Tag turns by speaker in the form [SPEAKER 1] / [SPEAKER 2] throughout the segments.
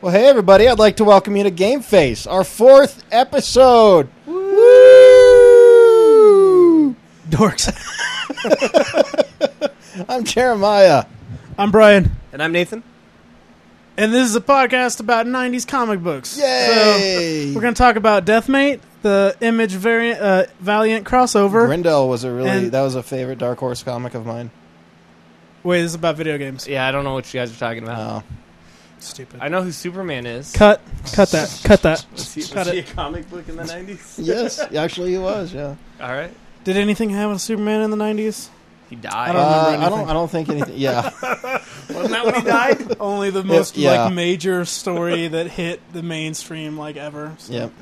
[SPEAKER 1] Well, hey everybody! I'd like to welcome you to Game Face, our fourth episode. Woo!
[SPEAKER 2] Dorks.
[SPEAKER 1] I'm Jeremiah.
[SPEAKER 2] I'm Brian,
[SPEAKER 3] And I'm Nathan.
[SPEAKER 2] and this is a podcast about 90s comic books.
[SPEAKER 1] Yay!
[SPEAKER 2] So we're going to talk about Deathmate, the Image variant, uh, Valiant crossover.
[SPEAKER 1] Grindel was a really
[SPEAKER 2] And-
[SPEAKER 1] that was a favorite Dark Horse comic of mine.
[SPEAKER 2] Wait, this is about video games.
[SPEAKER 3] Yeah, I don't know what you guys are talking
[SPEAKER 1] Oh.
[SPEAKER 3] about.
[SPEAKER 2] Stupid.
[SPEAKER 3] Uh, I know who Superman is.
[SPEAKER 2] Cut. Cut that. Cut that.
[SPEAKER 3] Was he, was
[SPEAKER 2] Cut
[SPEAKER 3] he a
[SPEAKER 2] it.
[SPEAKER 3] comic book in the 90s?
[SPEAKER 1] yes, actually he was. Yeah.
[SPEAKER 3] All right.
[SPEAKER 2] Did anything happen with Superman in the 90s?
[SPEAKER 3] He
[SPEAKER 2] I
[SPEAKER 3] died.
[SPEAKER 2] don't
[SPEAKER 1] Uh,
[SPEAKER 2] remember
[SPEAKER 1] I don't.
[SPEAKER 2] anything.
[SPEAKER 1] I don't think anything. Yeah.
[SPEAKER 3] Wasn't that when he died?
[SPEAKER 2] Only the most
[SPEAKER 1] yeah.
[SPEAKER 2] like major story that hit the mainstream like ever. So,
[SPEAKER 1] yep.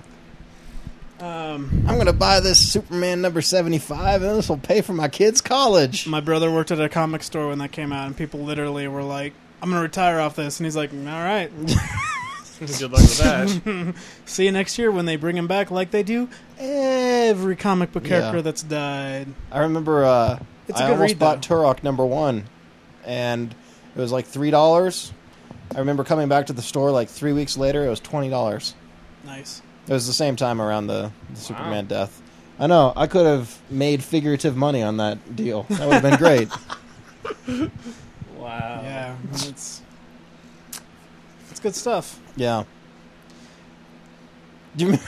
[SPEAKER 2] Um,
[SPEAKER 1] I'm gonna buy this Superman number seventy-five, and this will pay for my kids' college.
[SPEAKER 2] my brother worked at a comic store when that came out, and people literally were like, "I'm going to retire off this," and he's like, "All right,
[SPEAKER 3] Good luck with that.
[SPEAKER 2] See you next year when they bring him back, like they do every comic book character
[SPEAKER 1] Yeah.
[SPEAKER 2] that's died.
[SPEAKER 1] I remember uh,
[SPEAKER 2] It's a
[SPEAKER 1] I
[SPEAKER 2] good
[SPEAKER 1] almost
[SPEAKER 2] read,
[SPEAKER 1] bought Turok number one, and it was like three dollars. I remember coming back to the store like three weeks later. It was twenty dollars.
[SPEAKER 2] Nice.
[SPEAKER 1] It was the same time around the, the Superman death. I know. I could have made figurative money on that deal. That would have been great.
[SPEAKER 3] Wow.
[SPEAKER 2] yeah, it's it's good stuff.
[SPEAKER 1] Yeah. Do you,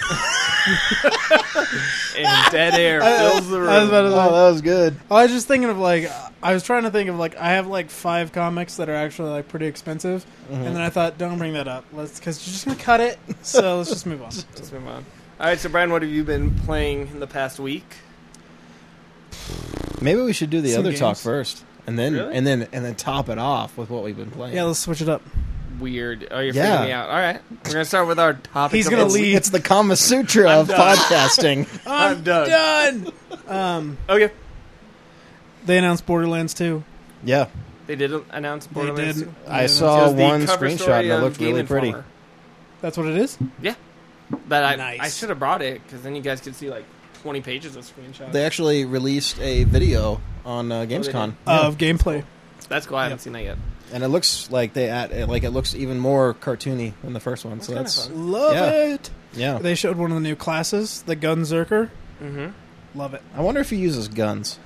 [SPEAKER 3] And dead air fills the room.
[SPEAKER 2] I was about
[SPEAKER 1] oh,
[SPEAKER 2] to-
[SPEAKER 1] that was good.
[SPEAKER 2] I was just thinking of like I was trying to think of like I have like five comics that are actually like pretty expensive, and then
[SPEAKER 1] Hmm.
[SPEAKER 2] I thought don't bring that up, let's because you're just gonna cut it. So let's just move on.
[SPEAKER 3] Let's move on. All right, so Brian, what have you been playing in the past week?
[SPEAKER 1] Mm-hmm. Maybe we should do the
[SPEAKER 2] Some
[SPEAKER 1] other talk
[SPEAKER 2] games.
[SPEAKER 1] first, and then
[SPEAKER 3] Really?
[SPEAKER 1] and then and then top it off with what we've been playing.
[SPEAKER 2] Yeah, let's switch it up.
[SPEAKER 3] Weird. Oh, you're
[SPEAKER 1] Yeah.
[SPEAKER 3] freaking me out. All right. We're going to start with our topic.
[SPEAKER 2] He's
[SPEAKER 3] of
[SPEAKER 2] gonna
[SPEAKER 3] the
[SPEAKER 2] leave.
[SPEAKER 3] week.
[SPEAKER 1] It's the Kama Sutra of
[SPEAKER 3] done.
[SPEAKER 1] podcasting.
[SPEAKER 3] I'm, done.
[SPEAKER 2] Done. um,
[SPEAKER 3] Okay.
[SPEAKER 2] they announced Borderlands 2.
[SPEAKER 1] yeah.
[SPEAKER 3] They did announce
[SPEAKER 2] They
[SPEAKER 3] Borderlands.
[SPEAKER 2] did.
[SPEAKER 3] 2.
[SPEAKER 1] I
[SPEAKER 2] Yeah,
[SPEAKER 1] saw
[SPEAKER 3] It was the
[SPEAKER 1] Oh, one
[SPEAKER 3] cover
[SPEAKER 1] screenshot
[SPEAKER 3] story
[SPEAKER 1] and it
[SPEAKER 3] of
[SPEAKER 1] looked
[SPEAKER 3] Game
[SPEAKER 1] really pretty.
[SPEAKER 3] Informer.
[SPEAKER 2] That's what it is.
[SPEAKER 3] Yeah, but I,
[SPEAKER 2] Nice.
[SPEAKER 3] I should have brought it because then you guys could see like twenty pages of screenshots.
[SPEAKER 1] They actually released a video on
[SPEAKER 2] Oh,
[SPEAKER 1] uh, GamesCon,
[SPEAKER 2] Of gameplay.
[SPEAKER 3] That's cool. I haven't seen that yet.
[SPEAKER 1] and it looks like they at, like it looks even more cartoony than the first one. So
[SPEAKER 3] kinda
[SPEAKER 1] that's
[SPEAKER 3] fun.
[SPEAKER 2] Love
[SPEAKER 1] Yeah.
[SPEAKER 2] it.
[SPEAKER 1] yeah.
[SPEAKER 2] They showed one of the new classes, the Gunzerker.
[SPEAKER 3] Mm-hmm.
[SPEAKER 2] Love it.
[SPEAKER 1] I wonder if he uses guns.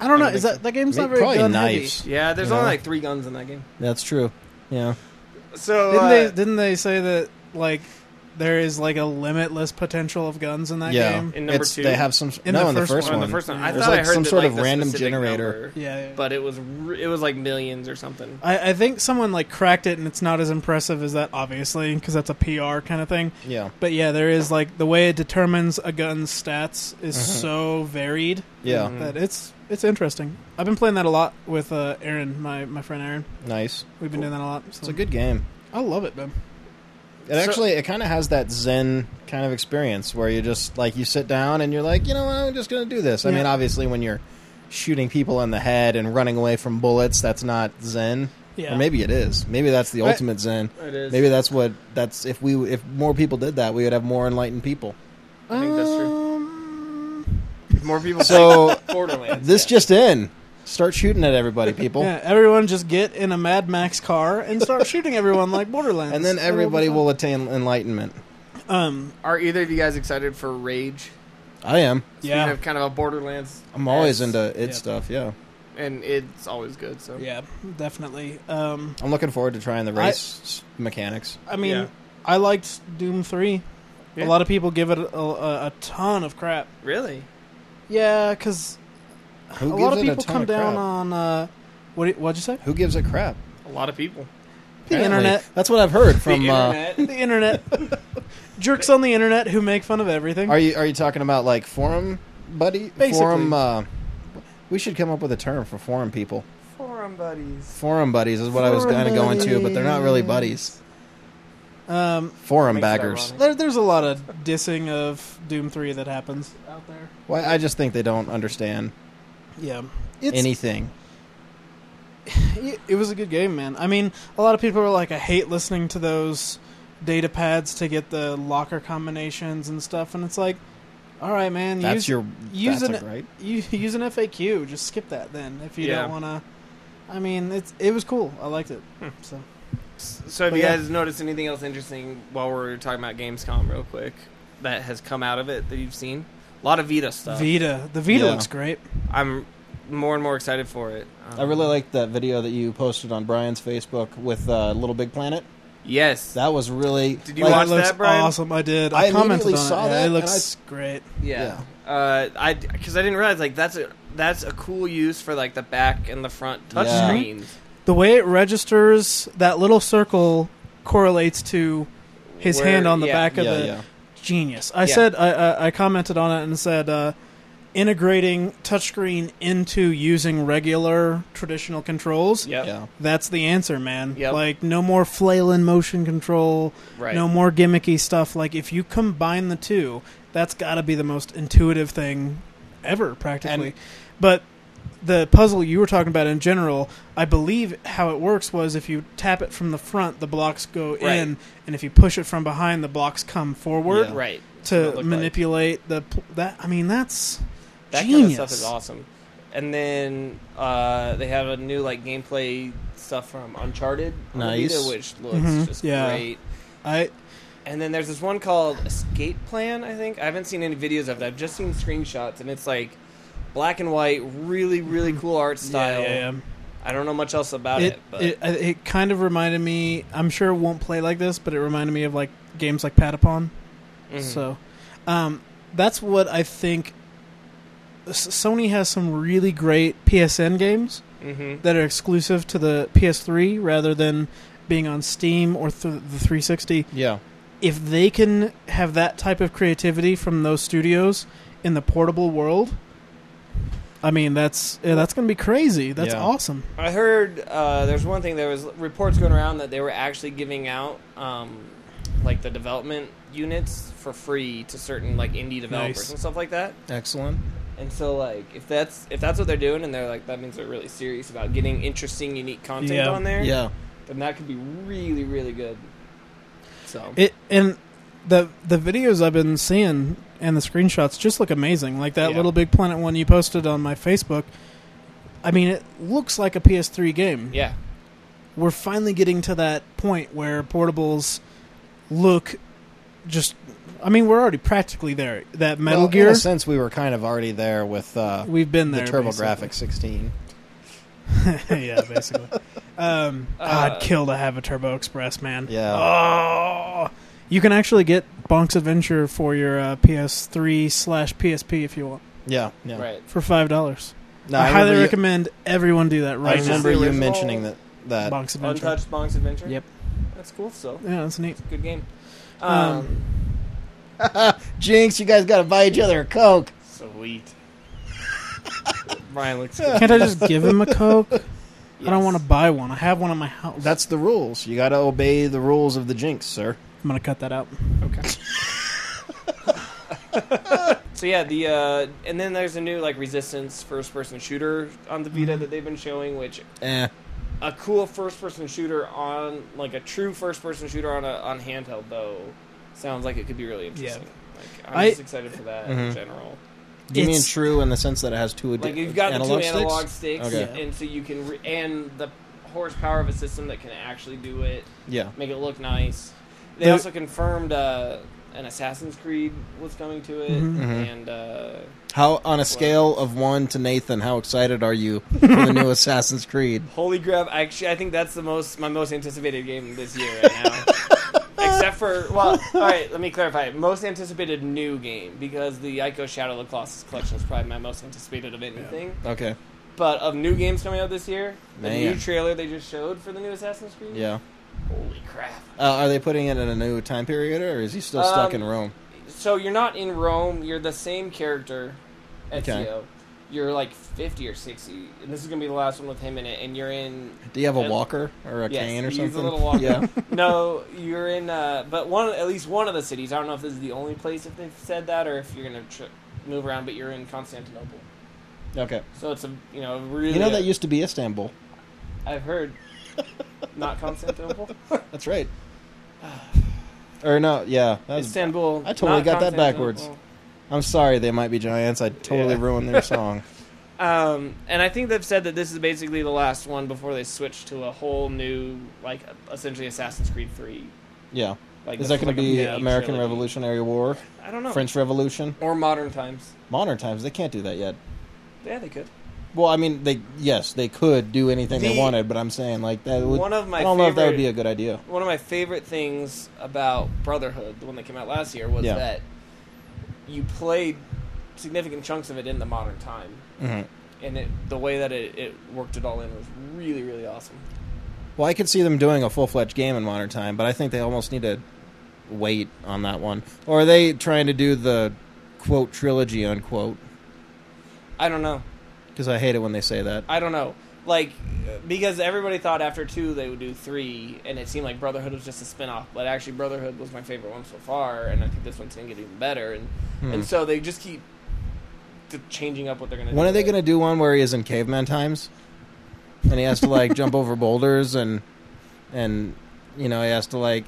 [SPEAKER 2] I don't know.
[SPEAKER 3] I
[SPEAKER 2] Is
[SPEAKER 3] think
[SPEAKER 2] that that game's not
[SPEAKER 1] Maybe-
[SPEAKER 2] very
[SPEAKER 1] probably
[SPEAKER 2] gun
[SPEAKER 1] knives.
[SPEAKER 3] Yeah, there's
[SPEAKER 1] You know?
[SPEAKER 3] only like three guns in that game.
[SPEAKER 1] That's true. Yeah,
[SPEAKER 2] heavy?
[SPEAKER 3] So
[SPEAKER 2] Didn't
[SPEAKER 3] uh,
[SPEAKER 2] they didn't they say that like there is like a limitless potential of guns in that
[SPEAKER 1] yeah.
[SPEAKER 2] game?
[SPEAKER 3] In number two?
[SPEAKER 1] they have some.
[SPEAKER 2] In
[SPEAKER 1] no,
[SPEAKER 2] the
[SPEAKER 1] in the
[SPEAKER 2] first
[SPEAKER 1] first
[SPEAKER 3] or in
[SPEAKER 1] one.
[SPEAKER 3] the first one, I
[SPEAKER 2] There's,
[SPEAKER 3] thought I
[SPEAKER 1] like,
[SPEAKER 3] heard
[SPEAKER 1] some
[SPEAKER 3] that,
[SPEAKER 1] sort
[SPEAKER 3] like,
[SPEAKER 1] of
[SPEAKER 3] the
[SPEAKER 1] random
[SPEAKER 3] specific
[SPEAKER 1] generator.
[SPEAKER 3] number,
[SPEAKER 2] Yeah. yeah.
[SPEAKER 3] but it was r- it was like millions or something.
[SPEAKER 2] I, I think someone like cracked it, and it's not as impressive as that, obviously, because that's a PR kind of thing.
[SPEAKER 1] Yeah,
[SPEAKER 2] But yeah, there is like the way it determines a gun's stats is so varied
[SPEAKER 1] Mm-hmm. yeah.
[SPEAKER 3] Mhm.
[SPEAKER 2] that it's it's interesting. I've been playing that a lot with uh, Aaron, my my friend Aaron.
[SPEAKER 1] Nice.
[SPEAKER 2] We've been
[SPEAKER 3] Cool.
[SPEAKER 2] doing that a lot.
[SPEAKER 1] It's a good game.
[SPEAKER 2] I love it, man.
[SPEAKER 1] It
[SPEAKER 3] So-
[SPEAKER 1] actually it kind of has that zen kind of experience where you just like you sit down and you're like, you know what, I'm just going to do this. I
[SPEAKER 2] Yeah.
[SPEAKER 1] mean, obviously when you're shooting people in the head and running away from bullets, that's not zen.
[SPEAKER 2] Yeah.
[SPEAKER 1] Or maybe it is. Maybe that's the
[SPEAKER 2] I-
[SPEAKER 1] ultimate zen.
[SPEAKER 3] It is.
[SPEAKER 1] Maybe that's what that's if we if more people did that, we would have more enlightened people.
[SPEAKER 3] I think that's true.
[SPEAKER 2] Um,
[SPEAKER 3] More people.
[SPEAKER 1] So
[SPEAKER 3] play Borderlands.
[SPEAKER 1] this
[SPEAKER 3] yeah.
[SPEAKER 1] just in. Start shooting at everybody, people.
[SPEAKER 2] Yeah, everyone just get in a Mad Max car and start shooting everyone like Borderlands,
[SPEAKER 1] And then
[SPEAKER 2] It'll be
[SPEAKER 1] everybody
[SPEAKER 2] fun.
[SPEAKER 1] will attain enlightenment.
[SPEAKER 2] Um,
[SPEAKER 3] Are either of you guys excited for Rage?
[SPEAKER 1] I am.
[SPEAKER 3] Speaking
[SPEAKER 2] yeah,
[SPEAKER 3] of kind of a Borderlands.
[SPEAKER 1] I'm always
[SPEAKER 3] esque,
[SPEAKER 1] into it
[SPEAKER 2] Yeah.
[SPEAKER 1] stuff, yeah.
[SPEAKER 3] and it's always good. So
[SPEAKER 2] yeah, definitely. Um,
[SPEAKER 1] I'm looking forward to trying the
[SPEAKER 2] I-
[SPEAKER 1] race mechanics.
[SPEAKER 2] I mean,
[SPEAKER 3] Yeah.
[SPEAKER 2] I liked Doom Three.
[SPEAKER 3] Yeah.
[SPEAKER 2] A lot of people give it a, a, a ton of crap.
[SPEAKER 3] really,
[SPEAKER 2] Yeah, because a
[SPEAKER 1] Who
[SPEAKER 2] lot of
[SPEAKER 1] gives it
[SPEAKER 2] people
[SPEAKER 1] ton
[SPEAKER 2] come
[SPEAKER 1] of
[SPEAKER 2] down
[SPEAKER 1] crap?
[SPEAKER 2] on uh, what? do- What'd you say?
[SPEAKER 1] Who gives a crap?
[SPEAKER 3] a lot of people.
[SPEAKER 2] The
[SPEAKER 1] Apparently.
[SPEAKER 2] internet.
[SPEAKER 1] That's what I've heard from.
[SPEAKER 3] the
[SPEAKER 1] uh,
[SPEAKER 3] internet.
[SPEAKER 2] The internet. Jerks on the internet who make fun of everything.
[SPEAKER 1] are you are you talking about like forum buddy?
[SPEAKER 2] Basically.
[SPEAKER 1] Forum. Uh, we should come up with a term for forum people.
[SPEAKER 3] Forum buddies.
[SPEAKER 1] Forum buddies is what I was
[SPEAKER 2] Forum
[SPEAKER 1] kind of going to, but they're not really
[SPEAKER 2] buddies.
[SPEAKER 1] buddies.
[SPEAKER 2] um,
[SPEAKER 1] Forum
[SPEAKER 3] Makes it
[SPEAKER 1] baggers.
[SPEAKER 3] ironic.
[SPEAKER 2] There, there's a lot of dissing of Doom 3 that happens out there.
[SPEAKER 1] Why? I just think they don't understand
[SPEAKER 2] Yeah. It's,
[SPEAKER 1] anything.
[SPEAKER 2] it, it was a good game, man. I mean, a lot of people are like, I hate listening to those data pads to get the locker combinations and stuff, and it's like, all right, man,
[SPEAKER 1] That's
[SPEAKER 2] use,
[SPEAKER 1] your.
[SPEAKER 2] use
[SPEAKER 1] That's a
[SPEAKER 2] an-
[SPEAKER 1] right.
[SPEAKER 2] you, use an FAQ. Just skip that then if you
[SPEAKER 3] Yeah.
[SPEAKER 2] don't want to. I mean, it's it was cool. I liked it. So
[SPEAKER 3] So, have
[SPEAKER 1] But
[SPEAKER 3] you
[SPEAKER 1] yeah.
[SPEAKER 3] guys noticed anything else interesting while we're talking about Gamescom, real quick, that has come out of it that you've seen? A lot of Vita stuff.
[SPEAKER 2] Vita. The Vita
[SPEAKER 1] Yeah.
[SPEAKER 2] looks great.
[SPEAKER 3] I'm more and more excited for it. Um,
[SPEAKER 1] I really liked that video that you posted on Brian's Facebook with uh, Little Big Planet.
[SPEAKER 3] Yes.
[SPEAKER 1] That was really.
[SPEAKER 3] Did you
[SPEAKER 1] like,
[SPEAKER 2] That
[SPEAKER 3] watch
[SPEAKER 2] looks
[SPEAKER 3] that, Brian?
[SPEAKER 2] awesome. I did. I,
[SPEAKER 1] I
[SPEAKER 2] commented
[SPEAKER 1] immediately
[SPEAKER 2] on
[SPEAKER 1] saw
[SPEAKER 2] it. Yeah,
[SPEAKER 1] that,
[SPEAKER 2] it
[SPEAKER 1] and
[SPEAKER 2] looks great.
[SPEAKER 3] Yeah. Uh, I because I didn't realize like that's a that's a cool use for like the back and the front touch
[SPEAKER 1] Yeah.
[SPEAKER 3] screens.
[SPEAKER 2] The way it registers that little circle correlates to his
[SPEAKER 3] Where-
[SPEAKER 2] hand on the
[SPEAKER 3] yeah.
[SPEAKER 2] back
[SPEAKER 1] Yeah,
[SPEAKER 2] of the
[SPEAKER 1] yeah.
[SPEAKER 2] genius. I
[SPEAKER 3] Yeah.
[SPEAKER 2] said I, I, I commented on it and said uh, integrating touchscreen into using regular traditional controls.
[SPEAKER 3] Yep.
[SPEAKER 1] Yeah.
[SPEAKER 2] That's the answer, man.
[SPEAKER 3] Yep.
[SPEAKER 2] Like no more flailing motion control,
[SPEAKER 3] Right.
[SPEAKER 2] no more gimmicky stuff. Like if you combine the two, that's got to be the most intuitive thing ever, practically.
[SPEAKER 1] And-
[SPEAKER 2] but the puzzle you were talking about in general, I believe how it works was if you tap it from the front, the blocks go
[SPEAKER 3] Right.
[SPEAKER 2] in, and if you push it from behind, the blocks come forward
[SPEAKER 1] Yeah.
[SPEAKER 3] Right. That's what it
[SPEAKER 2] to
[SPEAKER 3] looked like.
[SPEAKER 2] manipulate the pl- that. I mean, that's
[SPEAKER 3] That
[SPEAKER 2] genius.
[SPEAKER 3] kind of stuff is awesome. And then uh, they have a new like gameplay stuff from Uncharted, on the
[SPEAKER 1] Nice.
[SPEAKER 3] Vita, which looks
[SPEAKER 2] Mhm.
[SPEAKER 3] just
[SPEAKER 2] Yeah.
[SPEAKER 3] great.
[SPEAKER 2] I
[SPEAKER 3] And then there's this one called Escape Plan. I think I haven't seen any videos of it. I've just seen screenshots, and it's like black and white, really really cool art style.
[SPEAKER 2] Yeah, yeah, yeah.
[SPEAKER 3] I don't know much else about it,
[SPEAKER 2] it,
[SPEAKER 3] but
[SPEAKER 2] it, I- it kind of reminded me. I'm sure it won't play like this, but it reminded me of like games like Patapon.
[SPEAKER 3] Mhm.
[SPEAKER 2] So, um, that's what I think. S- Sony has some really great PSN games
[SPEAKER 3] Mhm.
[SPEAKER 2] that are exclusive to the PS3 rather than being on Steam or th- the 360.
[SPEAKER 1] Yeah.
[SPEAKER 2] If they can have that type of creativity from those studios in the portable world, I mean that's yeah, that's going to be crazy. That's
[SPEAKER 1] Yeah.
[SPEAKER 2] awesome.
[SPEAKER 3] I heard uh, there's one thing there was reports going around that they were actually giving out um, like the development units for free to certain like indie developers
[SPEAKER 2] Nice.
[SPEAKER 3] and stuff like that.
[SPEAKER 1] Excellent.
[SPEAKER 3] And so like if that's if that's what they're doing and they're like that means they're really serious about getting interesting unique content
[SPEAKER 2] Yeah.
[SPEAKER 3] on there,
[SPEAKER 1] Yeah.
[SPEAKER 3] then that could be really really good. So
[SPEAKER 2] It and the the videos I've been seeing and the screenshots just look amazing. Like that
[SPEAKER 3] Yeah.
[SPEAKER 2] little big planet one you posted on my Facebook. I mean, it looks like a PS3 game.
[SPEAKER 3] yeah,
[SPEAKER 2] We're finally getting to that point where portables look just. I mean, we're already practically there. That Metal
[SPEAKER 1] Well, In
[SPEAKER 2] Gear,
[SPEAKER 1] a sense, we were kind of already there with uh,
[SPEAKER 2] we've been
[SPEAKER 1] the
[SPEAKER 2] there.
[SPEAKER 1] Turbo Graphics 16.
[SPEAKER 2] basically. yeah, basically. Um,
[SPEAKER 3] Uh,
[SPEAKER 2] I'd kill to have a Turbo Express, man.
[SPEAKER 1] Yeah.
[SPEAKER 2] Oh, you can actually get Bonk's Adventure for your uh, PS3 slash PSP if you want
[SPEAKER 1] Yeah. Yeah.
[SPEAKER 3] right.
[SPEAKER 2] for five dollars.
[SPEAKER 1] No,
[SPEAKER 2] I, highly
[SPEAKER 1] remember you-
[SPEAKER 2] recommend everyone do
[SPEAKER 1] I
[SPEAKER 2] that right now.
[SPEAKER 1] remember
[SPEAKER 3] Just the
[SPEAKER 1] you
[SPEAKER 3] original-
[SPEAKER 1] mentioning that. That
[SPEAKER 2] Bonk's Adventure.
[SPEAKER 3] Untouched Bonk's Adventure.
[SPEAKER 2] Yep.
[SPEAKER 3] that's cool. So
[SPEAKER 2] Yeah, that's neat.
[SPEAKER 3] good game.
[SPEAKER 2] Um,
[SPEAKER 3] Um,
[SPEAKER 1] Jinx, you guys got to buy each other a Coke.
[SPEAKER 3] sweet. Brian looks.
[SPEAKER 2] Can't I just give him a Coke? I
[SPEAKER 3] Yes.
[SPEAKER 2] don't want to buy one. I have one in my house.
[SPEAKER 1] That's the rules. You got to obey the rules of the Jinx, sir.
[SPEAKER 2] I'm gonna cut that out.
[SPEAKER 3] Okay. so yeah, the uh, and then there's a new like Resistance first-person shooter on the
[SPEAKER 2] Mm-hmm.
[SPEAKER 3] Vita that they've been showing, which
[SPEAKER 1] Eh.
[SPEAKER 3] a cool first-person shooter on like a true first-person shooter on a on handheld though sounds like it could be really interesting. Like I'm
[SPEAKER 2] I-
[SPEAKER 3] just excited for that in
[SPEAKER 1] Mhm.
[SPEAKER 3] general.
[SPEAKER 1] Do you mean
[SPEAKER 2] It's-
[SPEAKER 1] true in the sense that it has two ad-
[SPEAKER 3] Like you've got
[SPEAKER 1] analog
[SPEAKER 3] the two
[SPEAKER 1] sticks?
[SPEAKER 3] analog sticks,
[SPEAKER 1] Okay.
[SPEAKER 3] and so you can re- and the horsepower of a system that can actually do it.
[SPEAKER 1] Yeah.
[SPEAKER 3] make it look nice. They
[SPEAKER 2] The-
[SPEAKER 3] also confirmed uh, an Assassin's Creed was coming to it,
[SPEAKER 2] Mhm.
[SPEAKER 1] Mhm.
[SPEAKER 3] and uh,
[SPEAKER 1] How on a scale of one to Nathan, how excited are you for the new Assassin's Creed?
[SPEAKER 3] Holy Grab. Actually, I think that's the most my most anticipated game this year right now. Except for well, all right. Let me clarify. Most anticipated new game because the Ico Shadow of the Colossus collection is probably my most anticipated of anything.
[SPEAKER 1] Okay.
[SPEAKER 3] But of new games coming out this year, the
[SPEAKER 1] Man.
[SPEAKER 3] new trailer they just showed for the new Assassin's Creed.
[SPEAKER 1] Yeah.
[SPEAKER 3] Holy crap!
[SPEAKER 1] Uh, are they putting it in a new time period, or is he still stuck
[SPEAKER 3] Um,
[SPEAKER 1] in Rome?
[SPEAKER 3] So you're not in Rome. You're the same character, Ezio.
[SPEAKER 1] Okay.
[SPEAKER 3] You're like fifty or sixty, and this is gonna be the last one with him in it. And you're in
[SPEAKER 1] Do you have a
[SPEAKER 3] and-
[SPEAKER 1] walker or a
[SPEAKER 3] yes,
[SPEAKER 1] cane or
[SPEAKER 3] he's a
[SPEAKER 1] something?
[SPEAKER 3] little walker.
[SPEAKER 1] Yeah.
[SPEAKER 3] no, you're in. Uh, but one, at least one of the cities. I don't know if this is the only place if they've said that, or if you're gonna tr- move around. But you're in Constantinople,
[SPEAKER 1] Okay.
[SPEAKER 3] so it's a you know really. uh,
[SPEAKER 1] You know that used to be Istanbul.
[SPEAKER 3] I've heard. Not Constantinople.
[SPEAKER 1] That's right. Or no, yeah. That was-
[SPEAKER 3] Istanbul.
[SPEAKER 1] I totally
[SPEAKER 3] not
[SPEAKER 1] got that
[SPEAKER 3] Constantinople.
[SPEAKER 1] backwards. I'm sorry, they might be giants. I totally
[SPEAKER 3] Yeah.
[SPEAKER 1] ruined their song.
[SPEAKER 3] Um, and I think they've said that this is basically the last one before they switch to a whole new, like, essentially Assassin's Creed Three.
[SPEAKER 1] Yeah.
[SPEAKER 3] Like,
[SPEAKER 1] Is that going
[SPEAKER 3] like
[SPEAKER 1] to
[SPEAKER 3] a
[SPEAKER 1] be
[SPEAKER 3] mini
[SPEAKER 1] American
[SPEAKER 3] trilogy.
[SPEAKER 1] Revolutionary War,
[SPEAKER 3] I don't know.
[SPEAKER 1] French Revolution,
[SPEAKER 3] or modern times.
[SPEAKER 1] modern times? They can't do that yet.
[SPEAKER 3] Yeah, they could.
[SPEAKER 1] Well, I mean, they yes, they could do anything
[SPEAKER 3] The-
[SPEAKER 1] they wanted, but I'm saying like that. Would,
[SPEAKER 3] One of my
[SPEAKER 1] I don't know if that would be a
[SPEAKER 3] favorite-
[SPEAKER 1] good idea.
[SPEAKER 3] One of my favorite things about Brotherhood, the one that came out last year, was
[SPEAKER 1] Yeah.
[SPEAKER 3] that you played significant chunks of it in the modern time,
[SPEAKER 1] Mhm.
[SPEAKER 3] and it, the way that it, it worked it all in was really, really awesome.
[SPEAKER 1] Well, I could see them doing a full fledged game in modern time, but I think they almost need to wait on that one. Or are they trying to do the quote trilogy unquote?
[SPEAKER 3] I don't know.
[SPEAKER 1] Because I hate it when they say that.
[SPEAKER 3] I don't know. Like, because everybody thought after two they would do three, and it seemed like Brotherhood was just a spin off, but actually, Brotherhood was my favorite one so far, and I think this one's going to get even better. And,
[SPEAKER 1] Hmm.
[SPEAKER 3] and so they just keep t- changing up what they're going to do.
[SPEAKER 1] When are they
[SPEAKER 3] with
[SPEAKER 1] going
[SPEAKER 3] it.
[SPEAKER 1] to do one where he is in caveman times, and he has to like jump over boulders and and you know he has to like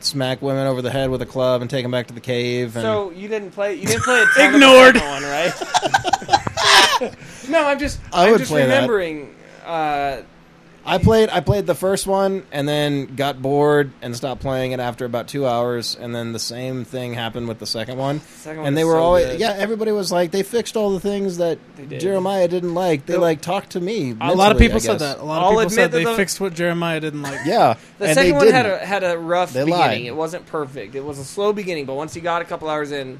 [SPEAKER 1] smack women over the head with a club and take them back to the cave? And
[SPEAKER 3] So you didn't play. You didn't play a ton of
[SPEAKER 2] Ignored.
[SPEAKER 3] the second one, right? no, I'm just.
[SPEAKER 1] I
[SPEAKER 3] I am
[SPEAKER 1] would
[SPEAKER 3] just
[SPEAKER 1] play that.
[SPEAKER 3] remembering. Uh,
[SPEAKER 1] I played I played the first one and then got bored and stopped playing it after about two hours, and then the same thing happened with the second one.
[SPEAKER 3] second one
[SPEAKER 1] And they
[SPEAKER 3] is
[SPEAKER 1] were
[SPEAKER 3] so
[SPEAKER 1] always
[SPEAKER 3] good.
[SPEAKER 1] yeah. Everybody was like, they fixed all the things that
[SPEAKER 3] They did.
[SPEAKER 1] Jeremiah didn't like. They
[SPEAKER 3] Nope.
[SPEAKER 1] like talked to me.
[SPEAKER 2] a lot of
[SPEAKER 1] mentally,
[SPEAKER 2] people
[SPEAKER 1] I
[SPEAKER 2] said
[SPEAKER 1] guess.
[SPEAKER 2] that. A lot
[SPEAKER 3] I'll
[SPEAKER 2] of people
[SPEAKER 3] admit
[SPEAKER 2] said
[SPEAKER 3] that
[SPEAKER 2] they
[SPEAKER 3] the-
[SPEAKER 2] fixed what Jeremiah didn't like.
[SPEAKER 1] Yeah,
[SPEAKER 3] The
[SPEAKER 1] and
[SPEAKER 3] second
[SPEAKER 1] they
[SPEAKER 3] one had
[SPEAKER 1] didn't.
[SPEAKER 3] a had a rough
[SPEAKER 1] They
[SPEAKER 3] beginning.
[SPEAKER 1] lied.
[SPEAKER 3] It wasn't perfect. It was a slow beginning, but once you got a couple hours in,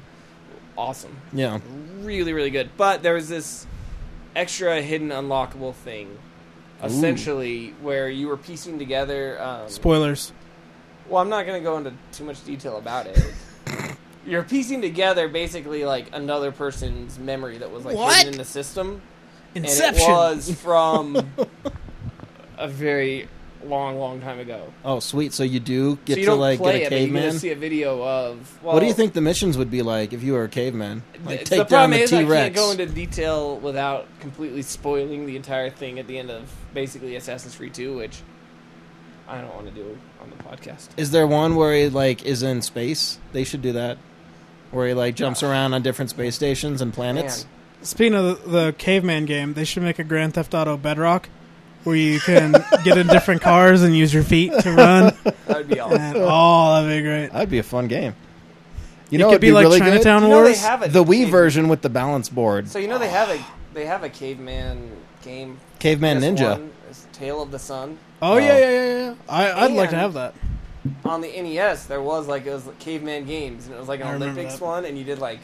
[SPEAKER 3] awesome,
[SPEAKER 1] yeah.
[SPEAKER 3] really really good. But there was this extra hidden unlockable thing, essentially where you were piecing together. Um,
[SPEAKER 2] Spoilers.
[SPEAKER 3] well, I'm not going to go into too much detail about it. You're piecing together basically like another person's memory that was like
[SPEAKER 2] What?
[SPEAKER 3] hidden in the system, and it
[SPEAKER 2] Inception.
[SPEAKER 3] was from a very long, long time ago.
[SPEAKER 1] Oh, sweet. So you do get
[SPEAKER 3] so you
[SPEAKER 1] to
[SPEAKER 3] don't
[SPEAKER 1] like get
[SPEAKER 3] play
[SPEAKER 1] a
[SPEAKER 3] it, but you get
[SPEAKER 1] caveman.
[SPEAKER 3] to see a video of. Well,
[SPEAKER 1] what do you think the missions would be like if you were a caveman? Like
[SPEAKER 3] th-
[SPEAKER 1] take
[SPEAKER 3] the
[SPEAKER 1] down
[SPEAKER 3] problem
[SPEAKER 1] the
[SPEAKER 3] is I
[SPEAKER 1] T
[SPEAKER 3] can't
[SPEAKER 1] Rex.
[SPEAKER 3] go into detail without completely spoiling the entire thing at the end of basically Assassin's Creed 2, which I don't want to do on the podcast.
[SPEAKER 1] Is there one where he like is in space? They should do that. Where he like jumps around on different space stations and planets.
[SPEAKER 3] Ah. Man.
[SPEAKER 2] Speaking of the, the caveman game, they should make a Grand Theft Auto Bedrock where you can get in different cars and use your feet to run.
[SPEAKER 3] That would be awesome.
[SPEAKER 2] And, oh, that'd be great.
[SPEAKER 1] That'd be a fun game. You
[SPEAKER 2] it
[SPEAKER 1] know,
[SPEAKER 2] could
[SPEAKER 1] it'd
[SPEAKER 2] be,
[SPEAKER 1] be,
[SPEAKER 2] like
[SPEAKER 1] really
[SPEAKER 2] Chinatown
[SPEAKER 3] You know they
[SPEAKER 2] Wars.
[SPEAKER 3] have a
[SPEAKER 1] good. The Wii
[SPEAKER 3] cave-
[SPEAKER 1] version with the balance board,
[SPEAKER 3] So you know they have a they have a caveman game.
[SPEAKER 1] caveman
[SPEAKER 3] PS1,
[SPEAKER 1] ninja.
[SPEAKER 3] it's Tale of the Sun.
[SPEAKER 2] oh, yeah, yeah, yeah, yeah. I, I'd like to
[SPEAKER 3] And-
[SPEAKER 2] have that.
[SPEAKER 3] On the NES, there was like it was like caveman games, and it was like an
[SPEAKER 2] I remember
[SPEAKER 3] Olympics
[SPEAKER 2] that.
[SPEAKER 3] one, and you did like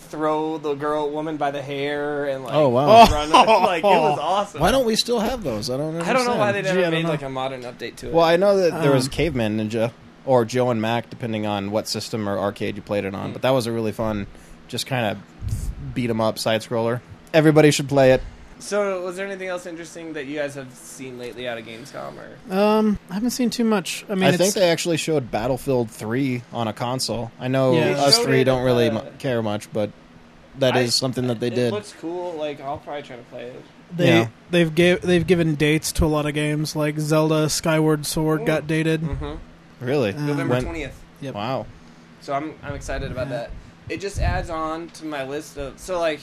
[SPEAKER 3] throw the girl woman by the hair and like
[SPEAKER 1] Oh, wow.
[SPEAKER 3] run, like it
[SPEAKER 2] Oh.
[SPEAKER 3] was awesome.
[SPEAKER 1] Why don't we still have those? I don't. Understand.
[SPEAKER 3] I don't know why they
[SPEAKER 2] Gee,
[SPEAKER 3] never
[SPEAKER 2] I don't
[SPEAKER 3] made
[SPEAKER 2] know.
[SPEAKER 3] like a modern update to it.
[SPEAKER 1] Well, I know that there was
[SPEAKER 2] Um,
[SPEAKER 1] Caveman Ninja or Joe and Mac, depending on what system or arcade you played it on. But that was a really fun, just kind of beat 'em up side scroller. Everybody should play it.
[SPEAKER 3] So, was there anything else interesting that you guys have seen lately out of Gamescom? Or
[SPEAKER 2] Um, I haven't seen too much. I mean,
[SPEAKER 1] I
[SPEAKER 2] it's,
[SPEAKER 1] think they actually showed Battlefield Three on a console. I know
[SPEAKER 2] Yeah. They
[SPEAKER 1] us
[SPEAKER 3] showed
[SPEAKER 1] three
[SPEAKER 3] it
[SPEAKER 1] don't
[SPEAKER 3] at
[SPEAKER 1] really
[SPEAKER 3] the-
[SPEAKER 1] mu- care much, but that is
[SPEAKER 3] I-
[SPEAKER 1] something that they
[SPEAKER 3] it
[SPEAKER 1] did.
[SPEAKER 3] looks cool. Like I'll probably try to play it.
[SPEAKER 2] they
[SPEAKER 1] Yeah.
[SPEAKER 2] they've gave they've given dates to a lot of games like Zelda Skyward Sword got dated.
[SPEAKER 1] Mm,
[SPEAKER 3] Mm-hmm.
[SPEAKER 1] really,
[SPEAKER 2] Um,
[SPEAKER 3] November
[SPEAKER 1] When-
[SPEAKER 3] twentieth.
[SPEAKER 2] Yep.
[SPEAKER 1] Wow.
[SPEAKER 3] So I'm I'm excited about
[SPEAKER 2] Yeah.
[SPEAKER 3] that. It just adds on to my list of so like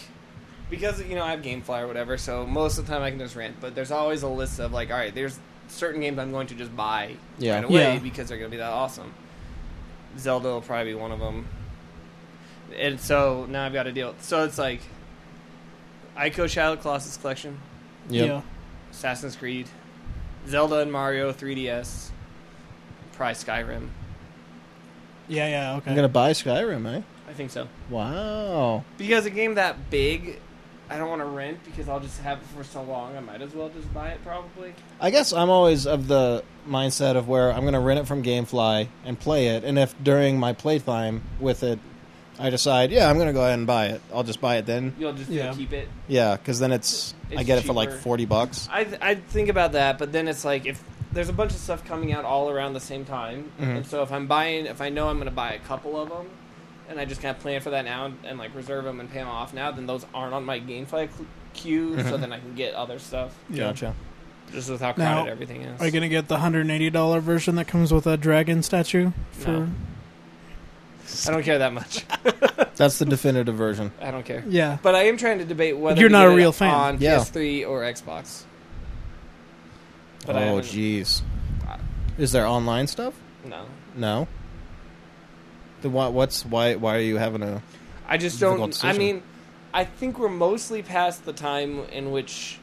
[SPEAKER 3] because you know I have GameFly or whatever, so most of the time I can just rant. But there's always a list of like, all right, there's certain games I'm going to just buy
[SPEAKER 1] Yeah.
[SPEAKER 3] right away
[SPEAKER 2] Yeah.
[SPEAKER 3] because they're going to be that awesome. Zelda will probably be one of them. And so now I've got to deal. So it's like Ico Shadow of the Colossus Collection,
[SPEAKER 1] Yep.
[SPEAKER 2] Yeah.
[SPEAKER 3] Assassin's Creed, Zelda and Mario 3DS, probably Skyrim.
[SPEAKER 2] Yeah, yeah, okay.
[SPEAKER 1] I'm gonna buy Skyrim, eh?
[SPEAKER 3] I think so.
[SPEAKER 1] Wow.
[SPEAKER 3] Because a game that big, I don't want to rent because I'll just have it for so long. I might as well just buy it probably.
[SPEAKER 1] I guess I'm always of the mindset of where I'm going to rent it from GameFly and play it, and if during my playtime with it, I decide, yeah, I'm going to go ahead and buy it. I'll just buy it then.
[SPEAKER 3] You'll just
[SPEAKER 2] Yeah.
[SPEAKER 3] keep it.
[SPEAKER 1] Yeah, because then it's, I
[SPEAKER 3] It's
[SPEAKER 1] get it for like
[SPEAKER 3] cheaper.
[SPEAKER 1] forty bucks.
[SPEAKER 3] I th- I think about that, but then it's like if there's a bunch of stuff coming out all around the same time,
[SPEAKER 2] Mm-hmm.
[SPEAKER 1] Mhm.
[SPEAKER 3] and so if I'm buying, if I know I'm going to buy a couple of them, and I just kind of plan for that now and, and like reserve them and pay them off now, then those aren't on my GameFly cl- queue, so then I can get other stuff
[SPEAKER 2] Yeah.
[SPEAKER 1] Gotcha.
[SPEAKER 3] just with how
[SPEAKER 2] Mm-hmm. Now,
[SPEAKER 3] crowded everything is.
[SPEAKER 2] Are you gonna get the hundred and eighty dollar version that comes with a dragon statue? For
[SPEAKER 3] No. I don't care that much.
[SPEAKER 1] That's the definitive version.
[SPEAKER 3] I don't care.
[SPEAKER 2] Yeah.
[SPEAKER 3] But I am trying to debate whether
[SPEAKER 2] You're
[SPEAKER 3] to
[SPEAKER 2] not
[SPEAKER 3] get
[SPEAKER 2] a
[SPEAKER 3] it
[SPEAKER 2] real fan.
[SPEAKER 3] on
[SPEAKER 1] Yeah.
[SPEAKER 3] PS3 or Xbox. But I
[SPEAKER 1] oh,
[SPEAKER 3] haven't-
[SPEAKER 1] jeez. Is there online stuff?
[SPEAKER 3] No,
[SPEAKER 1] No. The why, what's why why are you having a
[SPEAKER 3] I just
[SPEAKER 1] Difficult
[SPEAKER 3] don't. I
[SPEAKER 1] decision.
[SPEAKER 3] mean, I think we're mostly past the time in which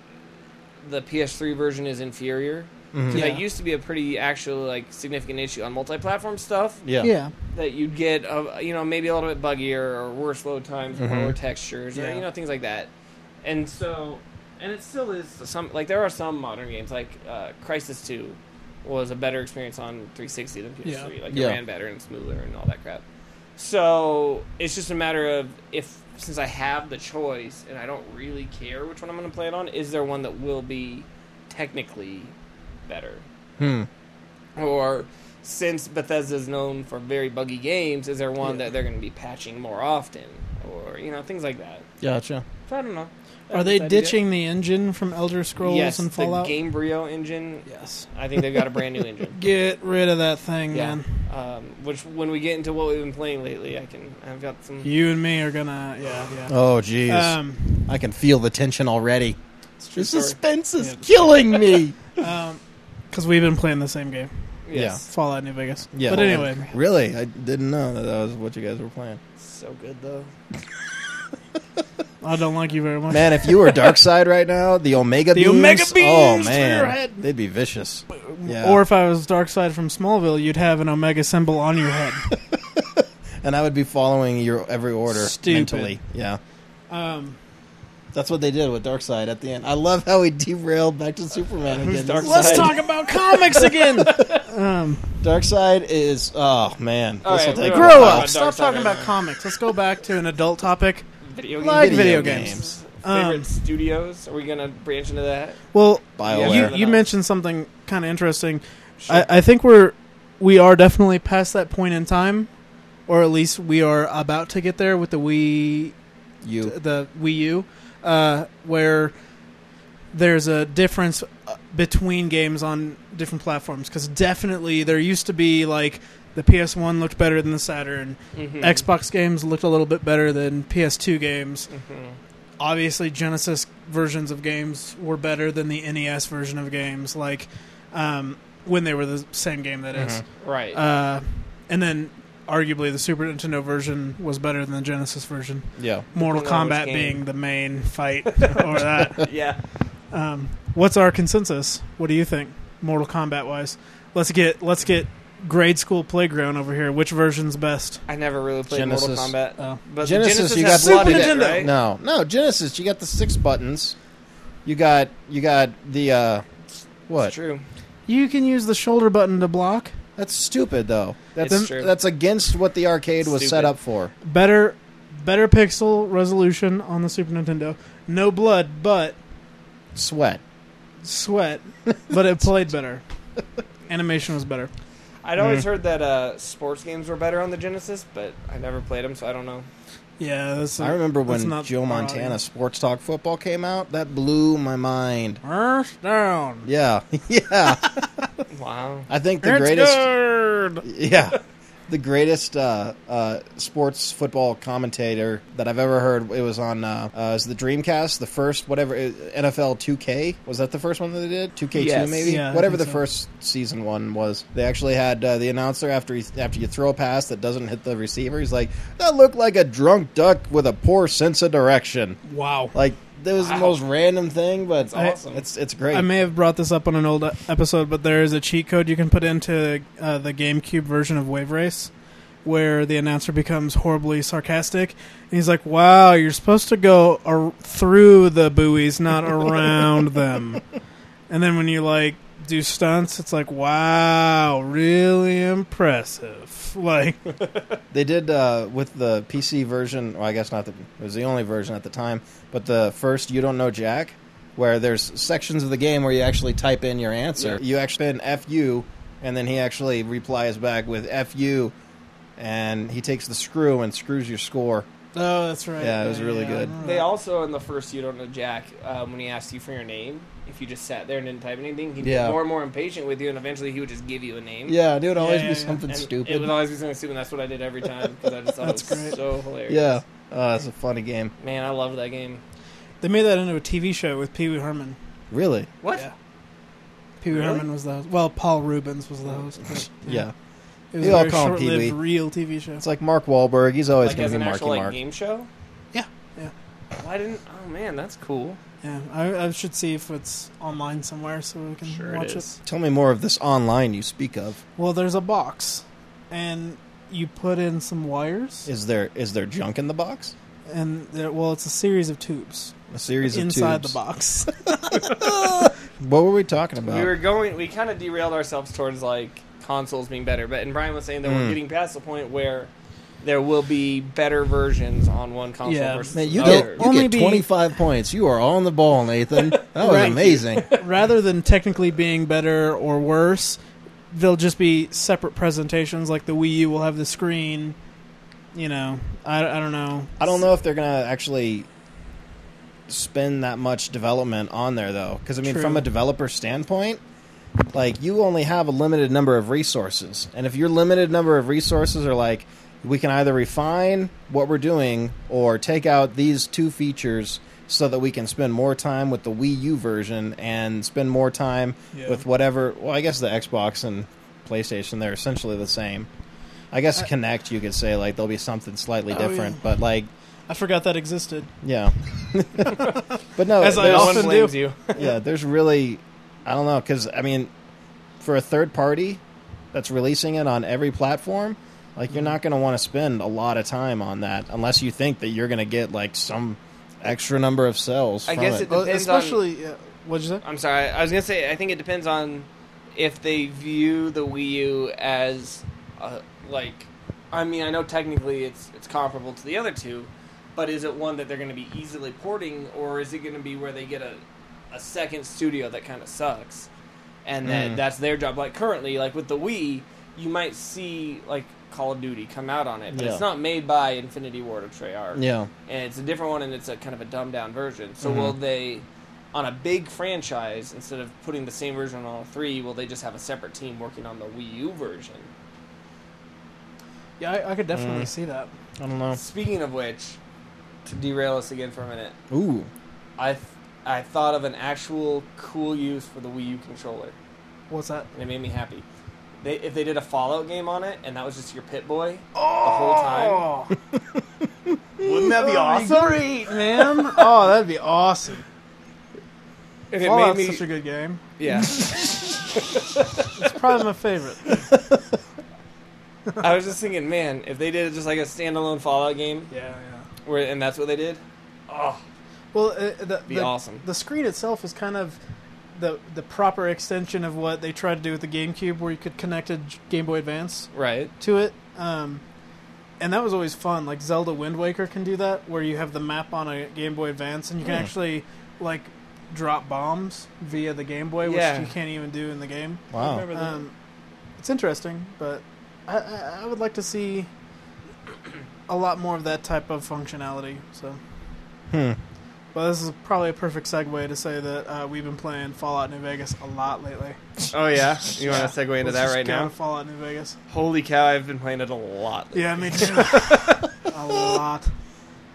[SPEAKER 3] the PS3 version is inferior.
[SPEAKER 1] mm-hmm.
[SPEAKER 3] 'Cause
[SPEAKER 2] Yeah.
[SPEAKER 3] That used to be a pretty actual like significant issue on multi-platform stuff.
[SPEAKER 1] yeah
[SPEAKER 2] Yeah.
[SPEAKER 3] that you'd get, uh, you know, maybe a little bit buggier or worse load times,
[SPEAKER 1] Mhm.
[SPEAKER 3] lower textures, or,
[SPEAKER 2] Yeah.
[SPEAKER 3] you know, things like that. And so, and it still is some like there are some modern games like uh, Crisis Two was a better experience on 360 than PS3. Like it
[SPEAKER 1] Yeah.
[SPEAKER 3] ran better and smoother and all that crap. So it's just a matter of if since I have the choice and I don't really care which one I'm going to play it on, is there one that will be technically better?
[SPEAKER 1] Hmm.
[SPEAKER 3] or since Bethesda's known for very buggy games, is there one that they're going to be patching more often, or you know things like that?
[SPEAKER 1] Gotcha.
[SPEAKER 3] So I don't know.
[SPEAKER 2] Are they
[SPEAKER 3] That's the idea.
[SPEAKER 2] ditching the engine from Elder Scrolls
[SPEAKER 3] yes,
[SPEAKER 2] and Fallout?
[SPEAKER 3] the Gamebryo engine?
[SPEAKER 2] yes.
[SPEAKER 3] I think they've got a brand new engine.
[SPEAKER 2] Get rid of that thing,
[SPEAKER 3] Yeah.
[SPEAKER 2] man.
[SPEAKER 3] Um, which, when we get into what we've been playing lately, I can. I've got some.
[SPEAKER 2] You and me are gonna. Yeah.
[SPEAKER 1] Oh jeez.
[SPEAKER 2] Yeah. Um,
[SPEAKER 1] I can feel the tension already.
[SPEAKER 3] It's a true
[SPEAKER 1] The
[SPEAKER 3] story.
[SPEAKER 1] suspense is
[SPEAKER 2] Yeah.
[SPEAKER 1] killing me.
[SPEAKER 2] um, because we've been playing the same game,
[SPEAKER 3] Yes.
[SPEAKER 2] Fallout New Vegas.
[SPEAKER 1] Yeah.
[SPEAKER 2] But anyway,
[SPEAKER 1] really, I didn't know that, that was what you guys were playing.
[SPEAKER 3] So good though.
[SPEAKER 2] I don't like you very much.
[SPEAKER 1] Man, if you were dark side right now, the Omega
[SPEAKER 2] The
[SPEAKER 1] beams,
[SPEAKER 2] Omega Beams
[SPEAKER 1] oh
[SPEAKER 2] through
[SPEAKER 1] man,
[SPEAKER 2] your head.
[SPEAKER 1] they'd be vicious. Yeah.
[SPEAKER 2] Or if I was Darkseid from Smallville, you'd have an Omega symbol on your head.
[SPEAKER 1] And I would be following your every order
[SPEAKER 2] Stupid.
[SPEAKER 1] mentally. Yeah.
[SPEAKER 2] Um,
[SPEAKER 1] That's what they did with Darkseid at the end. I love how he derailed back to Superman
[SPEAKER 3] Who's
[SPEAKER 1] again.
[SPEAKER 3] Darkseid?
[SPEAKER 2] let's talk about comics again. Um,
[SPEAKER 1] Darkseid is oh man.
[SPEAKER 3] All
[SPEAKER 1] This'll
[SPEAKER 3] right,
[SPEAKER 1] take
[SPEAKER 3] we
[SPEAKER 1] a
[SPEAKER 3] were-
[SPEAKER 1] while.
[SPEAKER 2] grow
[SPEAKER 3] talk about
[SPEAKER 2] up. Stop
[SPEAKER 3] Darkseid
[SPEAKER 2] talking
[SPEAKER 3] right
[SPEAKER 2] about
[SPEAKER 3] now.
[SPEAKER 2] comics. Let's go back to an adult topic.
[SPEAKER 3] Video games.
[SPEAKER 1] Like
[SPEAKER 2] video
[SPEAKER 1] video
[SPEAKER 2] games.
[SPEAKER 1] games.
[SPEAKER 3] Favorite
[SPEAKER 2] Um,
[SPEAKER 3] studios? Are we gonna branch into that?
[SPEAKER 2] Well,
[SPEAKER 1] BioWare.
[SPEAKER 2] you, you
[SPEAKER 3] Aware.
[SPEAKER 2] mentioned something kind of interesting. I, I think we're we are definitely past that point in time, or at least we are about to get there with the Wii
[SPEAKER 1] You
[SPEAKER 2] the Wii U, uh, where there's a difference uh, between games on different platforms. Because definitely there used to be like the PS1 looked better than the Saturn,
[SPEAKER 3] Mhm.
[SPEAKER 2] Xbox games looked a little bit better than PS2 games.
[SPEAKER 3] Mhm.
[SPEAKER 2] Obviously, Genesis versions of games were better than the NES version of games. Like um, when they were the same game, that
[SPEAKER 1] Mm-hmm.
[SPEAKER 2] is.
[SPEAKER 3] Right.
[SPEAKER 2] Uh, and then arguably the Super Nintendo version was better than the Genesis version.
[SPEAKER 1] Mm-hmm. yeah.
[SPEAKER 2] Mortal
[SPEAKER 3] Depending on which
[SPEAKER 2] Kombat
[SPEAKER 3] game.
[SPEAKER 2] being the main fight over that.
[SPEAKER 3] yeah.
[SPEAKER 2] Um, what's our consensus? What do you think, Mortal Kombat wise? Let's get let's get grade school playground over here. Which version's best?
[SPEAKER 3] I never really played Mortal
[SPEAKER 1] Genesis.
[SPEAKER 3] Kombat.
[SPEAKER 2] Oh.
[SPEAKER 3] But
[SPEAKER 1] Genesis,
[SPEAKER 3] Genesis,
[SPEAKER 1] you
[SPEAKER 3] has
[SPEAKER 1] got
[SPEAKER 3] blood in
[SPEAKER 2] Super
[SPEAKER 3] it,
[SPEAKER 2] Nintendo.
[SPEAKER 3] right?
[SPEAKER 1] No, no, Genesis, you got the six buttons. You got you got the uh
[SPEAKER 3] It's
[SPEAKER 1] what?
[SPEAKER 3] true.
[SPEAKER 2] You can use the shoulder button to block.
[SPEAKER 1] That's stupid though. That's
[SPEAKER 3] It's true.
[SPEAKER 1] that's against what the arcade was set
[SPEAKER 3] Stupid.
[SPEAKER 1] up for.
[SPEAKER 2] Better better pixel resolution on the Super Nintendo. No blood, but
[SPEAKER 1] Sweat.
[SPEAKER 2] sweat. But it played better. Animation was better.
[SPEAKER 3] I'd
[SPEAKER 1] Hmm.
[SPEAKER 3] always heard that uh, sports games were better on the Genesis, but I never played them, so I don't know.
[SPEAKER 2] Yeah, that's
[SPEAKER 1] I remember
[SPEAKER 2] that's
[SPEAKER 1] when
[SPEAKER 2] not
[SPEAKER 1] Joe
[SPEAKER 2] our
[SPEAKER 1] Montana
[SPEAKER 2] audience.
[SPEAKER 1] Sports Talk Football came out. That blew my mind.
[SPEAKER 2] First down.
[SPEAKER 1] Yeah, yeah.
[SPEAKER 3] Wow.
[SPEAKER 1] I think the
[SPEAKER 2] It's
[SPEAKER 1] greatest.
[SPEAKER 2] good.
[SPEAKER 1] Yeah. The greatest uh, uh, sports football commentator that I've ever heard. It was on uh, uh, it was the Dreamcast, the first whatever uh, NFL 2K was that the first one that they did 2K2
[SPEAKER 3] Yes.
[SPEAKER 1] maybe
[SPEAKER 2] Yeah, I
[SPEAKER 1] whatever the
[SPEAKER 2] think so.
[SPEAKER 1] first season one was. They actually had uh, the announcer after he, after you throw a pass that doesn't hit the receiver, he's like, "That looked like a drunk duck with a poor sense of direction."
[SPEAKER 2] Wow.
[SPEAKER 1] Like that was
[SPEAKER 3] Wow.
[SPEAKER 1] the most random thing, but it's
[SPEAKER 3] That's awesome.
[SPEAKER 1] It's it's great.
[SPEAKER 2] I may have brought this up on an old episode, but there is a cheat code you can put into uh, the GameCube version of Wave Race, where the announcer becomes horribly sarcastic, and he's like, "Wow, you're supposed to go ar- through the buoys, not around them." And then when you like do stunts, it's like, "Wow, really impressive!" Like,
[SPEAKER 1] They did uh, with the PC version. Well, I guess not the. It was the only version at the time, but the first "You Don't Know Jack," where there's sections of the game where you actually type in your answer. You actually spin "F you," and then he actually replies back with "F you," and he takes the screw and screws your score.
[SPEAKER 2] oh, that's right.
[SPEAKER 1] Yeah, it was really good.
[SPEAKER 3] They also in the first You Don't Know Jack um, when he asks you for your name, if you just sat there and didn't type anything. He'd
[SPEAKER 1] Yeah.
[SPEAKER 3] get more and more impatient with you, and eventually he would just give you a name.
[SPEAKER 1] Yeah, it would always
[SPEAKER 2] yeah,
[SPEAKER 1] be
[SPEAKER 2] yeah.
[SPEAKER 1] something
[SPEAKER 3] And
[SPEAKER 1] stupid.
[SPEAKER 3] It would always be something stupid, and that's what I did every time because I just thought
[SPEAKER 2] That's
[SPEAKER 3] it was
[SPEAKER 2] great.
[SPEAKER 3] so hilarious.
[SPEAKER 1] yeah, oh, it's a funny game.
[SPEAKER 3] Man, I loved that game.
[SPEAKER 2] They made that into a TV show with Pee Wee Herman.
[SPEAKER 1] Really?
[SPEAKER 3] What?
[SPEAKER 2] Yeah. Pee Wee
[SPEAKER 3] Really?
[SPEAKER 2] Herman was the host. Well, Paul Rubens was the host. but,
[SPEAKER 1] Oh, Yeah.
[SPEAKER 2] It was
[SPEAKER 1] You
[SPEAKER 2] a
[SPEAKER 1] all
[SPEAKER 2] very
[SPEAKER 1] call him
[SPEAKER 2] short
[SPEAKER 1] Pee Wee.
[SPEAKER 2] lived real TV show.
[SPEAKER 1] It's like Mark Wahlberg. He's always
[SPEAKER 3] Like
[SPEAKER 1] going
[SPEAKER 3] as
[SPEAKER 1] to
[SPEAKER 3] an
[SPEAKER 1] be Marky
[SPEAKER 3] actual like
[SPEAKER 1] Mark.
[SPEAKER 3] game show?
[SPEAKER 2] Yeah, yeah.
[SPEAKER 3] Why didn't? Oh man, that's cool.
[SPEAKER 2] Yeah, I, I should see if it's online somewhere so we can
[SPEAKER 3] Sure it
[SPEAKER 2] watch
[SPEAKER 3] is.
[SPEAKER 1] Tell me more of this online you speak of.
[SPEAKER 2] Well, there's a box, and you put in some wires,
[SPEAKER 1] Is there is there junk in the box?
[SPEAKER 2] and there, well, it's a series of tubes
[SPEAKER 1] A series of
[SPEAKER 2] inside
[SPEAKER 1] tubes.
[SPEAKER 2] the box.
[SPEAKER 1] What were we talking about?
[SPEAKER 3] We were going. We kind of derailed ourselves towards like consoles being better, but and Brian was saying that
[SPEAKER 1] Mm.
[SPEAKER 3] we're getting past the point where there will be better versions on one console
[SPEAKER 2] Yeah.
[SPEAKER 3] versus
[SPEAKER 1] Man, you
[SPEAKER 3] another.
[SPEAKER 1] get,
[SPEAKER 2] Oh,
[SPEAKER 1] you
[SPEAKER 2] only
[SPEAKER 1] get
[SPEAKER 2] be-
[SPEAKER 1] 25 points. You are on the ball, Nathan. That was
[SPEAKER 2] Right.
[SPEAKER 1] amazing.
[SPEAKER 2] Rather than technically being better or worse, they'll just be separate presentations. Like the Wii U will have the screen. You know, I, I don't know.
[SPEAKER 1] I don't know if they're going to actually spend that much development on there, though. Because, I mean,
[SPEAKER 2] True.
[SPEAKER 1] from a developer standpoint, like, you only have a limited number of resources. And if your limited number of resources are like, we can either refine what we're doing or take out these two features so that we can spend more time with the Wii U version and spend more time
[SPEAKER 2] Yeah.
[SPEAKER 1] with whatever. Well, I guess the Xbox and PlayStation, they're essentially the same. I guess
[SPEAKER 2] I-
[SPEAKER 1] Connect, you could say, like, there'll be something slightly
[SPEAKER 2] Oh,
[SPEAKER 1] different,
[SPEAKER 2] yeah.
[SPEAKER 1] but like,
[SPEAKER 2] I forgot that existed.
[SPEAKER 1] yeah. but no,
[SPEAKER 2] As I
[SPEAKER 1] there's-
[SPEAKER 3] no
[SPEAKER 2] often
[SPEAKER 3] one blames
[SPEAKER 2] do.
[SPEAKER 3] you.
[SPEAKER 1] yeah, there's really, I don't know, because I mean, for a third party that's releasing it on every platform, like you're not going to want to spend a lot of time on that unless you think that you're going to get like some extra number of cells.
[SPEAKER 3] I
[SPEAKER 1] from
[SPEAKER 3] guess
[SPEAKER 1] it.
[SPEAKER 3] it Well, depends on-
[SPEAKER 2] especially. yeah, what'd you say?
[SPEAKER 3] I'm sorry. I was gonna say. I think it depends on if they view the Wii U as uh, like. I mean, I know technically it's it's comparable to the other two, but is it one that they're gonna be easily porting, or is it gonna be where they get a a second studio that kind of sucks, and that
[SPEAKER 1] Mm.
[SPEAKER 3] that's their job? Like currently, like with the Wii, you might see like Call of Duty come out on it, but
[SPEAKER 1] Yeah.
[SPEAKER 3] it's not made by Infinity Ward or Treyarch
[SPEAKER 1] yeah,
[SPEAKER 3] and it's a different one and it's a kind of a dumbed down version. So
[SPEAKER 2] Mm-hmm.
[SPEAKER 1] Mhm.
[SPEAKER 3] will they on a big franchise instead of putting the same version on all three, will they just have a separate team working on the Wii U version?
[SPEAKER 2] Yeah, I, I could definitely
[SPEAKER 1] Mm.
[SPEAKER 2] see that.
[SPEAKER 1] I don't know.
[SPEAKER 3] Speaking of which, to derail us again for a minute,
[SPEAKER 1] Ooh,
[SPEAKER 3] I th- I thought of an actual cool use for the Wii U controller,
[SPEAKER 2] What's that?
[SPEAKER 3] and it made me happy. They, if they did a Fallout game on it, and that was just your Pit Boy the whole
[SPEAKER 2] Oh!
[SPEAKER 3] time, wouldn't that
[SPEAKER 1] Oh
[SPEAKER 3] be awesome?
[SPEAKER 2] Great, man. Oh, that'd be awesome.
[SPEAKER 3] If it made
[SPEAKER 2] Fallout's
[SPEAKER 3] me,
[SPEAKER 2] such a good game.
[SPEAKER 3] yeah.
[SPEAKER 2] It's probably my favorite.
[SPEAKER 3] I was just thinking, man, if they did just like a standalone Fallout game,
[SPEAKER 2] Yeah, yeah.
[SPEAKER 3] Where, and that's what they did. Oh,
[SPEAKER 2] Well, uh, the,
[SPEAKER 3] be
[SPEAKER 2] the,
[SPEAKER 3] awesome.
[SPEAKER 2] the screen itself is kind of the the proper extension of what they tried to do with the GameCube, where you could connect a J- Game Boy Advance
[SPEAKER 3] Right.
[SPEAKER 2] to it. Um, and that was always fun. Like Zelda Wind Waker can do that, where you have the map on a Game Boy Advance, and you can
[SPEAKER 1] Hmm.
[SPEAKER 2] actually like drop bombs via the Game Boy,
[SPEAKER 3] Yeah.
[SPEAKER 2] which you can't even do in the game.
[SPEAKER 1] wow.
[SPEAKER 2] Um, it's interesting, but I, I, I would like to see a lot more of that type of functionality. So,
[SPEAKER 1] Hmm.
[SPEAKER 2] well, this is probably a perfect segue to say that uh, we've been playing Fallout New Vegas a lot lately.
[SPEAKER 3] oh yeah. You want to segue
[SPEAKER 2] Let's
[SPEAKER 3] into that
[SPEAKER 2] just
[SPEAKER 3] right
[SPEAKER 2] go
[SPEAKER 3] now?
[SPEAKER 2] to Fallout New Vegas.
[SPEAKER 3] Holy cow! I've been playing it a lot.
[SPEAKER 2] Yeah, me too. a lot.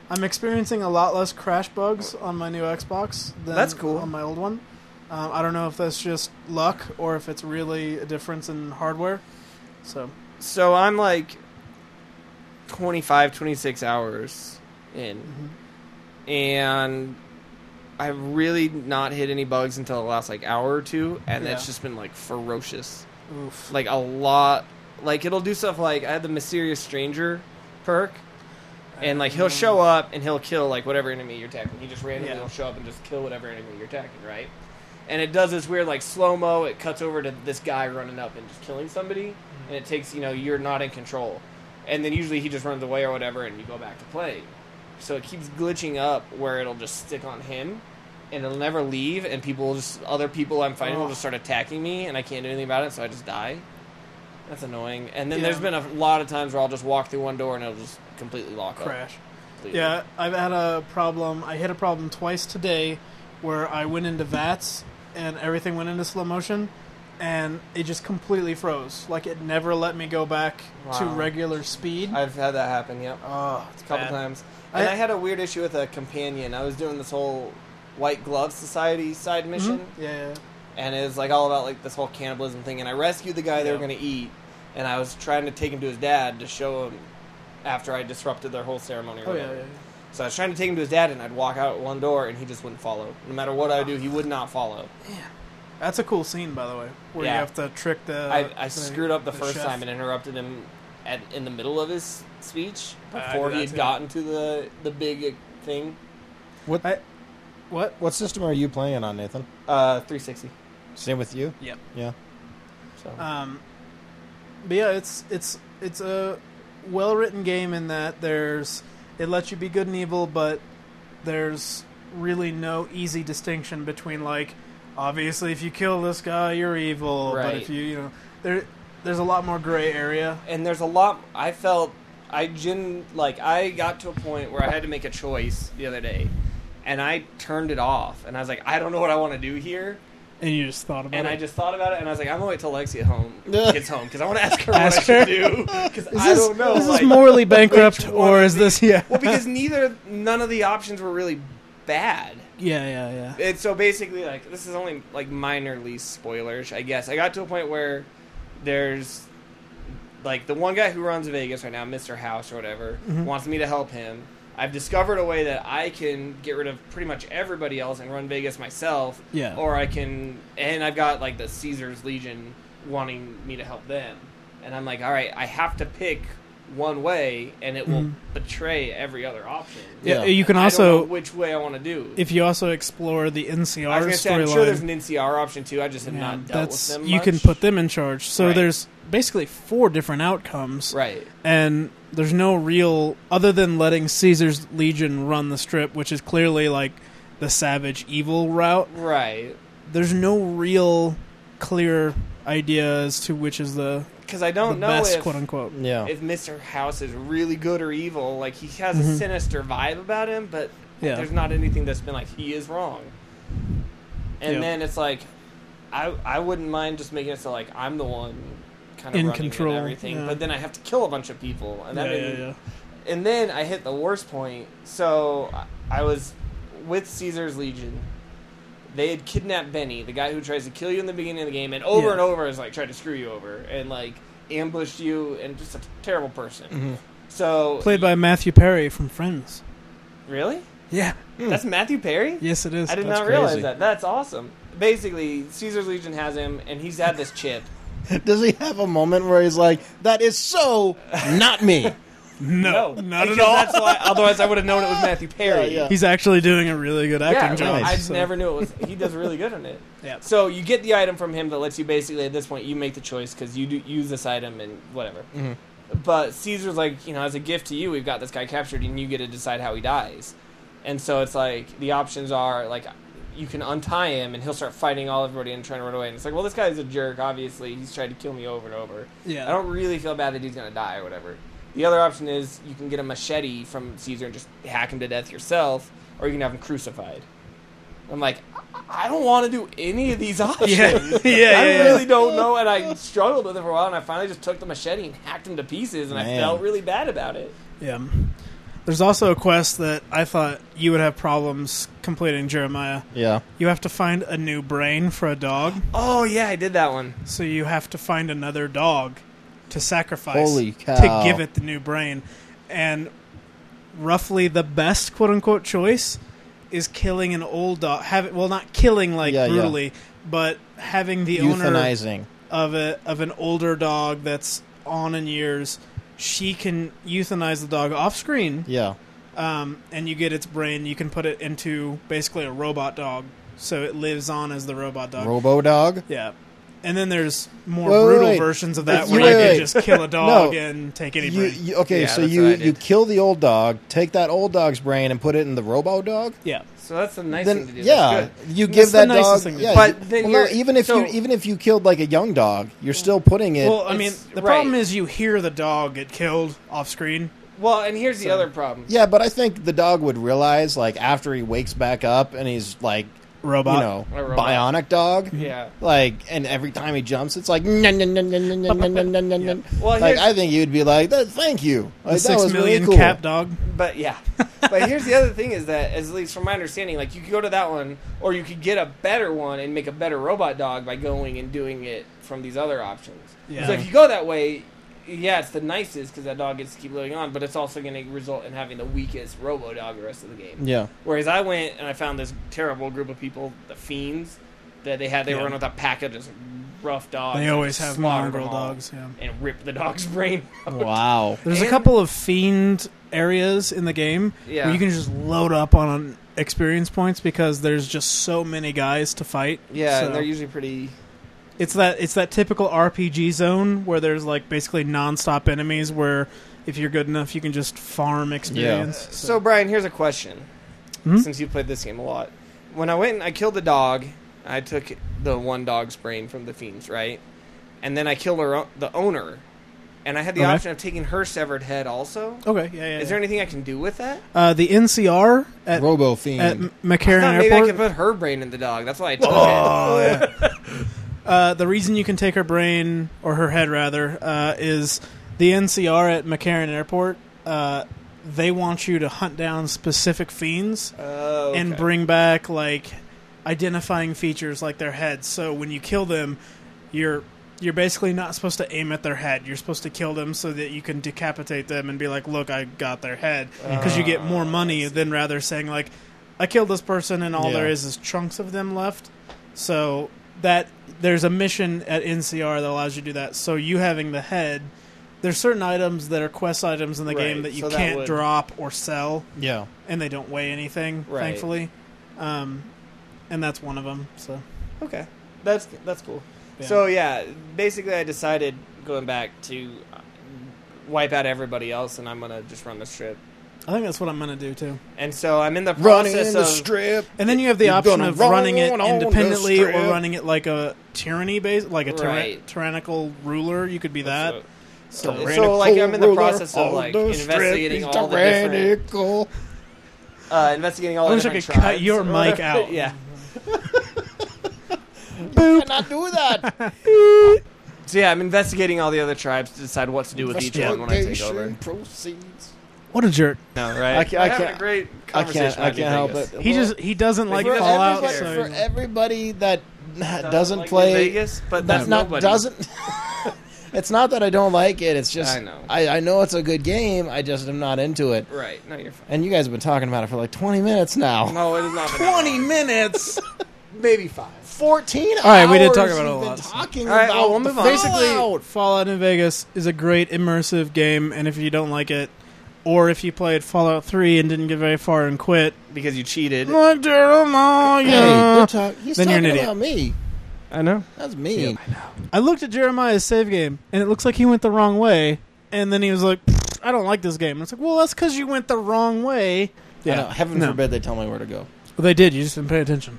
[SPEAKER 2] I'm experiencing a lot less crash bugs on my new Xbox than
[SPEAKER 3] That's cool.
[SPEAKER 2] on my old one. Um, I don't know if that's just luck or if it's really a difference in hardware. So,
[SPEAKER 3] So I'm like 25, 26 hours in,
[SPEAKER 2] mhm.
[SPEAKER 3] and I've really not hit any bugs until the last like hour or two, and
[SPEAKER 2] Yeah.
[SPEAKER 3] that's just been like ferocious.
[SPEAKER 2] oof.
[SPEAKER 3] Like a lot. Like it'll do stuff like I had the mysterious stranger perk, and like
[SPEAKER 2] Um,
[SPEAKER 3] he'll show up and he'll kill like whatever enemy you're attacking. He just randomly
[SPEAKER 2] Yeah.
[SPEAKER 3] will show up and just kill whatever enemy you're attacking, right? And it does this weird like slow mo. It cuts over to this guy running up and just killing somebody,
[SPEAKER 2] Mm-hmm.
[SPEAKER 3] and it takes you know you're not in control, and then usually he just runs away or whatever, and you go back to play. So it keeps glitching up where it'll just stick on him, and it'll never leave. And people will just other people I'm fighting will
[SPEAKER 2] Ugh.
[SPEAKER 3] just start attacking me, and I can't do anything about it, so I just die. That's annoying. And then
[SPEAKER 2] Yeah.
[SPEAKER 3] there's been a lot of times where I'll just walk through one door and it'll just completely lock up.
[SPEAKER 2] crash.
[SPEAKER 3] Completely.
[SPEAKER 2] Yeah, I've had a problem. I hit a problem twice today where I went into vats and everything went into slow motion, and it just completely froze. Like it never let me go back to
[SPEAKER 3] Wow.
[SPEAKER 2] regular speed.
[SPEAKER 3] I've had that happen. Yep.
[SPEAKER 2] oh, it's
[SPEAKER 3] a couple
[SPEAKER 2] bad.
[SPEAKER 3] times. And
[SPEAKER 2] I-
[SPEAKER 3] I, had a weird issue with a companion. I was doing this whole White Glove Society side
[SPEAKER 2] Mm-hmm.
[SPEAKER 3] mission,
[SPEAKER 2] Yeah, yeah.
[SPEAKER 3] and it was like all about like this whole cannibalism thing. And I rescued the guy they were
[SPEAKER 2] Yeah.
[SPEAKER 3] going to eat, and I was trying to take him to his dad to show him after I disrupted their whole ceremony. Or
[SPEAKER 2] Oh yeah,
[SPEAKER 3] whatever.
[SPEAKER 2] yeah.
[SPEAKER 3] So I was trying to take him to his dad, and I'd walk out one door, and he just wouldn't follow. No matter what I do, he would not follow.
[SPEAKER 2] That's a cool scene, by the way, where
[SPEAKER 3] Yeah.
[SPEAKER 2] you have to trick the.
[SPEAKER 3] I, I
[SPEAKER 2] Uh, the-
[SPEAKER 3] screwed up the, first
[SPEAKER 2] chef.
[SPEAKER 3] time and interrupted him at, in the middle of his speech
[SPEAKER 2] I- I do
[SPEAKER 3] before
[SPEAKER 2] Uh, that
[SPEAKER 3] he had
[SPEAKER 2] too.
[SPEAKER 3] gotten to the the big thing.
[SPEAKER 1] What
[SPEAKER 2] I- what?
[SPEAKER 1] what system are you playing on, Nathan?
[SPEAKER 3] Uh, 360.
[SPEAKER 1] Same with you.
[SPEAKER 2] Yep.
[SPEAKER 1] Yeah.
[SPEAKER 3] So
[SPEAKER 2] Um, but yeah, it's it's it's a well written game in that there's it lets you be good and evil, but there's really no easy distinction between like obviously if you kill this guy you're evil, but
[SPEAKER 3] Right.
[SPEAKER 2] if you you know there there's a lot more gray area.
[SPEAKER 3] and there's a lot. I felt I gen like I got to a point where I had to make a choice the other day, and I turned it off, and I was like, I don't know what I want to do here,
[SPEAKER 2] And you just thought about
[SPEAKER 3] and I just thought about it, and I was like, I'm gonna wait till Lexi at home gets home because I want to ask her
[SPEAKER 2] Ask
[SPEAKER 3] what I
[SPEAKER 2] her.
[SPEAKER 3] should do because I don't know.
[SPEAKER 2] Is this
[SPEAKER 3] like-
[SPEAKER 2] morally bankrupt
[SPEAKER 3] one
[SPEAKER 2] or
[SPEAKER 3] is
[SPEAKER 2] is this yeah?
[SPEAKER 3] well, because neither none of the options were really bad.
[SPEAKER 2] yeah, yeah, yeah.
[SPEAKER 3] And so basically, like this is only like minorly spoilerish, I guess. I got to a point where there's like the one guy who runs Vegas right now, Mr. House or whatever,
[SPEAKER 2] Mm-hmm.
[SPEAKER 3] wants me to help him. I've discovered a way that I can get rid of pretty much everybody else and run Vegas myself.
[SPEAKER 2] Yeah.
[SPEAKER 3] Or I can, and I've got like the Caesar's Legion wanting me to help them, and I'm like, all right, I have to pick one way, and it will betray every other option.
[SPEAKER 1] Yeah.
[SPEAKER 2] Yeah, Mm-hmm. you can
[SPEAKER 3] I don't
[SPEAKER 2] also
[SPEAKER 3] know which way I want to do.
[SPEAKER 2] if you also explore the NCR
[SPEAKER 3] I was gonna say, I'm
[SPEAKER 2] storyline.
[SPEAKER 3] sure there's an NCR option too. I just have
[SPEAKER 2] Yeah,
[SPEAKER 3] not dealt with them.
[SPEAKER 2] you can
[SPEAKER 3] much.
[SPEAKER 2] put them in charge. So
[SPEAKER 3] Right.
[SPEAKER 2] there's basically four different outcomes,
[SPEAKER 3] right.
[SPEAKER 2] and there's no real other than letting Caesar's Legion run the strip, which is clearly like the savage evil route.
[SPEAKER 3] Right.
[SPEAKER 2] There's no real clear idea as to which is the,
[SPEAKER 3] Because I
[SPEAKER 2] the
[SPEAKER 3] don't know
[SPEAKER 2] best
[SPEAKER 3] if,
[SPEAKER 2] quote unquote.
[SPEAKER 1] Yeah.
[SPEAKER 3] if Mr. House is really good or evil. Like he has a
[SPEAKER 2] Mhm.
[SPEAKER 3] sinister vibe about him, but
[SPEAKER 2] Yeah.
[SPEAKER 3] there's not anything that's been like he is wrong. And
[SPEAKER 2] Yeah.
[SPEAKER 3] then it's like, I I wouldn't mind just making it so like I'm the one kind of
[SPEAKER 2] In
[SPEAKER 3] running and
[SPEAKER 2] control,
[SPEAKER 3] everything,
[SPEAKER 2] yeah.
[SPEAKER 3] but then I have to kill a bunch of people, and that
[SPEAKER 2] yeah,
[SPEAKER 3] made me
[SPEAKER 2] yeah, yeah.
[SPEAKER 3] and then I hit the worst point. So I- I was with Caesar's Legion. They had kidnapped Benny, the guy who tries to kill you in the beginning of the game, and over
[SPEAKER 2] Yeah.
[SPEAKER 3] and over is like tried to screw you over and like ambushed you and just a terrible person.
[SPEAKER 1] Mm-hmm.
[SPEAKER 3] So
[SPEAKER 2] Played by Matthew Perry from Friends.
[SPEAKER 3] really,
[SPEAKER 2] Yeah.
[SPEAKER 3] that's Matthew Perry.
[SPEAKER 2] Yes, it is.
[SPEAKER 3] I did
[SPEAKER 1] Mm. that's
[SPEAKER 3] not realize
[SPEAKER 1] crazy.
[SPEAKER 3] that. That's awesome. Basically, Caesar's Legion has him, and he's had this chip.
[SPEAKER 1] Does he have a moment where he's like, "That is so not me"?
[SPEAKER 2] No, not
[SPEAKER 3] because
[SPEAKER 2] at all.
[SPEAKER 3] That's why, otherwise, I would have known it was Matthew Perry.
[SPEAKER 1] Yeah, yeah.
[SPEAKER 2] He's actually doing a really good
[SPEAKER 3] Yeah,
[SPEAKER 2] acting
[SPEAKER 3] no,
[SPEAKER 2] job.
[SPEAKER 3] I
[SPEAKER 2] so-
[SPEAKER 3] never knew it was. He does really good in it.
[SPEAKER 2] Yeah.
[SPEAKER 3] So you get the item from him that lets you basically at this point you make the choice because you do use this item and whatever. But Caesar's like you know as a gift to you we've got this guy captured and you get to decide how he dies, and so it's like the options are like you can untie him and he'll start fighting all everybody and trying to run away and it's like well this guy's a jerk obviously he's tried to kill me over and over
[SPEAKER 2] Yeah.
[SPEAKER 3] I don't really feel bad that he's gonna die or whatever. The other option is you can get a machete from Caesar and just hack him to death yourself, or you can have him crucified. I'm like, I- I don't want to do any of these options.
[SPEAKER 2] Yeah. Yeah, yeah,
[SPEAKER 3] I
[SPEAKER 2] yeah.
[SPEAKER 3] really don't know, and I struggled with it for a while, and I finally just took the machete and hacked him to pieces, and
[SPEAKER 1] Man.
[SPEAKER 3] I felt really bad about it.
[SPEAKER 2] Yeah. There's also a quest that I thought you would have problems completing, Jeremiah.
[SPEAKER 1] Yeah.
[SPEAKER 2] You have to find a new brain for a dog,
[SPEAKER 3] Oh yeah, I did that one.
[SPEAKER 2] so you have to find another dog to sacrifice
[SPEAKER 1] Holy cow.
[SPEAKER 2] to give it the new brain. And roughly the best quote unquote choice is killing an old dog. Have well not killing like
[SPEAKER 1] Yeah, yeah.
[SPEAKER 2] brutally, but having the owner
[SPEAKER 1] Euthanizing.
[SPEAKER 2] of a of an older dog that's on in years, she can euthanize the dog off screen
[SPEAKER 1] Yeah.
[SPEAKER 2] um, and you get its brain. You can put it into basically a robot dog, so it lives on as the robot dog.
[SPEAKER 1] Robo dog.
[SPEAKER 2] yeah, and then there's more
[SPEAKER 1] Wait, wait,
[SPEAKER 2] brutal
[SPEAKER 1] wait.
[SPEAKER 2] versions of that
[SPEAKER 1] It's-
[SPEAKER 2] where
[SPEAKER 1] wait,
[SPEAKER 2] you can
[SPEAKER 1] wait.
[SPEAKER 2] just kill a dog
[SPEAKER 1] No.
[SPEAKER 2] and take any
[SPEAKER 1] You,
[SPEAKER 2] brain.
[SPEAKER 1] you, okay,
[SPEAKER 3] Yeah,
[SPEAKER 1] so
[SPEAKER 3] that's what
[SPEAKER 1] you
[SPEAKER 3] I
[SPEAKER 1] you
[SPEAKER 3] did.
[SPEAKER 1] kill the old dog, take that old dog's brain and put it in the robo dog.
[SPEAKER 2] yeah,
[SPEAKER 3] So that's the nice
[SPEAKER 1] then
[SPEAKER 3] thing to do.
[SPEAKER 1] yeah,
[SPEAKER 3] That's good.
[SPEAKER 1] you
[SPEAKER 2] That's
[SPEAKER 1] give
[SPEAKER 2] the
[SPEAKER 1] that
[SPEAKER 2] nicest
[SPEAKER 1] dog.
[SPEAKER 2] thing to
[SPEAKER 1] yeah,
[SPEAKER 2] do.
[SPEAKER 3] But
[SPEAKER 1] you-
[SPEAKER 3] then
[SPEAKER 1] well, no,
[SPEAKER 3] you're-
[SPEAKER 1] even if
[SPEAKER 3] so-
[SPEAKER 1] you even if you killed like a young dog, you're still putting it.
[SPEAKER 2] well, I mean,
[SPEAKER 3] it's-
[SPEAKER 2] the problem
[SPEAKER 3] right.
[SPEAKER 2] is you hear the dog get killed off screen.
[SPEAKER 3] Well, and here's the other problem.
[SPEAKER 1] yeah, but I think the dog would realize like after he wakes back up and he's like
[SPEAKER 2] Robot.
[SPEAKER 1] you know,
[SPEAKER 3] A robot.
[SPEAKER 1] bionic dog.
[SPEAKER 3] Yeah.
[SPEAKER 1] Like, and every time he jumps, it's like, "Nun, nun, nun, nun, nun, nun, nun, nun, nun, nun, nun."
[SPEAKER 3] Well,
[SPEAKER 1] like
[SPEAKER 3] here's-
[SPEAKER 1] I think you'd be like, "That- thank you.
[SPEAKER 2] The
[SPEAKER 1] Like, that
[SPEAKER 2] six
[SPEAKER 1] was
[SPEAKER 2] million
[SPEAKER 1] really cool.
[SPEAKER 2] cap dog.
[SPEAKER 3] But yeah. but here's the other thing is that, as at least from my understanding, like you could go to that one, or you could get a better one and make a better robot dog by going and doing it from these other options.
[SPEAKER 2] Yeah.
[SPEAKER 3] So if you go that way, yeah, it's the nicest because that dog gets to keep living on, but it's also going to result in having the weakest robo dog the rest of the game.
[SPEAKER 1] Yeah.
[SPEAKER 3] Whereas I went and I found this terrible group of people, the fiends, that they had. They
[SPEAKER 2] Yeah.
[SPEAKER 3] were running with a pack of just rough dogs.
[SPEAKER 2] They
[SPEAKER 3] and
[SPEAKER 2] always
[SPEAKER 3] just
[SPEAKER 2] have
[SPEAKER 3] slaughtered
[SPEAKER 2] mongrel
[SPEAKER 3] them all
[SPEAKER 2] dogs. Yeah.
[SPEAKER 3] and ripped the dog's brain. out.
[SPEAKER 1] Wow.
[SPEAKER 2] There's a
[SPEAKER 3] And-
[SPEAKER 2] couple of fiend areas in the game
[SPEAKER 3] Yeah.
[SPEAKER 2] where you can just load up on experience points because there's just so many guys to fight.
[SPEAKER 3] Yeah,
[SPEAKER 2] So
[SPEAKER 3] and they're usually pretty.
[SPEAKER 2] it's that it's that typical RPG zone where there's like basically nonstop enemies where if you're good enough you can just farm experience.
[SPEAKER 3] So, Brian, here's a question.
[SPEAKER 2] Hmm?
[SPEAKER 3] Since you played this game a lot, when I went and I killed the dog, I took the one dog's brain from the fiends, right? And then I killed her, o- the owner, and I had the
[SPEAKER 2] Okay.
[SPEAKER 3] option of taking her severed head also.
[SPEAKER 2] okay, yeah, yeah.
[SPEAKER 3] Is
[SPEAKER 2] yeah.
[SPEAKER 3] there anything I can do with that?
[SPEAKER 2] uh, the NCR at
[SPEAKER 1] Robo
[SPEAKER 2] at
[SPEAKER 1] fiend.
[SPEAKER 2] M-
[SPEAKER 3] I thought
[SPEAKER 2] McCarran
[SPEAKER 3] maybe I
[SPEAKER 2] Airport.
[SPEAKER 3] could put her brain in the dog. That's why I took
[SPEAKER 2] Oh,
[SPEAKER 3] it.
[SPEAKER 2] yeah. uh, the reason you can take her brain or her head rather uh, is the NCR at McCarran Airport. Uh, they want you to hunt down specific fiends
[SPEAKER 3] Oh, okay.
[SPEAKER 2] and bring back like identifying features like their heads. So when you kill them, you're you're basically not supposed to aim at their head. You're supposed to kill them so that you can decapitate them and be like, "Look, I got their head," because you get
[SPEAKER 3] Ah,
[SPEAKER 2] more money than rather saying like, "I killed this person and all
[SPEAKER 1] Yeah.
[SPEAKER 2] there is is chunks of them left." So that there's a mission at NCR that allows you to do that. So you having the head. There's certain items that are quest items in the
[SPEAKER 3] Right,
[SPEAKER 2] game that you
[SPEAKER 3] so that
[SPEAKER 2] can't
[SPEAKER 3] would-
[SPEAKER 2] drop or sell
[SPEAKER 1] yeah.
[SPEAKER 2] and they don't weigh anything,
[SPEAKER 3] Right.
[SPEAKER 2] thankfully. Um, and that's one of them. So
[SPEAKER 3] Okay, that's that's cool.
[SPEAKER 2] Yeah.
[SPEAKER 3] So yeah, basically, I decided going back to uh, wipe out everybody else, and I'm gonna just run the strip.
[SPEAKER 2] I think that's what I'm gonna do too.
[SPEAKER 3] And so I'm in the
[SPEAKER 1] Running in
[SPEAKER 3] process
[SPEAKER 1] the
[SPEAKER 3] of
[SPEAKER 1] strip.
[SPEAKER 2] And then you have the
[SPEAKER 1] You're
[SPEAKER 2] option
[SPEAKER 1] gonna
[SPEAKER 2] of
[SPEAKER 1] roll
[SPEAKER 2] running it
[SPEAKER 1] on the
[SPEAKER 2] independently or
[SPEAKER 1] strip.
[SPEAKER 2] running it like a tyranny base, like a tyra-
[SPEAKER 3] Right.
[SPEAKER 2] tyrannical ruler. You could be that.
[SPEAKER 3] So-
[SPEAKER 2] So
[SPEAKER 3] So, like, I'm in the process of, like, investigating all the different-
[SPEAKER 1] different.
[SPEAKER 3] uh, investigating all
[SPEAKER 2] I
[SPEAKER 3] the
[SPEAKER 2] wish I
[SPEAKER 3] different
[SPEAKER 2] could cut
[SPEAKER 3] tribes
[SPEAKER 2] your
[SPEAKER 3] or
[SPEAKER 2] mic
[SPEAKER 3] whatever.
[SPEAKER 2] out.
[SPEAKER 3] yeah.
[SPEAKER 1] Cannot do that.
[SPEAKER 3] So yeah, I'm investigating all the other tribes to decide what to do with each one when I take over.
[SPEAKER 1] proceeds.
[SPEAKER 2] what a jerk!
[SPEAKER 3] No,
[SPEAKER 1] I
[SPEAKER 3] right?
[SPEAKER 1] ca- I
[SPEAKER 3] We're having
[SPEAKER 1] can't-
[SPEAKER 3] a great
[SPEAKER 1] I
[SPEAKER 3] conversation.
[SPEAKER 1] can't. I can't help it.
[SPEAKER 2] He
[SPEAKER 1] Well,
[SPEAKER 2] just he doesn't like
[SPEAKER 1] for
[SPEAKER 3] everybody-
[SPEAKER 1] everybody,
[SPEAKER 2] Fallout. so
[SPEAKER 1] for everybody that doesn't,
[SPEAKER 3] like
[SPEAKER 1] play
[SPEAKER 3] Vegas, but that's
[SPEAKER 1] that's not
[SPEAKER 3] nobody.
[SPEAKER 1] doesn't. it's not that I don't like it. It's just
[SPEAKER 3] I know.
[SPEAKER 1] I, I know it's a good game. I just am not into it.
[SPEAKER 3] Right? No, you're fine.
[SPEAKER 1] And you guys have been talking about it for like twenty minutes now.
[SPEAKER 3] No, it is not.
[SPEAKER 2] twenty minutes.
[SPEAKER 3] maybe five.
[SPEAKER 1] Fourteen.
[SPEAKER 2] All right, we did
[SPEAKER 1] hours
[SPEAKER 2] talk about it a
[SPEAKER 1] you've been
[SPEAKER 2] lot, so-
[SPEAKER 1] Talking
[SPEAKER 3] All right,
[SPEAKER 1] about
[SPEAKER 3] well, we'll
[SPEAKER 1] the
[SPEAKER 3] move on.
[SPEAKER 2] Basically,
[SPEAKER 1] Fallout.
[SPEAKER 2] Fallout in Vegas is a great immersive game, and if you don't like it, or if you played Fallout Three and didn't get very far and quit,
[SPEAKER 3] Because you cheated.
[SPEAKER 2] Look, Jeremiah.
[SPEAKER 1] Hey, they're talk- he's
[SPEAKER 2] Then you're an
[SPEAKER 1] talking
[SPEAKER 2] idiot.
[SPEAKER 1] about me.
[SPEAKER 3] I know.
[SPEAKER 1] That's mean.
[SPEAKER 2] I looked at Jeremiah's save game, and it looks like he went the wrong way. And then he was like, "Pfft, "I don't like this game." And it's like, "Well, that's because you went the wrong way."
[SPEAKER 1] I know, heaven
[SPEAKER 2] No.
[SPEAKER 1] forbid they tell me where to go.
[SPEAKER 2] Well, they did. You just didn't pay attention.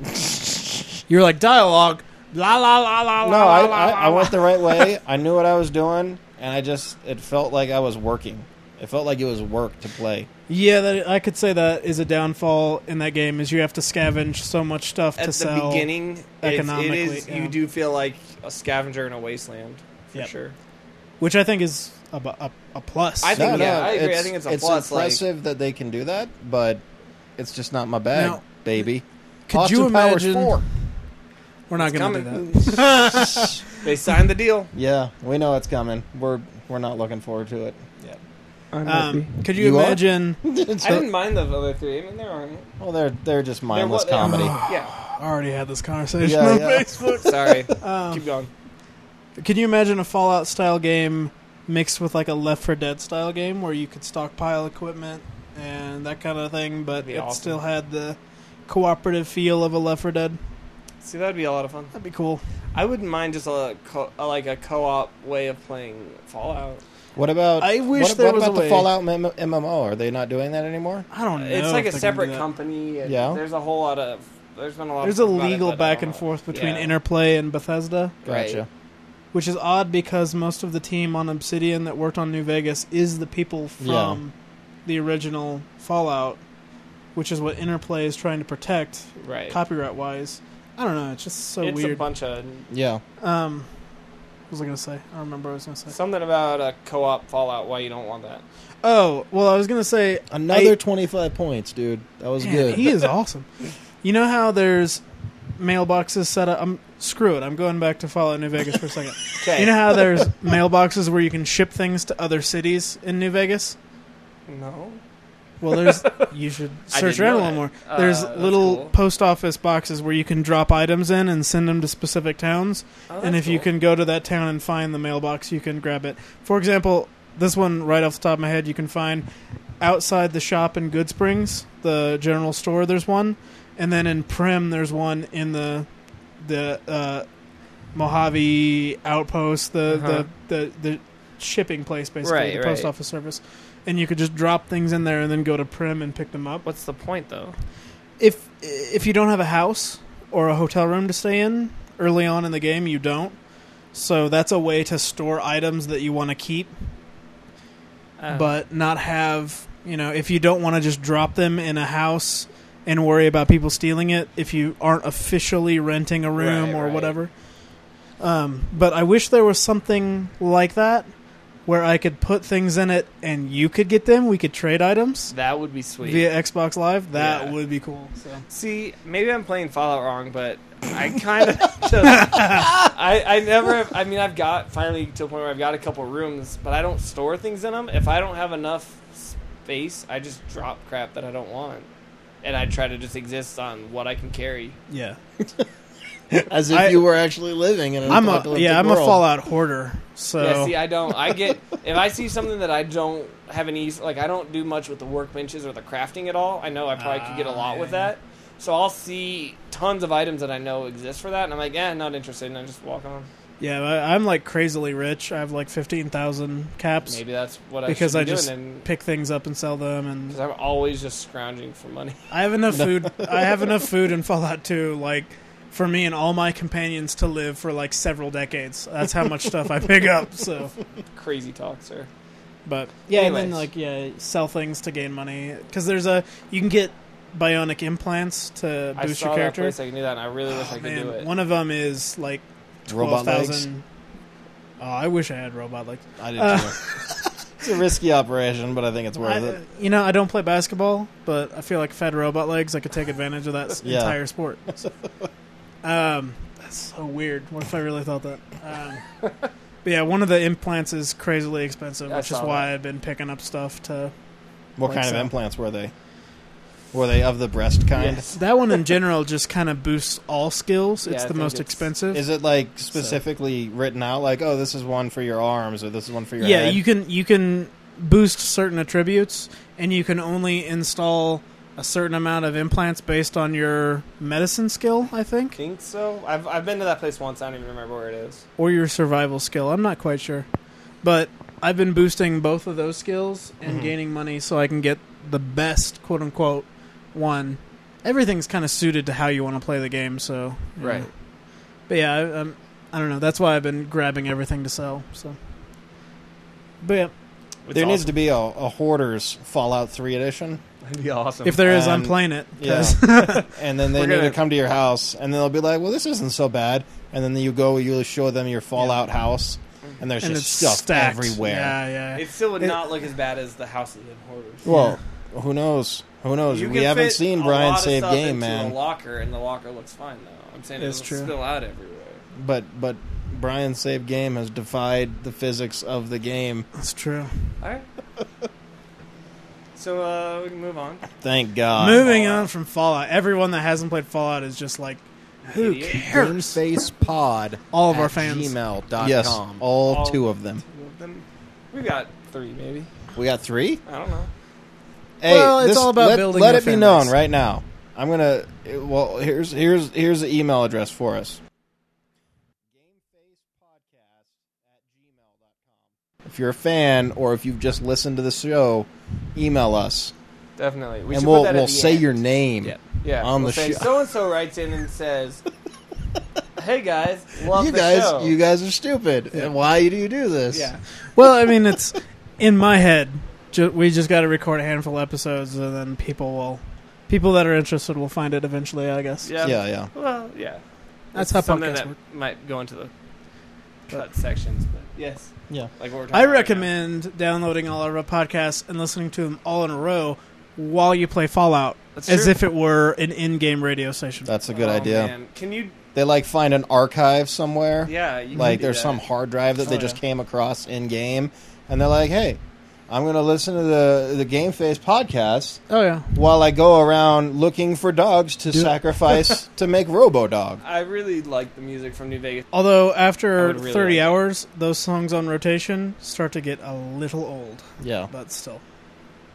[SPEAKER 2] you were like dialogue, la la la la la.
[SPEAKER 1] No, I,
[SPEAKER 2] la, la,
[SPEAKER 1] I,
[SPEAKER 2] la,
[SPEAKER 1] I
[SPEAKER 2] la."
[SPEAKER 1] went the right way. I knew what I was doing, and I just it felt like I was working. It felt like it was work to play.
[SPEAKER 2] Yeah, that, I could say that is a downfall in that game is you have to scavenge so much stuff
[SPEAKER 3] At
[SPEAKER 2] to
[SPEAKER 3] the
[SPEAKER 2] sell.
[SPEAKER 3] beginning, it's, it
[SPEAKER 2] economically,
[SPEAKER 3] is.
[SPEAKER 2] yeah.
[SPEAKER 3] You do feel like a scavenger in a wasteland for
[SPEAKER 2] Yep.
[SPEAKER 3] sure.
[SPEAKER 2] which I think is a, bu- a, a plus.
[SPEAKER 3] I think-
[SPEAKER 1] no,
[SPEAKER 3] yeah,
[SPEAKER 1] no,
[SPEAKER 3] I agree. I think it's a plus, like-
[SPEAKER 1] impressive that they can do that, but it's just not my bag,
[SPEAKER 2] Now,
[SPEAKER 1] baby.
[SPEAKER 2] could
[SPEAKER 1] Austin
[SPEAKER 2] you
[SPEAKER 1] Powers
[SPEAKER 2] imagine-
[SPEAKER 1] 4.
[SPEAKER 2] we're not
[SPEAKER 3] It's
[SPEAKER 2] going to do that.
[SPEAKER 3] coming. They signed the deal.
[SPEAKER 1] Yeah, we know it's coming. We're we're not looking forward to it.
[SPEAKER 2] Um, could you,
[SPEAKER 1] You are?
[SPEAKER 2] imagine?
[SPEAKER 3] I didn't mind the other three. I mean, they're all right.
[SPEAKER 1] well, they're they're just
[SPEAKER 3] They're
[SPEAKER 1] mindless
[SPEAKER 3] what they are.
[SPEAKER 1] comedy.
[SPEAKER 3] yeah.
[SPEAKER 2] I already had this conversation
[SPEAKER 1] Yeah,
[SPEAKER 2] on
[SPEAKER 1] yeah.
[SPEAKER 2] Facebook.
[SPEAKER 3] Sorry.
[SPEAKER 2] Um,
[SPEAKER 3] Keep going.
[SPEAKER 2] Can you imagine a Fallout style game mixed with like a Left for Dead style game where you could stockpile equipment and that kind of thing, but
[SPEAKER 3] Be
[SPEAKER 2] it
[SPEAKER 3] awesome.
[SPEAKER 2] still had the cooperative feel of a Left for Dead?
[SPEAKER 3] See, that'd be a lot of fun.
[SPEAKER 2] That'd be cool.
[SPEAKER 3] I wouldn't mind just a, co- a like a co-op way of playing Fallout.
[SPEAKER 1] What about
[SPEAKER 2] I wish
[SPEAKER 1] what,
[SPEAKER 2] there
[SPEAKER 1] what
[SPEAKER 2] was
[SPEAKER 1] about
[SPEAKER 2] a
[SPEAKER 1] the
[SPEAKER 2] way.
[SPEAKER 1] Fallout M- MMO? Are they not doing that anymore?
[SPEAKER 2] I don't know.
[SPEAKER 3] It's like
[SPEAKER 2] if
[SPEAKER 3] a
[SPEAKER 2] they can do
[SPEAKER 3] separate
[SPEAKER 2] that.
[SPEAKER 3] company. And
[SPEAKER 1] Yeah.
[SPEAKER 3] There's a whole lot of. There's been a lot.
[SPEAKER 2] There's a
[SPEAKER 3] of talk about it,
[SPEAKER 2] legal
[SPEAKER 3] but I
[SPEAKER 2] back
[SPEAKER 3] don't
[SPEAKER 2] and
[SPEAKER 3] know.
[SPEAKER 2] forth between
[SPEAKER 3] Yeah.
[SPEAKER 2] Interplay and Bethesda.
[SPEAKER 3] Right.
[SPEAKER 1] Gotcha.
[SPEAKER 2] which is odd because most of the team on Obsidian that worked on New Vegas is the people from
[SPEAKER 1] Yeah.
[SPEAKER 2] the original Fallout. which is what Interplay is trying to protect
[SPEAKER 3] Right.
[SPEAKER 2] copyright wise. I don't know. It's just so
[SPEAKER 3] it's a
[SPEAKER 2] weird.
[SPEAKER 3] bunch of
[SPEAKER 1] Yeah.
[SPEAKER 2] um, what was I gonna say? I don't remember what I was gonna say.
[SPEAKER 3] something about a co-op Fallout. Why you don't want that?
[SPEAKER 2] oh well, I was gonna say
[SPEAKER 1] Another
[SPEAKER 2] I-
[SPEAKER 1] 25 points, dude. That was
[SPEAKER 2] Man,
[SPEAKER 1] good.
[SPEAKER 2] He is awesome. You know how there's mailboxes set up. I'm screw it. I'm going back to Fallout New Vegas for a second.
[SPEAKER 3] Okay.
[SPEAKER 2] You know how there's mailboxes where you can ship things to other cities in New Vegas.
[SPEAKER 3] no.
[SPEAKER 2] Well, there's you should
[SPEAKER 3] I
[SPEAKER 2] search
[SPEAKER 3] didn't
[SPEAKER 2] around a
[SPEAKER 3] know
[SPEAKER 2] little more.
[SPEAKER 3] that. Uh,
[SPEAKER 2] There's
[SPEAKER 3] that's
[SPEAKER 2] little
[SPEAKER 3] cool.
[SPEAKER 2] post office boxes where you can drop items in and send them to specific towns.
[SPEAKER 3] Oh,
[SPEAKER 2] and
[SPEAKER 3] that's
[SPEAKER 2] if you
[SPEAKER 3] cool.
[SPEAKER 2] can go to that town and find the mailbox, you can grab it. For example, this one right off the top of my head, you can find outside the shop in Good Springs, the general store. There's one, and then in Prim, there's one in the the uh, Mojave outpost, the,
[SPEAKER 3] Uh-huh.
[SPEAKER 2] the the the shipping place, basically
[SPEAKER 3] Right,
[SPEAKER 2] the post
[SPEAKER 3] right.
[SPEAKER 2] office service. And you could just drop things in there and then go to Prim and pick them up
[SPEAKER 3] What's the point though?
[SPEAKER 2] if if you don't have a house or a hotel room to stay in early on in the game, you don't. So that's a way to store items that you want to keep,
[SPEAKER 3] Uh,
[SPEAKER 2] but not have you know if you don't want to just drop them in a house and worry about people stealing it if you aren't officially renting a room
[SPEAKER 3] Right,
[SPEAKER 2] or
[SPEAKER 3] right.
[SPEAKER 2] whatever. Um, but I wish there was something like that where I could put things in it and you could get them. We could trade items
[SPEAKER 3] that would be sweet.
[SPEAKER 2] via Xbox Live. That
[SPEAKER 3] Yeah.
[SPEAKER 2] would be cool. So.
[SPEAKER 3] See, maybe I'm playing Fallout wrong, but I kind of just I, I never have, I mean I've got finally to a point where I've got a couple rooms, but I don't store things in them. If I don't have enough space, I just drop crap that I don't want. And I try to just exist on what I can carry.
[SPEAKER 2] Yeah.
[SPEAKER 1] As if
[SPEAKER 2] I-
[SPEAKER 1] you were actually living in an
[SPEAKER 2] I'm a
[SPEAKER 1] apocalyptic
[SPEAKER 2] yeah, I'm a
[SPEAKER 1] world.
[SPEAKER 2] Fallout hoarder. So
[SPEAKER 3] Yeah, see, I don't. I get if I see something that I don't have any like I don't do much with the workbenches or the crafting at all. I know I probably could get a lot
[SPEAKER 2] Ah,
[SPEAKER 3] with
[SPEAKER 2] yeah, yeah.
[SPEAKER 3] that. So I'll see tons of items that I know exist for that, and I'm like, yeah, not interested, and I just walk on.
[SPEAKER 2] yeah, I, I'm like crazily rich. I have like fifteen thousand caps.
[SPEAKER 3] Maybe that's what I
[SPEAKER 2] Because
[SPEAKER 3] should
[SPEAKER 2] I
[SPEAKER 3] be
[SPEAKER 2] just-
[SPEAKER 3] doing.
[SPEAKER 2] Pick things up and sell them,
[SPEAKER 3] Because
[SPEAKER 2] and
[SPEAKER 3] I'm always just scrounging for money.
[SPEAKER 2] I have enough food. I have enough food in Fallout 2, like for me and all my companions to live for like several decades. That's how much stuff I pick up. So,
[SPEAKER 3] Crazy talk, sir.
[SPEAKER 2] but yeah, and then
[SPEAKER 3] Anyways.
[SPEAKER 2] like yeah, sell things to gain money because there's a you can get bionic implants to
[SPEAKER 3] I
[SPEAKER 2] boost
[SPEAKER 3] saw
[SPEAKER 2] your character. Oh,
[SPEAKER 3] that place. I can do that, and I really wish I could
[SPEAKER 2] Man,
[SPEAKER 3] do it.
[SPEAKER 2] One of them is like twelve
[SPEAKER 1] Robot legs.
[SPEAKER 2] thousand. Oh, I wish I had robot legs.
[SPEAKER 1] I did
[SPEAKER 2] Uh,
[SPEAKER 1] too. it's a risky operation, but I think it's worth
[SPEAKER 2] I,
[SPEAKER 1] it.
[SPEAKER 2] You know, I don't play basketball, but I feel like if I had robot legs, I could take advantage of that s-
[SPEAKER 1] Yeah.
[SPEAKER 2] entire sport. um, that's so weird. What if I really thought that? Um, but yeah, one of the implants is crazily expensive,
[SPEAKER 3] I
[SPEAKER 2] which is
[SPEAKER 3] saw
[SPEAKER 2] why
[SPEAKER 3] that.
[SPEAKER 2] I've been picking up stuff to.
[SPEAKER 1] What
[SPEAKER 2] Like
[SPEAKER 1] kind
[SPEAKER 2] so.
[SPEAKER 1] of implants were they? Were they of the breast kind?
[SPEAKER 3] Yes.
[SPEAKER 2] That one in general just kind of boosts all skills.
[SPEAKER 3] Yeah,
[SPEAKER 2] It's
[SPEAKER 3] I
[SPEAKER 2] the
[SPEAKER 3] think
[SPEAKER 2] most
[SPEAKER 3] it's-
[SPEAKER 2] expensive.
[SPEAKER 1] Is it like specifically written out, like, oh, this is one for your arms or this is one for your
[SPEAKER 2] yeah,
[SPEAKER 1] head?
[SPEAKER 2] you can you can boost certain attributes, and you can only install a certain amount of implants based on your medicine skill, I think.
[SPEAKER 3] think so. I've I've been to that place once. I don't even remember where it is.
[SPEAKER 2] or your survival skill. I'm not quite sure, but I've been boosting both of those skills and
[SPEAKER 1] Mhm.
[SPEAKER 2] gaining money so I can get the best quote unquote one. Everything's kind of suited to how you want to play the game, so you know. But yeah, I, I'm, I don't know. That's why I've been grabbing everything to sell. So, but yeah,
[SPEAKER 3] It's
[SPEAKER 1] there needs
[SPEAKER 3] awesome.
[SPEAKER 1] to be a, a hoarder's Fallout 3 edition.
[SPEAKER 3] That'd be awesome.
[SPEAKER 2] if there is, I'm
[SPEAKER 1] Um,
[SPEAKER 2] playing it. 'cause-
[SPEAKER 1] Yeah. and then they
[SPEAKER 3] We're
[SPEAKER 1] need
[SPEAKER 3] gonna-
[SPEAKER 1] to come to your house, and they'll be like, well, this isn't so bad. And then you go, you show them your Fallout house, and there's
[SPEAKER 2] and it's
[SPEAKER 1] just stuff
[SPEAKER 2] stacked
[SPEAKER 1] everywhere.
[SPEAKER 2] Yeah, yeah.
[SPEAKER 3] It still would
[SPEAKER 2] It-
[SPEAKER 3] not look as bad as the House of the Hoarders.
[SPEAKER 1] Well, who knows? Who knows?
[SPEAKER 3] You
[SPEAKER 1] we
[SPEAKER 3] can
[SPEAKER 1] haven't
[SPEAKER 3] fit
[SPEAKER 1] seen
[SPEAKER 3] a
[SPEAKER 1] Brian
[SPEAKER 3] lot of
[SPEAKER 1] save
[SPEAKER 3] stuff
[SPEAKER 1] game,
[SPEAKER 3] into A
[SPEAKER 1] man.
[SPEAKER 3] locker and the locker looks fine though. I'm saying
[SPEAKER 2] It's
[SPEAKER 3] it'll
[SPEAKER 2] true.
[SPEAKER 3] spill out everywhere.
[SPEAKER 1] But but Brian save game has defied the physics of the game.
[SPEAKER 2] That's true.
[SPEAKER 3] All right. so uh, we can move on.
[SPEAKER 1] Thank God.
[SPEAKER 2] Moving
[SPEAKER 3] Fallout.
[SPEAKER 2] on from Fallout, everyone that hasn't played Fallout is just like, who
[SPEAKER 3] Idiot.
[SPEAKER 2] cares?
[SPEAKER 1] Pod.
[SPEAKER 2] All of our fans.
[SPEAKER 1] Gmail.com. Yes, all,
[SPEAKER 3] All-
[SPEAKER 1] two of them.
[SPEAKER 3] Two of them. We got three, maybe.
[SPEAKER 1] We got three.
[SPEAKER 3] I don't know.
[SPEAKER 1] Hey,
[SPEAKER 2] Well, it's
[SPEAKER 1] this-
[SPEAKER 2] all about
[SPEAKER 1] let,
[SPEAKER 2] building
[SPEAKER 1] Let
[SPEAKER 2] your
[SPEAKER 1] it be
[SPEAKER 2] fan
[SPEAKER 1] known
[SPEAKER 2] base.
[SPEAKER 1] right now. I'm gonna. Well, here's here's here's the email address for us. If you're a fan or if you've just listened to the show, email us
[SPEAKER 3] Definitely. We
[SPEAKER 1] and
[SPEAKER 3] should
[SPEAKER 1] we'll
[SPEAKER 3] put that at
[SPEAKER 1] we'll
[SPEAKER 3] the
[SPEAKER 1] say
[SPEAKER 3] end.
[SPEAKER 1] your name.
[SPEAKER 3] Yeah. Yeah.
[SPEAKER 1] on the show.
[SPEAKER 3] So and so writes in and says, "Hey guys, love
[SPEAKER 1] you
[SPEAKER 3] the
[SPEAKER 1] guys,
[SPEAKER 3] show."
[SPEAKER 1] you guys are stupid. And why do you do this?
[SPEAKER 3] Yeah.
[SPEAKER 2] Well, I mean, it's in my head. Ju- we just got to record a handful of episodes, and then people will people that are interested will find it eventually. I guess.
[SPEAKER 3] Yeah.
[SPEAKER 1] yeah, yeah.
[SPEAKER 3] Well, yeah.
[SPEAKER 2] That's
[SPEAKER 3] It's
[SPEAKER 2] how
[SPEAKER 3] something
[SPEAKER 2] podcasts
[SPEAKER 3] that
[SPEAKER 2] work.
[SPEAKER 3] might go into the
[SPEAKER 2] But-
[SPEAKER 3] cut sections, but yes,
[SPEAKER 1] Yeah.
[SPEAKER 3] like what we're talking
[SPEAKER 2] I
[SPEAKER 3] about right now.
[SPEAKER 2] recommend downloading all of our podcasts and listening to them all in a row while you play Fallout,
[SPEAKER 3] That's
[SPEAKER 2] as
[SPEAKER 3] true.
[SPEAKER 2] if it were an in-game radio station.
[SPEAKER 1] That's a good
[SPEAKER 3] Oh,
[SPEAKER 1] idea.
[SPEAKER 3] man. Can you?
[SPEAKER 1] They like find an archive somewhere.
[SPEAKER 3] Yeah. You can
[SPEAKER 1] like
[SPEAKER 3] do
[SPEAKER 1] there's
[SPEAKER 3] that.
[SPEAKER 1] some hard drive that they
[SPEAKER 2] Oh,
[SPEAKER 1] just
[SPEAKER 2] yeah.
[SPEAKER 1] came across in game, and they're like, "Hey, I'm going to listen to the the Game Face podcast
[SPEAKER 2] oh yeah,
[SPEAKER 1] while I go around looking for dogs to
[SPEAKER 2] Do it.
[SPEAKER 1] sacrifice to make Robo Dog."
[SPEAKER 3] I really like the music from New Vegas.
[SPEAKER 2] Although
[SPEAKER 3] I
[SPEAKER 2] after
[SPEAKER 3] would really
[SPEAKER 2] 30
[SPEAKER 3] like it.
[SPEAKER 2] hours, those songs on rotation start to get a little old,
[SPEAKER 1] Yeah,
[SPEAKER 2] but still.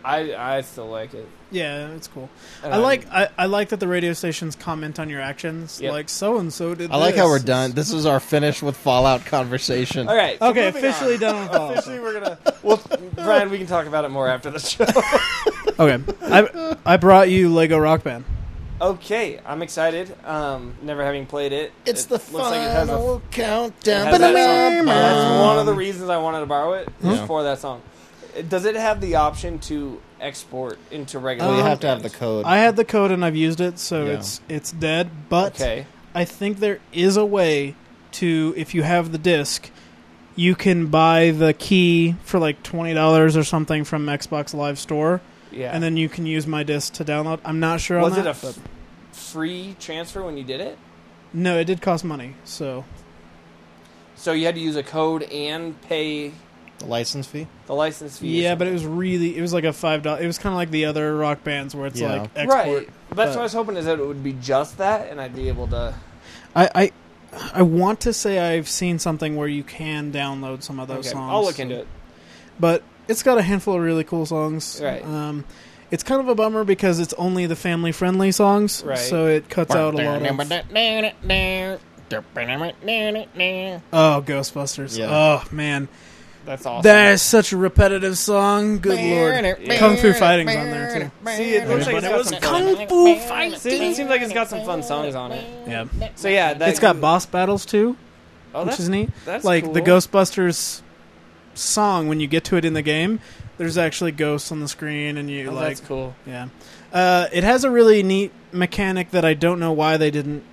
[SPEAKER 3] I I still like it. Um,
[SPEAKER 2] Yeah, it's cool.
[SPEAKER 3] And
[SPEAKER 2] I like I, I like that the radio stations comment on your actions.
[SPEAKER 3] Yep.
[SPEAKER 2] Like so and so did.
[SPEAKER 1] I like how
[SPEAKER 2] this.
[SPEAKER 1] we're done. This is our finish with Fallout conversation.
[SPEAKER 3] All right. so
[SPEAKER 2] Okay,
[SPEAKER 3] moving on.
[SPEAKER 2] officially done with
[SPEAKER 3] Officially, we're gonna. Well, Brian, we can talk about it more after the show.
[SPEAKER 2] Fallout. Okay, I I brought you Lego Rock Band.
[SPEAKER 3] okay, I'm excited. Um, never having played it,
[SPEAKER 1] It's
[SPEAKER 3] it
[SPEAKER 1] the
[SPEAKER 3] looks like it has a
[SPEAKER 1] final
[SPEAKER 3] It
[SPEAKER 1] countdown.
[SPEAKER 3] has that song. Uh,
[SPEAKER 1] Ba-da-bam.
[SPEAKER 3] That's one of the reasons I wanted to borrow it is
[SPEAKER 1] Yeah.
[SPEAKER 3] for that song. It- Does it have the option to export into regular?
[SPEAKER 1] Well, you
[SPEAKER 2] Um,
[SPEAKER 1] have to have the code.
[SPEAKER 2] I had the code and I've used it, so
[SPEAKER 1] Yeah.
[SPEAKER 2] it's it's dead. But
[SPEAKER 3] Okay.
[SPEAKER 2] I think there is a way to, if you have the disc, you can buy the key for like twenty dollars or something from Xbox Live Store,
[SPEAKER 3] Yeah.
[SPEAKER 2] and then you can use my disc to download. I'm not sure
[SPEAKER 3] was
[SPEAKER 2] on
[SPEAKER 3] it
[SPEAKER 2] that.
[SPEAKER 3] a
[SPEAKER 2] but-
[SPEAKER 3] f- free transfer when you did it?
[SPEAKER 2] no, it did cost money. So
[SPEAKER 3] So you had to use a code and pay
[SPEAKER 1] the license fee.
[SPEAKER 3] the license fee. or
[SPEAKER 2] yeah, but it
[SPEAKER 3] something.
[SPEAKER 2] was really it was like a five dollar. It was kind of like the other rock bands where it's
[SPEAKER 1] Yeah.
[SPEAKER 2] like export.
[SPEAKER 3] right. That's
[SPEAKER 2] but-
[SPEAKER 3] what I was hoping is that it would be just that, and I'd be able to.
[SPEAKER 2] I, I I want to say I've seen something where you can download some of those
[SPEAKER 3] okay,
[SPEAKER 2] songs.
[SPEAKER 3] I'll look into it.
[SPEAKER 2] but it's got a handful of really cool songs.
[SPEAKER 3] Right.
[SPEAKER 2] Um, it's kind of a bummer because it's only the family friendly songs,
[SPEAKER 3] Right.
[SPEAKER 2] so it cuts out a lot of. Oh, Ghostbusters!
[SPEAKER 1] Yeah.
[SPEAKER 2] Oh man,
[SPEAKER 3] That's awesome.
[SPEAKER 2] that is such a repetitive song. Good lord, Kung Fu Fighting's on there too.
[SPEAKER 3] See, it looks like it's got some fun.
[SPEAKER 2] Kung Fu fighting.
[SPEAKER 3] See, it seems like it's got some fun songs on it.
[SPEAKER 2] Yeah,
[SPEAKER 3] So yeah, that,
[SPEAKER 2] it's got boss battles too,
[SPEAKER 3] oh,
[SPEAKER 2] which
[SPEAKER 3] that's,
[SPEAKER 2] is neat.
[SPEAKER 3] that's
[SPEAKER 2] like the
[SPEAKER 3] cool.
[SPEAKER 2] Ghostbusters song when you get to it in the game. There's actually ghosts on the screen, and you
[SPEAKER 3] Oh,
[SPEAKER 2] like
[SPEAKER 3] that's cool.
[SPEAKER 2] Yeah. Uh, it has a really neat mechanic that I don't know why they didn't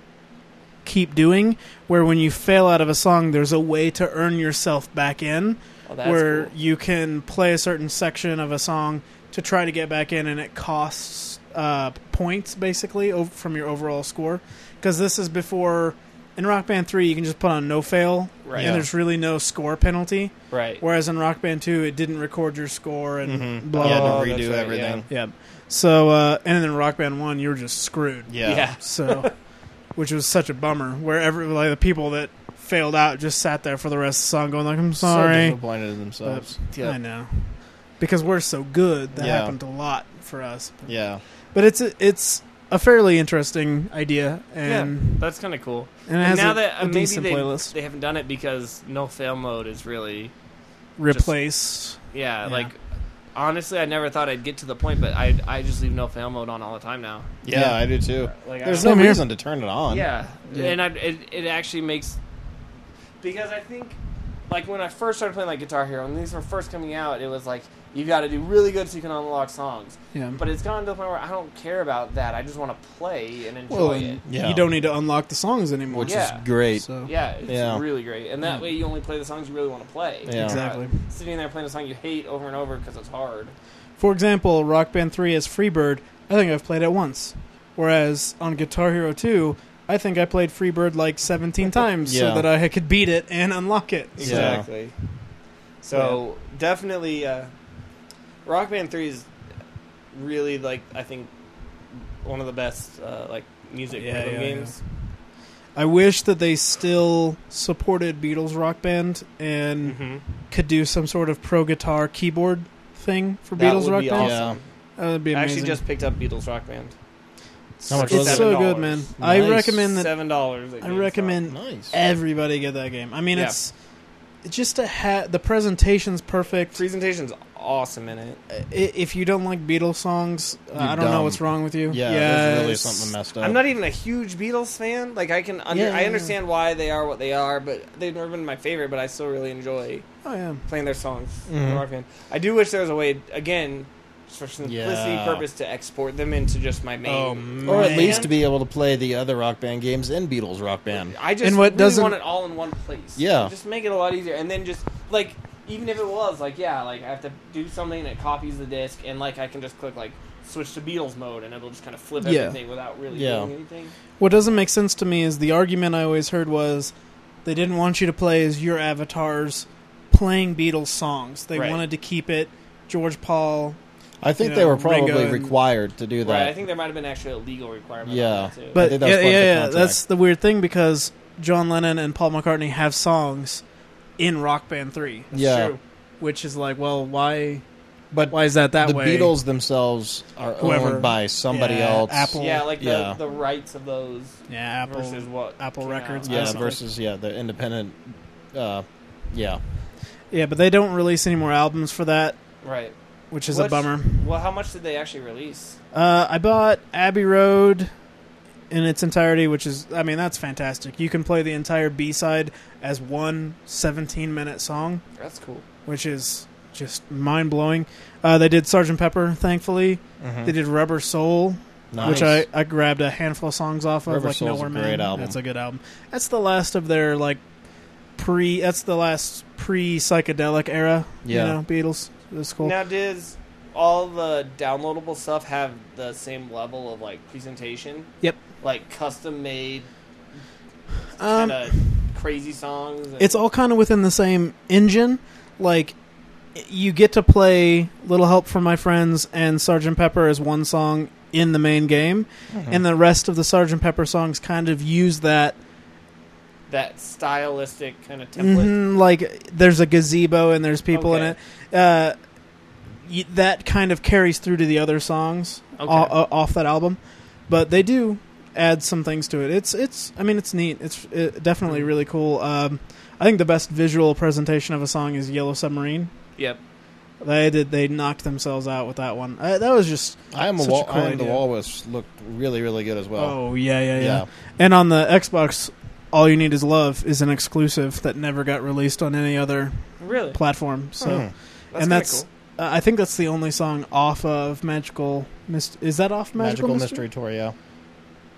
[SPEAKER 2] keep doing, where when you fail out of a song, there's a way to earn yourself back in,
[SPEAKER 3] Oh, that's
[SPEAKER 2] where
[SPEAKER 3] cool.
[SPEAKER 2] you can play a certain section of a song to try to get back in, and it costs uh, points basically ov- from your overall score. Because this is before. In Rock Band 3, you can just put on no fail,
[SPEAKER 3] Right.
[SPEAKER 2] and
[SPEAKER 1] Yeah.
[SPEAKER 2] there's really no score penalty.
[SPEAKER 3] Right.
[SPEAKER 2] Whereas in Rock Band 2, it didn't record your score and
[SPEAKER 1] Mhm.
[SPEAKER 2] blah,
[SPEAKER 1] You had
[SPEAKER 2] blah,
[SPEAKER 3] Oh,
[SPEAKER 1] to
[SPEAKER 3] that's
[SPEAKER 1] redo
[SPEAKER 3] right,
[SPEAKER 1] everything.
[SPEAKER 2] yeah. So uh, and then Rock Band One, you were just screwed.
[SPEAKER 1] Yeah.
[SPEAKER 2] So, which was such a bummer. Where every like the people that failed out just sat there for the rest of the song, going like, "I'm
[SPEAKER 1] So
[SPEAKER 2] sorry."
[SPEAKER 1] disappointed in themselves.
[SPEAKER 2] I know, because we're so good. That
[SPEAKER 1] Yeah.
[SPEAKER 2] happened a lot for us.
[SPEAKER 1] Yeah.
[SPEAKER 2] But it's a, it's a fairly interesting idea, and
[SPEAKER 3] that's kind of cool.
[SPEAKER 2] and it has
[SPEAKER 3] now
[SPEAKER 2] a,
[SPEAKER 3] that
[SPEAKER 2] a
[SPEAKER 3] uh, maybe
[SPEAKER 2] decent
[SPEAKER 3] they,
[SPEAKER 2] playlist.
[SPEAKER 3] they haven't done it because no fail mode is really
[SPEAKER 2] Replace.
[SPEAKER 3] yeah,
[SPEAKER 2] Yeah.
[SPEAKER 3] like honestly I never thought I'd get to the point but I I just leave no fail mode on all the time now.
[SPEAKER 1] yeah,
[SPEAKER 2] Yeah.
[SPEAKER 1] I do too.
[SPEAKER 3] Like
[SPEAKER 1] There's
[SPEAKER 3] I,
[SPEAKER 1] no
[SPEAKER 2] Same here.
[SPEAKER 1] reason to turn it on.
[SPEAKER 3] yeah,
[SPEAKER 2] Yeah.
[SPEAKER 3] and I, it it actually makes because I think like when I first started playing like Guitar Hero when these were first coming out it was like you got to do really good so you can unlock songs.
[SPEAKER 2] yeah.
[SPEAKER 3] But it's gotten to the point where I don't care about that. I just want to play and enjoy
[SPEAKER 2] Well,
[SPEAKER 3] it.
[SPEAKER 2] and
[SPEAKER 1] Yeah.
[SPEAKER 2] you don't need to unlock the songs anymore.
[SPEAKER 1] Which
[SPEAKER 3] Yeah.
[SPEAKER 1] is great.
[SPEAKER 2] so
[SPEAKER 3] Yeah, it's
[SPEAKER 1] Yeah.
[SPEAKER 3] really great. And that
[SPEAKER 2] Yeah.
[SPEAKER 3] way you only play the songs you really want to play.
[SPEAKER 1] Yeah.
[SPEAKER 2] Exactly.
[SPEAKER 3] You're not Sitting there playing a song you hate over and over because it's hard.
[SPEAKER 2] For example, Rock Band 3 as Freebird, I think I've played it once. Whereas on Guitar Hero 2, I think I played Freebird like 17 times
[SPEAKER 1] Yeah.
[SPEAKER 2] so that I could beat it and unlock it. So,
[SPEAKER 1] Yeah.
[SPEAKER 3] So definitely, uh, Rock Band Three is really like I think one of the best uh, like music
[SPEAKER 2] Yeah,
[SPEAKER 3] rhythm
[SPEAKER 2] yeah,
[SPEAKER 3] games.
[SPEAKER 2] I wish that they still supported Beatles Rock Band and
[SPEAKER 3] Mm-hmm.
[SPEAKER 2] could do some sort of pro guitar keyboard thing for
[SPEAKER 3] That
[SPEAKER 2] Beatles
[SPEAKER 3] would
[SPEAKER 2] Rock
[SPEAKER 3] be
[SPEAKER 2] Band.
[SPEAKER 3] awesome.
[SPEAKER 2] That would be
[SPEAKER 3] I
[SPEAKER 2] amazing.
[SPEAKER 3] actually just picked up Beatles Rock Band.
[SPEAKER 1] How much was
[SPEAKER 2] it's
[SPEAKER 1] it?
[SPEAKER 2] so good, man. I
[SPEAKER 1] Nice.
[SPEAKER 2] recommend that
[SPEAKER 3] Seven dollars.
[SPEAKER 2] I recommend
[SPEAKER 1] Nice.
[SPEAKER 2] everybody get that game. I mean,
[SPEAKER 3] Yeah.
[SPEAKER 2] it's it's just a ha- the presentation's perfect.
[SPEAKER 3] presentation's awesome in it.
[SPEAKER 2] I- if you don't like Beatles songs, uh,
[SPEAKER 1] You're
[SPEAKER 2] I don't know
[SPEAKER 1] dumb.
[SPEAKER 2] what's wrong with you.
[SPEAKER 1] Yeah, there's really something messed up.
[SPEAKER 3] I'm not even a huge Beatles fan. Like I can, under,
[SPEAKER 2] Yeah.
[SPEAKER 3] I understand why they are what they are, but they've never been my favorite. But I still really enjoy
[SPEAKER 2] Oh yeah,
[SPEAKER 3] playing their songs.
[SPEAKER 1] Mhm.
[SPEAKER 3] Rock Band. I do wish there was a way again just for simplicity
[SPEAKER 1] Yeah.
[SPEAKER 3] purpose to export them into just my main.
[SPEAKER 2] Oh,
[SPEAKER 1] Or at
[SPEAKER 2] Man.
[SPEAKER 1] least to be able to play the other Rock Band games in Beatles Rock Band.
[SPEAKER 3] I just
[SPEAKER 2] And what
[SPEAKER 3] really
[SPEAKER 2] doesn't-
[SPEAKER 3] want it all in one place.
[SPEAKER 1] Yeah.
[SPEAKER 3] just make it a lot easier, and then just like even if it was like yeah, like I have to do something that copies the disc, and like I can just click like switch to Beatles mode, and it'll just kind of flip
[SPEAKER 2] Yeah.
[SPEAKER 3] everything without really
[SPEAKER 1] Yeah.
[SPEAKER 3] doing anything.
[SPEAKER 2] What doesn't make sense to me is the argument I always heard was they didn't want you to play as your avatars playing Beatles songs. They
[SPEAKER 3] Right.
[SPEAKER 2] wanted to keep it George Paul.
[SPEAKER 1] I think
[SPEAKER 2] you
[SPEAKER 1] they
[SPEAKER 2] know,
[SPEAKER 1] were probably
[SPEAKER 2] Ringo and-
[SPEAKER 1] required to do that.
[SPEAKER 3] Right, I think there might have been actually a legal requirement.
[SPEAKER 1] Yeah.
[SPEAKER 3] on that, too.
[SPEAKER 1] I
[SPEAKER 2] But
[SPEAKER 1] think
[SPEAKER 2] yeah,
[SPEAKER 1] that was part
[SPEAKER 2] yeah,
[SPEAKER 1] of the
[SPEAKER 2] yeah,
[SPEAKER 1] contract.
[SPEAKER 2] that's the weird thing because John Lennon and Paul McCartney have songs in Rock Band 3,
[SPEAKER 3] That's
[SPEAKER 1] yeah.
[SPEAKER 3] true.
[SPEAKER 2] which is like, well, why
[SPEAKER 1] But
[SPEAKER 2] why is that that
[SPEAKER 1] the
[SPEAKER 2] way?
[SPEAKER 1] Beatles themselves are
[SPEAKER 2] Whoever-
[SPEAKER 1] owned by somebody
[SPEAKER 2] yeah,
[SPEAKER 1] else.
[SPEAKER 2] Apple.
[SPEAKER 3] yeah, like the,
[SPEAKER 1] Yeah.
[SPEAKER 3] the rights of those
[SPEAKER 2] yeah, Apple
[SPEAKER 3] versus what
[SPEAKER 2] Apple
[SPEAKER 3] came out.
[SPEAKER 2] Records,
[SPEAKER 1] Yeah,
[SPEAKER 2] That's not
[SPEAKER 1] versus yeah, the independent. Uh, yeah,
[SPEAKER 2] Yeah, but they don't release any more albums for that,
[SPEAKER 3] right?
[SPEAKER 2] which is a
[SPEAKER 3] What's-
[SPEAKER 2] bummer.
[SPEAKER 3] Well, how much did they actually release?
[SPEAKER 2] Uh, I bought Abbey Road in its entirety, which is, I mean, that's fantastic. You can play the entire B side as one 17 minute song,
[SPEAKER 3] That's cool.
[SPEAKER 2] which is just mind blowing. Uh, they did Sgt. Pepper, thankfully.
[SPEAKER 1] Mhm.
[SPEAKER 2] They did Rubber Soul,
[SPEAKER 1] nice.
[SPEAKER 2] which I, I grabbed a handful of songs off of,
[SPEAKER 1] Rubber
[SPEAKER 2] like
[SPEAKER 1] Soul's a
[SPEAKER 2] Nowhere
[SPEAKER 1] great
[SPEAKER 2] Man.
[SPEAKER 1] album.
[SPEAKER 2] That's a good album. That's the last of their, like, pre, that's the last pre psychedelic era,
[SPEAKER 1] Yeah.
[SPEAKER 2] you know, Beatles. That's cool.
[SPEAKER 3] Now, does all the downloadable stuff have the same level of like presentation?
[SPEAKER 2] Yep.
[SPEAKER 3] Like custom made
[SPEAKER 2] Um,
[SPEAKER 3] kind of crazy songs. and-
[SPEAKER 2] it's all kind of within the same engine. Like you get to play "Little Help from My Friends" and "Sergeant Pepper" as one song in the main game, and the rest of the Sergeant Pepper songs kind of use that.
[SPEAKER 3] that stylistic kind of template.
[SPEAKER 2] Mhm, like there's a gazebo and there's people in
[SPEAKER 3] Okay.
[SPEAKER 2] it. Uh, y- that kind of carries through to the other songs o-
[SPEAKER 3] Okay.
[SPEAKER 2] o- off that album, but they do add some things to it. It's it's I mean it's neat. It's uh definitely really cool. Um, I think the best visual presentation of a song is Yellow Submarine.
[SPEAKER 3] Yep.
[SPEAKER 2] They did. They knocked themselves out with that one. Uh, that was just.
[SPEAKER 1] I am a
[SPEAKER 2] Such a
[SPEAKER 1] wall.
[SPEAKER 2] cool
[SPEAKER 1] I am the
[SPEAKER 2] idea.
[SPEAKER 1] walrus looked really really good as well.
[SPEAKER 2] oh yeah, yeah, yeah,
[SPEAKER 1] yeah.
[SPEAKER 2] And on the Xbox, all you need is love is an exclusive that never got released on any other
[SPEAKER 3] Really?
[SPEAKER 2] platform. So.
[SPEAKER 1] Hmm.
[SPEAKER 3] That's
[SPEAKER 2] and
[SPEAKER 3] kinda
[SPEAKER 2] that's uh, I think that's the only song off of Magical Myst- Is that off Magical,
[SPEAKER 1] Magical, Mystery Tour. Yeah,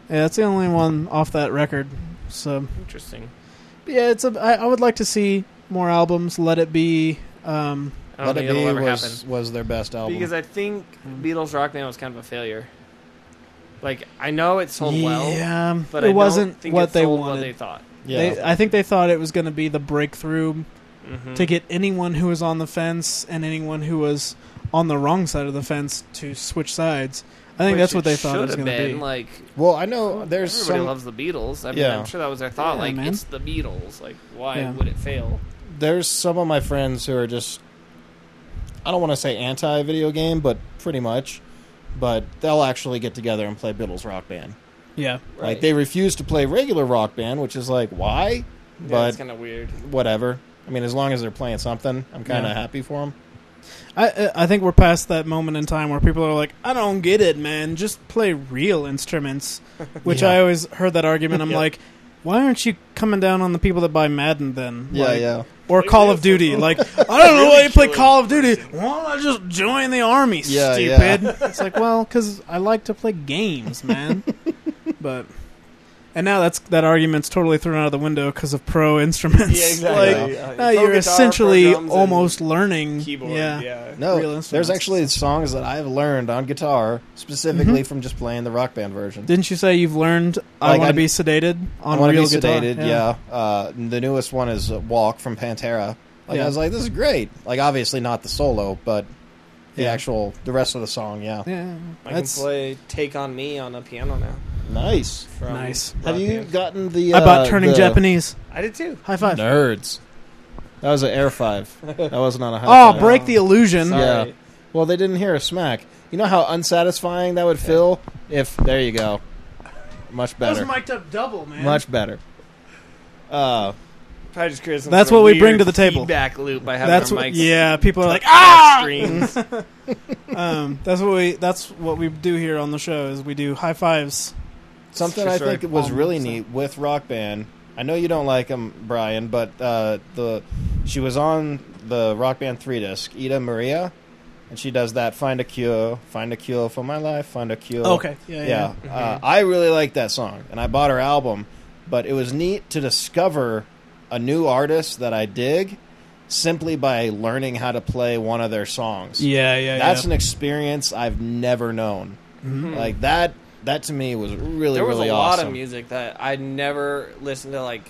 [SPEAKER 2] Yeah, that's the only one off that record. So
[SPEAKER 3] cool. interesting.
[SPEAKER 2] but yeah, it's a. I, I would like to see more albums. Let it be. Um,
[SPEAKER 3] I don't
[SPEAKER 1] Let
[SPEAKER 3] think
[SPEAKER 1] It
[SPEAKER 3] it'll
[SPEAKER 1] Be
[SPEAKER 3] ever happen.
[SPEAKER 1] was was their best album.
[SPEAKER 3] Because I think
[SPEAKER 2] Mm-hmm.
[SPEAKER 3] Beatles Rock Band was kind of a failure. Like I know it sold well,
[SPEAKER 2] yeah,
[SPEAKER 3] but
[SPEAKER 2] it
[SPEAKER 3] I
[SPEAKER 2] wasn't
[SPEAKER 3] don't think
[SPEAKER 2] what
[SPEAKER 3] it
[SPEAKER 2] they
[SPEAKER 3] sold
[SPEAKER 2] wanted.
[SPEAKER 3] What they thought.
[SPEAKER 1] yeah,
[SPEAKER 2] They- I think they thought it was going to be the breakthrough
[SPEAKER 3] Mhm.
[SPEAKER 2] to get anyone who was on the fence and anyone who was on the wrong side of the fence to switch sides. I think
[SPEAKER 3] Which
[SPEAKER 2] that's what
[SPEAKER 3] it
[SPEAKER 2] they thought it was
[SPEAKER 3] should
[SPEAKER 2] going
[SPEAKER 3] have
[SPEAKER 2] to be.
[SPEAKER 3] been, Like
[SPEAKER 1] well, I know
[SPEAKER 3] everybody
[SPEAKER 1] there's some
[SPEAKER 3] loves the Beatles. I mean,
[SPEAKER 1] Yeah.
[SPEAKER 3] I'm sure that was their thought.
[SPEAKER 2] Yeah,
[SPEAKER 3] like
[SPEAKER 2] man.
[SPEAKER 3] it's the Beatles. Like why
[SPEAKER 2] Yeah.
[SPEAKER 3] would it fail?
[SPEAKER 1] there's some of my friends who are just I don't want to say anti video game, but pretty much. But they'll actually get together and play Beatles Rock Band.
[SPEAKER 2] yeah,
[SPEAKER 1] Like they refuse to play regular Rock Band, which is like why?
[SPEAKER 3] yeah,
[SPEAKER 1] but
[SPEAKER 3] it's kind of weird.
[SPEAKER 1] whatever. I mean, as long as they're playing something, I'm kind of
[SPEAKER 2] Yeah.
[SPEAKER 1] happy for them.
[SPEAKER 2] I- I I think we're past that moment in time where people are like, I don't get it, man. Just play real instruments. Which
[SPEAKER 1] Yeah.
[SPEAKER 2] I always heard that argument. I'm
[SPEAKER 1] Yeah.
[SPEAKER 2] like, why aren't you coming down on the people that buy Madden then? Like-
[SPEAKER 1] yeah.
[SPEAKER 2] Or
[SPEAKER 3] Play
[SPEAKER 2] Call
[SPEAKER 3] real
[SPEAKER 2] of Duty.
[SPEAKER 3] football.
[SPEAKER 2] Like, I don't know
[SPEAKER 3] Really
[SPEAKER 2] why you play
[SPEAKER 3] kill
[SPEAKER 2] Call of Duty. Why don't I just join the army,
[SPEAKER 1] Yeah,
[SPEAKER 2] stupid? It's like, well, because I like to play games, man. but. And now that's that argument's totally thrown out of the window because of pro instruments. Like,
[SPEAKER 1] exactly.
[SPEAKER 2] now you're essentially almost learning
[SPEAKER 3] keyboard.
[SPEAKER 2] Yeah,
[SPEAKER 3] yeah.
[SPEAKER 1] No,
[SPEAKER 2] Real
[SPEAKER 1] there's
[SPEAKER 2] instruments.
[SPEAKER 1] actually songs that I've learned on guitar specifically from just playing the rock band version.
[SPEAKER 2] Didn't you say you've learned I
[SPEAKER 1] Like,
[SPEAKER 2] want
[SPEAKER 1] I-
[SPEAKER 2] to be sedated on
[SPEAKER 1] I want to
[SPEAKER 2] real
[SPEAKER 1] be
[SPEAKER 2] guitar?
[SPEAKER 1] sedated. yeah. Uh, the newest one is uh, Walk from Pantera. Like
[SPEAKER 2] Yeah.
[SPEAKER 1] I was like, this is great. Like obviously not the solo, but the
[SPEAKER 2] Yeah.
[SPEAKER 1] actual the rest of the song. Yeah,
[SPEAKER 2] Yeah,
[SPEAKER 3] I
[SPEAKER 2] that's-
[SPEAKER 3] can play "Take on Me" on a piano now.
[SPEAKER 1] nice.
[SPEAKER 3] From
[SPEAKER 2] Nice.
[SPEAKER 3] Rock
[SPEAKER 1] Have you
[SPEAKER 3] Band.
[SPEAKER 1] gotten the?
[SPEAKER 2] I bought
[SPEAKER 1] uh,
[SPEAKER 2] turning
[SPEAKER 1] the-
[SPEAKER 2] Japanese.
[SPEAKER 3] I did too.
[SPEAKER 2] High five.
[SPEAKER 1] Nerds. That was an air five. That wasn't on a high.
[SPEAKER 2] Oh,
[SPEAKER 1] five.
[SPEAKER 2] break the illusion.
[SPEAKER 1] Sorry.
[SPEAKER 3] Sorry.
[SPEAKER 1] Yeah. Well, they didn't hear a smack. You know how unsatisfying that would feel if. There you go. Much better.
[SPEAKER 2] mic'd up double, man.
[SPEAKER 1] Much better. Uh,
[SPEAKER 3] Probably just created some
[SPEAKER 2] That's
[SPEAKER 3] sort of
[SPEAKER 2] what we bring
[SPEAKER 3] weird
[SPEAKER 2] to the table.
[SPEAKER 3] Feedback loop by having
[SPEAKER 2] That's
[SPEAKER 3] our
[SPEAKER 2] what,
[SPEAKER 3] mics
[SPEAKER 2] yeah. People are like,
[SPEAKER 3] ah!
[SPEAKER 2] ah. Um, that's what we. That's what we do here on the show. Is we do high fives.
[SPEAKER 1] something
[SPEAKER 3] For
[SPEAKER 1] I
[SPEAKER 3] sure. Um,
[SPEAKER 1] think was really
[SPEAKER 2] Almost.
[SPEAKER 1] neat with Rock Band. I know you don't like them, Brian, but uh, the she was on the Rock Band three disc, Ida Maria, and she does that. Find a cure, find a cure for my life, find a cure.
[SPEAKER 2] Okay. Yeah,
[SPEAKER 1] yeah.
[SPEAKER 2] yeah,
[SPEAKER 1] Uh, I really like that song, and I bought her album. But it was neat to discover a new artist that I dig simply by learning how to play one of their songs.
[SPEAKER 2] Yeah, yeah, Mm-hmm.
[SPEAKER 1] That's
[SPEAKER 2] yeah.
[SPEAKER 1] an experience I've never known. Like that. That to me was really,
[SPEAKER 3] Hmm. there was
[SPEAKER 1] really
[SPEAKER 3] a lot
[SPEAKER 1] awesome.
[SPEAKER 3] of music that I never listened to like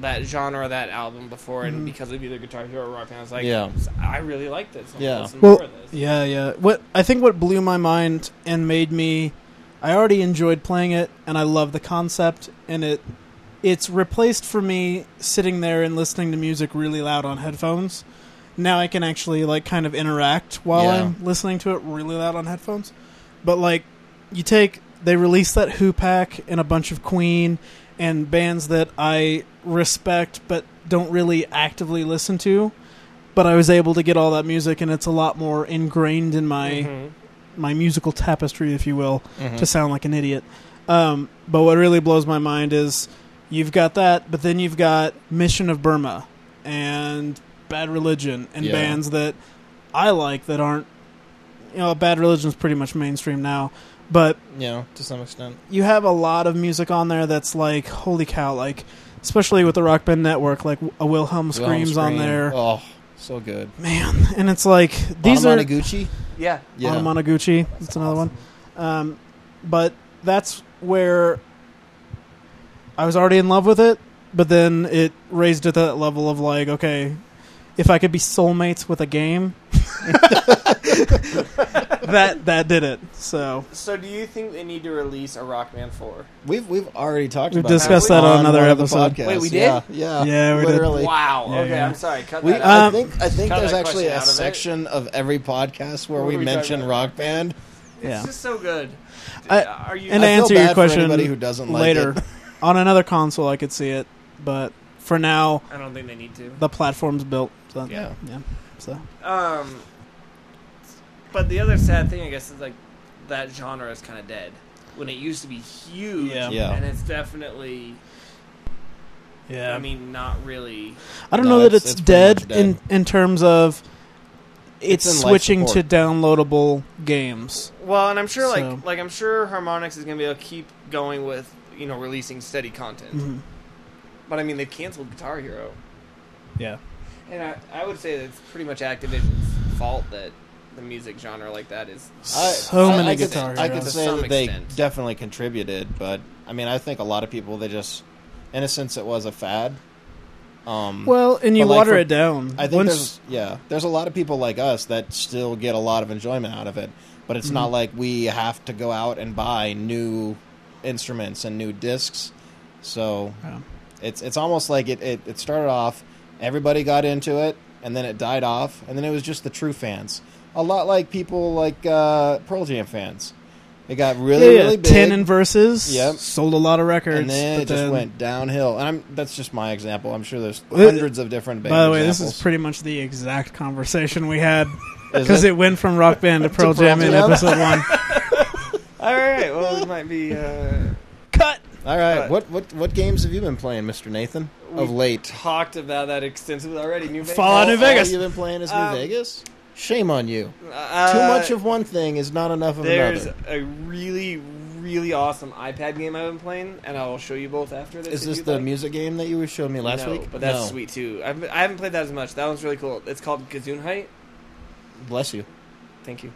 [SPEAKER 3] that genre or that album before,
[SPEAKER 2] Mm-hmm.
[SPEAKER 3] and because of either Guitar Hero or Rock Band, I was like,
[SPEAKER 1] Yeah.
[SPEAKER 3] I really like this. I'm gonna
[SPEAKER 1] Yeah.
[SPEAKER 3] listen more
[SPEAKER 2] well,
[SPEAKER 3] of this.
[SPEAKER 2] yeah, yeah. What I think what blew my mind and made me, I already enjoyed playing it, and I love the concept, and it, it's replaced for me sitting there and listening to music really loud on headphones. Now I can actually like kind of interact while
[SPEAKER 1] Yeah.
[SPEAKER 2] I'm listening to it really loud on headphones. But like, you take they released that Who pack and a bunch of Queen and bands that I respect but don't really actively listen to. But I was able to get all that music, and it's a lot more ingrained in my
[SPEAKER 3] Mhm.
[SPEAKER 2] my musical tapestry, if you will,
[SPEAKER 1] Mhm.
[SPEAKER 2] to sound like an idiot. Um, but what really blows my mind is you've got that, but then you've got Mission of Burma and Bad Religion and
[SPEAKER 1] Yeah.
[SPEAKER 2] bands that I like that aren't, you know, Bad Religion's pretty much mainstream now, but
[SPEAKER 1] you know, to some extent.
[SPEAKER 2] you have a lot of music on there that's like, holy cow, like, especially with the Rock Band Network, like a Wilhelm Screams
[SPEAKER 1] Well,
[SPEAKER 2] on
[SPEAKER 1] Scream.
[SPEAKER 2] there.
[SPEAKER 1] Oh, so good.
[SPEAKER 2] Man, and it's like, these are.
[SPEAKER 1] Gucci.
[SPEAKER 3] yeah.
[SPEAKER 1] Yeah.
[SPEAKER 2] on Monoguchi. That's, another
[SPEAKER 3] awesome.
[SPEAKER 2] one. Um, but that's where I was already in love with it, but then it raised it to that level of like, okay, if I could be soulmates with a game, that that did it. So
[SPEAKER 3] So, do you think they need to release a Rock Band four?
[SPEAKER 1] We've we've already talked.
[SPEAKER 2] We've
[SPEAKER 1] about
[SPEAKER 2] discussed
[SPEAKER 3] that
[SPEAKER 2] on
[SPEAKER 1] on
[SPEAKER 2] another
[SPEAKER 1] one of the
[SPEAKER 2] episode.
[SPEAKER 1] podcasts.
[SPEAKER 3] Wait, we did?
[SPEAKER 1] Yeah, yeah,
[SPEAKER 2] Yeah, we did.
[SPEAKER 1] literally.
[SPEAKER 3] wow.
[SPEAKER 2] Yeah,
[SPEAKER 3] okay,
[SPEAKER 2] yeah.
[SPEAKER 3] I'm sorry. Cut
[SPEAKER 1] We,
[SPEAKER 3] that. out.
[SPEAKER 1] I
[SPEAKER 2] Um,
[SPEAKER 1] think I think
[SPEAKER 3] Cut
[SPEAKER 1] there's
[SPEAKER 3] that
[SPEAKER 1] actually
[SPEAKER 3] question
[SPEAKER 1] a
[SPEAKER 3] out of it.
[SPEAKER 1] section of every podcast where
[SPEAKER 3] What
[SPEAKER 1] we,
[SPEAKER 3] were we talking
[SPEAKER 1] mention
[SPEAKER 3] about?
[SPEAKER 1] Rock Band.
[SPEAKER 2] yeah.
[SPEAKER 3] It's just so good.
[SPEAKER 2] I-
[SPEAKER 3] Are you?
[SPEAKER 2] and
[SPEAKER 1] I
[SPEAKER 2] to
[SPEAKER 1] feel
[SPEAKER 2] answer your
[SPEAKER 1] bad for
[SPEAKER 2] question
[SPEAKER 1] anybody who doesn't like
[SPEAKER 2] Later
[SPEAKER 1] it.
[SPEAKER 2] on another console, I could see it, but for now,
[SPEAKER 3] I don't think they need to.
[SPEAKER 2] the platform's built. So,
[SPEAKER 1] Yeah.
[SPEAKER 2] yeah. So
[SPEAKER 3] Um, but the other sad thing, I guess, is like that genre is kind of dead. When it used to be huge,
[SPEAKER 2] Yeah.
[SPEAKER 1] Yeah.
[SPEAKER 3] and it's definitely,
[SPEAKER 2] yeah,
[SPEAKER 3] I mean, not really.
[SPEAKER 2] I don't
[SPEAKER 1] No,
[SPEAKER 2] know that
[SPEAKER 1] it's-
[SPEAKER 2] it's,
[SPEAKER 1] it's pretty
[SPEAKER 2] dead,
[SPEAKER 1] much dead.
[SPEAKER 2] in in terms of
[SPEAKER 1] It's
[SPEAKER 2] it's,
[SPEAKER 1] in life
[SPEAKER 2] switching to
[SPEAKER 1] support.
[SPEAKER 2] downloadable games.
[SPEAKER 3] Well, and I'm sure, like,
[SPEAKER 2] So-
[SPEAKER 3] like I'm sure Harmonix is gonna be able to keep going with you know releasing steady content.
[SPEAKER 1] Mm-hmm.
[SPEAKER 2] Mhm.
[SPEAKER 3] But I mean, they've canceled Guitar Hero,
[SPEAKER 2] Yeah,
[SPEAKER 3] and I, I would say that it's pretty much Activision's fault that the music genre like that is.
[SPEAKER 2] so
[SPEAKER 1] I-
[SPEAKER 2] many
[SPEAKER 1] I could-
[SPEAKER 2] guitar.
[SPEAKER 1] I
[SPEAKER 2] Heroes.
[SPEAKER 1] could
[SPEAKER 3] To
[SPEAKER 1] say
[SPEAKER 3] some
[SPEAKER 1] that they
[SPEAKER 3] extent.
[SPEAKER 1] definitely contributed, but I mean, I think a lot of people they just, in a sense, it was a fad. Um,
[SPEAKER 2] well, and you
[SPEAKER 1] But, like,
[SPEAKER 2] water
[SPEAKER 1] for-
[SPEAKER 2] it down.
[SPEAKER 1] I think
[SPEAKER 2] Once,
[SPEAKER 1] there's yeah, there's a lot of people like us that still get a lot of enjoyment out of it, but it's
[SPEAKER 2] Mm-hmm.
[SPEAKER 1] not like we have to go out and buy new instruments and new discs. So
[SPEAKER 2] Yeah.
[SPEAKER 1] it's it's almost like it, it it started off, everybody got into it, and then it died off, and then it was just the true fans. A lot like people like uh, Pearl Jam fans. It got really
[SPEAKER 2] yeah, yeah,
[SPEAKER 1] really big.
[SPEAKER 2] ten and verses.
[SPEAKER 1] Yep.
[SPEAKER 2] sold a lot of records.
[SPEAKER 1] and then
[SPEAKER 2] but
[SPEAKER 1] it just went downhill, and I'm, that's just my example. I'm sure there's
[SPEAKER 2] Well, it-
[SPEAKER 1] hundreds of different.
[SPEAKER 2] By the way, this is
[SPEAKER 1] examples.
[SPEAKER 2] pretty much the exact conversation we had
[SPEAKER 1] Is
[SPEAKER 2] because
[SPEAKER 1] it?
[SPEAKER 2] it? went from Rock Band to Pearl
[SPEAKER 1] Pearl
[SPEAKER 2] Jam in
[SPEAKER 1] Jam?
[SPEAKER 2] episode one.
[SPEAKER 3] All right, well, it might be. Uh,
[SPEAKER 2] Cut.
[SPEAKER 1] All right.
[SPEAKER 3] But-
[SPEAKER 1] what what what games have you been playing, Mr. Nathan? Of
[SPEAKER 3] We-
[SPEAKER 1] late.
[SPEAKER 3] talked about that extensively already. New Vegas.
[SPEAKER 2] Fallout New
[SPEAKER 1] All
[SPEAKER 2] Vegas.
[SPEAKER 1] you've been playing is New
[SPEAKER 3] Um,
[SPEAKER 1] Vegas? Shame on you.
[SPEAKER 3] Uh,
[SPEAKER 1] Too much of one thing is not enough of
[SPEAKER 3] There's
[SPEAKER 1] another.
[SPEAKER 3] a really, really awesome iPad game I've been playing, and I will show you both after this.
[SPEAKER 1] Is
[SPEAKER 3] if
[SPEAKER 1] this
[SPEAKER 3] you'd
[SPEAKER 1] the
[SPEAKER 3] like.
[SPEAKER 1] music game that you were showing me last
[SPEAKER 3] No,
[SPEAKER 1] week?
[SPEAKER 3] But that's
[SPEAKER 1] No.
[SPEAKER 3] sweet too. I've, I haven't played that as much. That one's really cool. It's called Gazoonheit.
[SPEAKER 1] Bless you.
[SPEAKER 3] Thank you.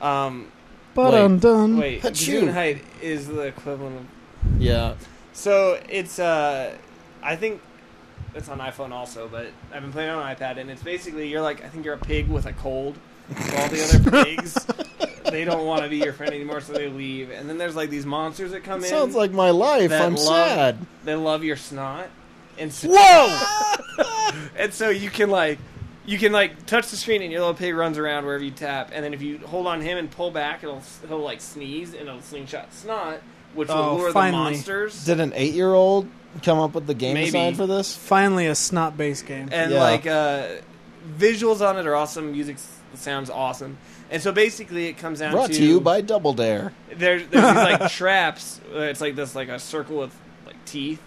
[SPEAKER 3] Um,
[SPEAKER 2] But
[SPEAKER 1] Wait.
[SPEAKER 2] I'm done.
[SPEAKER 3] wait,
[SPEAKER 1] Pachoo.
[SPEAKER 3] Gazoonheit is the equivalent of.
[SPEAKER 1] Yeah.
[SPEAKER 3] So it's uh, I think it's on iPhone also, but I've been playing it on iPad, and it's basically you're like I think you're a pig with a cold. So all the other pigs, they don't want to be your friend anymore, so they leave. And then there's like these monsters that come in.
[SPEAKER 1] Sounds like my life.
[SPEAKER 3] That
[SPEAKER 1] I'm
[SPEAKER 3] love-
[SPEAKER 1] sad.
[SPEAKER 3] they love your snot, and so,
[SPEAKER 1] Whoa!
[SPEAKER 3] and so you can like you can like touch the screen and your little pig runs around wherever you tap, and then if you hold on him and pull back, it'll he'll like sneeze and it'll slingshot snot, which
[SPEAKER 2] Oh,
[SPEAKER 3] will lure
[SPEAKER 2] finally.
[SPEAKER 3] the monsters.
[SPEAKER 1] Did an eight year old come up with the game
[SPEAKER 3] Maybe.
[SPEAKER 1] design for this?
[SPEAKER 2] Finally, a snot based game.
[SPEAKER 3] and
[SPEAKER 1] Yeah.
[SPEAKER 3] like uh, visuals on it are awesome. Music s- sounds awesome, and so basically it comes down
[SPEAKER 1] Brought to you by Double Dare.
[SPEAKER 3] there's, there's these like traps. Uh, It's like this like a circle with like teeth,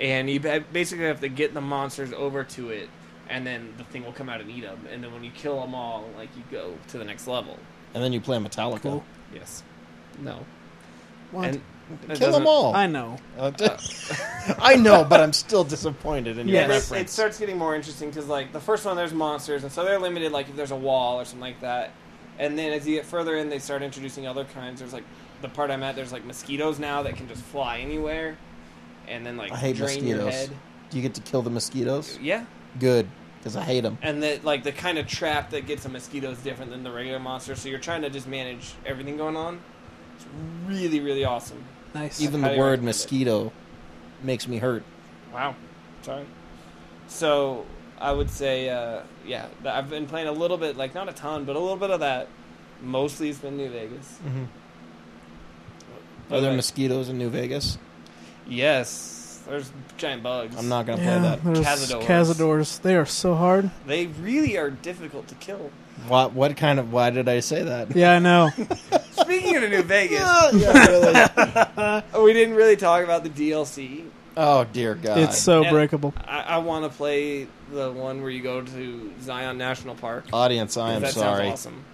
[SPEAKER 3] and you ba- basically have to get the monsters over to it, and then the thing will come out and eat them. And then when you kill them all, like you go to the next level.
[SPEAKER 1] And then you play Metallica.
[SPEAKER 2] Cool.
[SPEAKER 3] Yes. No.
[SPEAKER 2] What?
[SPEAKER 3] And it
[SPEAKER 1] Kill them
[SPEAKER 3] doesn't- Oh.
[SPEAKER 1] all.
[SPEAKER 2] I know.
[SPEAKER 1] Uh, d- I know, but I'm still disappointed in your
[SPEAKER 2] Yeah,
[SPEAKER 3] Yeah,
[SPEAKER 2] Yes.
[SPEAKER 3] it,
[SPEAKER 1] reference.
[SPEAKER 3] it starts getting more interesting because like the first one, there's monsters, and so they're limited. Like if there's a wall or something like that, and then as you get further in, they start introducing other kinds. There's like the part I'm at. There's like mosquitoes now that can just fly anywhere, and then like
[SPEAKER 1] I hate
[SPEAKER 3] drain your
[SPEAKER 1] mosquitoes.
[SPEAKER 3] head.
[SPEAKER 1] Do you get to kill the mosquitoes?
[SPEAKER 3] Yeah,
[SPEAKER 1] Good, because I hate them.
[SPEAKER 3] and that like the kind of trap that gets a mosquito is different than the regular monster. So you're trying to just manage everything going on. It's really really awesome.
[SPEAKER 2] Nice.
[SPEAKER 1] Even
[SPEAKER 3] highly
[SPEAKER 1] the word
[SPEAKER 3] recommend it.
[SPEAKER 1] mosquito makes me hurt.
[SPEAKER 3] Wow. Sorry. So I would say, uh, yeah, th- I've been playing a little bit, like not a ton, but a little bit of that. Mostly it's been New Vegas.
[SPEAKER 1] Mm-hmm. Are there
[SPEAKER 3] Okay.
[SPEAKER 1] mosquitoes in New Vegas?
[SPEAKER 3] Yes, there's giant bugs.
[SPEAKER 1] I'm not gonna
[SPEAKER 2] yeah,
[SPEAKER 1] play
[SPEAKER 2] there's
[SPEAKER 3] Cazadores.
[SPEAKER 2] Cazadores. They are so hard.
[SPEAKER 3] They really are difficult to kill.
[SPEAKER 1] that. What, what kind of? Why did I say that?
[SPEAKER 2] Yeah, I know.
[SPEAKER 3] Speaking of New Vegas,
[SPEAKER 1] Yeah, really.
[SPEAKER 3] we didn't really talk about the DLC.
[SPEAKER 1] Oh dear God!
[SPEAKER 2] it's so
[SPEAKER 3] Yeah.
[SPEAKER 2] breakable.
[SPEAKER 3] I, I want to play the one where you go to Zion National Park.
[SPEAKER 1] audience. I am
[SPEAKER 3] that
[SPEAKER 1] sorry.
[SPEAKER 3] sounds awesome.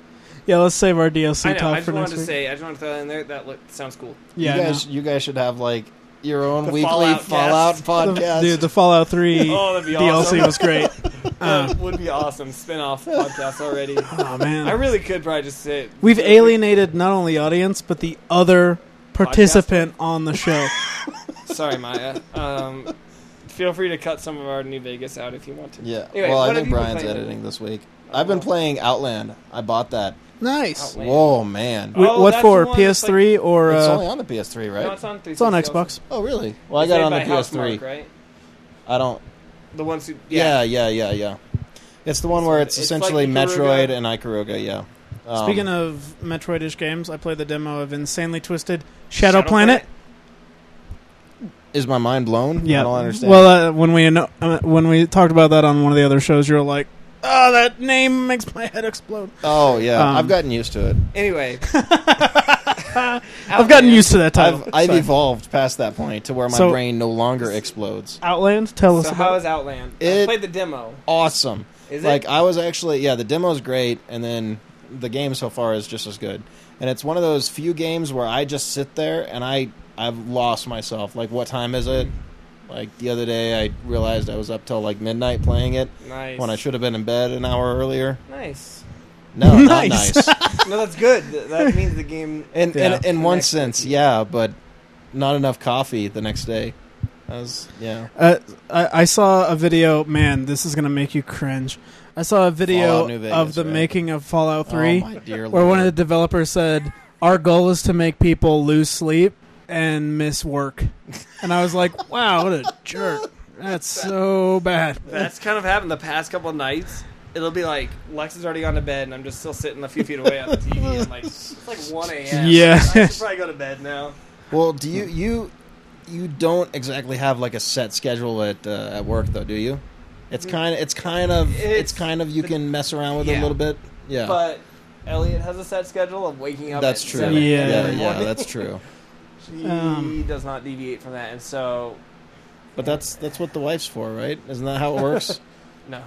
[SPEAKER 2] Yeah, let's save our
[SPEAKER 3] I
[SPEAKER 2] DLC
[SPEAKER 3] know.
[SPEAKER 2] talk
[SPEAKER 3] I just
[SPEAKER 2] for next
[SPEAKER 3] wanted
[SPEAKER 2] week.
[SPEAKER 3] to say. I just wanted to throw that in there. That look, sounds cool.
[SPEAKER 2] yeah,
[SPEAKER 1] you
[SPEAKER 2] I
[SPEAKER 1] guys, you guys should have like your own
[SPEAKER 3] The
[SPEAKER 1] weekly Fallout,
[SPEAKER 3] Fallout cast.
[SPEAKER 2] know. The-
[SPEAKER 1] podcast.
[SPEAKER 2] dude, the Fallout Three
[SPEAKER 3] Oh, that'd be
[SPEAKER 2] DLC
[SPEAKER 3] awesome.
[SPEAKER 2] was great. Uh,
[SPEAKER 3] That would be awesome. Spin-off podcast already.
[SPEAKER 2] Oh man,
[SPEAKER 3] I really could probably just sit.
[SPEAKER 2] we've alienated not only the audience but the other participant on the show.
[SPEAKER 3] Sorry, Maya. Um, feel free to cut some of our New Vegas out if you want to.
[SPEAKER 1] yeah.
[SPEAKER 3] Anyway,
[SPEAKER 1] well,
[SPEAKER 3] what
[SPEAKER 1] I
[SPEAKER 3] have
[SPEAKER 1] think
[SPEAKER 3] you been
[SPEAKER 1] Brian's
[SPEAKER 3] playing? Oh,
[SPEAKER 1] editing this week. I've been
[SPEAKER 3] well.
[SPEAKER 1] playing Outland. I bought that.
[SPEAKER 2] nice.
[SPEAKER 3] Outland.
[SPEAKER 1] Whoa, man!
[SPEAKER 3] Oh,
[SPEAKER 2] Wh- what
[SPEAKER 3] that's
[SPEAKER 2] for?
[SPEAKER 3] the one that's
[SPEAKER 2] PS3 or
[SPEAKER 1] it's
[SPEAKER 2] uh,
[SPEAKER 1] only on the PS3, right?
[SPEAKER 3] No, it's on.
[SPEAKER 2] it's on
[SPEAKER 3] 360
[SPEAKER 2] Xbox?
[SPEAKER 3] also.
[SPEAKER 1] oh, really? Well, I
[SPEAKER 3] It's
[SPEAKER 1] got
[SPEAKER 3] made
[SPEAKER 1] it on the
[SPEAKER 3] by Housemarque,
[SPEAKER 1] PS3.
[SPEAKER 3] right?
[SPEAKER 1] I don't.
[SPEAKER 3] The ones who. Yeah.
[SPEAKER 1] Yeah. yeah, yeah, yeah, It's the one where it's,
[SPEAKER 3] It's like
[SPEAKER 1] essentially
[SPEAKER 3] Ikaruga.
[SPEAKER 1] Metroid and Ikaruga. Yeah. Um,
[SPEAKER 2] Speaking of Metroidish games, I played the demo of Insanely Twisted Shadow, Planet.
[SPEAKER 1] is my mind blown? I
[SPEAKER 2] Yeah,
[SPEAKER 1] don't understand.
[SPEAKER 2] Well, uh, when we ano- uh, when we talked about that on one of the other shows, you were like, "Oh, that name makes my head explode."
[SPEAKER 1] oh yeah,
[SPEAKER 2] um,
[SPEAKER 1] I've gotten used to it.
[SPEAKER 3] Anyway,
[SPEAKER 2] I've gotten used to that title.
[SPEAKER 1] I've, I've
[SPEAKER 2] Sorry.
[SPEAKER 1] evolved past that point to where my
[SPEAKER 2] So-
[SPEAKER 1] brain no longer explodes.
[SPEAKER 2] Outland, tell us
[SPEAKER 3] So
[SPEAKER 2] about
[SPEAKER 3] how is Outland? I
[SPEAKER 1] It-
[SPEAKER 3] played the demo.
[SPEAKER 1] Awesome.
[SPEAKER 3] Is it?
[SPEAKER 1] like I was actually yeah, the demo's great and then the game so far is just as good. And it's one of those few games where I just sit there and I I've lost myself. Like what time is it? Like the other day I realized I was up till like midnight playing it
[SPEAKER 3] nice.
[SPEAKER 1] when I should have been in bed an hour earlier.
[SPEAKER 3] Nice.
[SPEAKER 1] No,
[SPEAKER 2] Nice.
[SPEAKER 1] not nice.
[SPEAKER 3] No, that's good. Th- That means the game.
[SPEAKER 1] In
[SPEAKER 2] Yeah.
[SPEAKER 1] in, in one
[SPEAKER 3] Connects with
[SPEAKER 1] sense,
[SPEAKER 3] you.
[SPEAKER 1] yeah, but not enough coffee the next day. I was yeah.
[SPEAKER 2] Uh, I, I saw a video. Man, this is gonna make you cringe. I saw a video
[SPEAKER 1] Fallout New Vegas,
[SPEAKER 2] of the
[SPEAKER 1] right?
[SPEAKER 2] making of Fallout Three,
[SPEAKER 1] Oh my dear
[SPEAKER 2] where one of the
[SPEAKER 1] Lord.
[SPEAKER 2] developers said, "Our goal is to make people lose sleep and miss work," and I was like, "Wow, what a jerk! That's so bad."
[SPEAKER 3] That's kind of happened the past couple nights. It'll be like Lex is already gone to bed, and I'm just still sitting a few feet away on the TV. And like it's like 1 a.m.
[SPEAKER 2] Yeah.
[SPEAKER 3] I should probably go to bed now.
[SPEAKER 1] Well, do you you you don't exactly have like a set schedule at uh, at work though, do you? It's kind of it's kind of it's,
[SPEAKER 3] Mm. It's-
[SPEAKER 1] kind of you can mess around with it
[SPEAKER 3] yeah.
[SPEAKER 1] a little bit. Yeah.
[SPEAKER 3] But Elliot has a set schedule of waking up.
[SPEAKER 1] that's
[SPEAKER 3] at
[SPEAKER 1] true.
[SPEAKER 2] Yeah.
[SPEAKER 3] seven
[SPEAKER 1] yeah,
[SPEAKER 3] every
[SPEAKER 1] yeah,
[SPEAKER 3] morning.
[SPEAKER 1] that's true.
[SPEAKER 3] She
[SPEAKER 2] Um,
[SPEAKER 3] does not deviate from that, and so
[SPEAKER 1] But that's that's what the wife's for, right? Isn't that how it works?
[SPEAKER 3] no.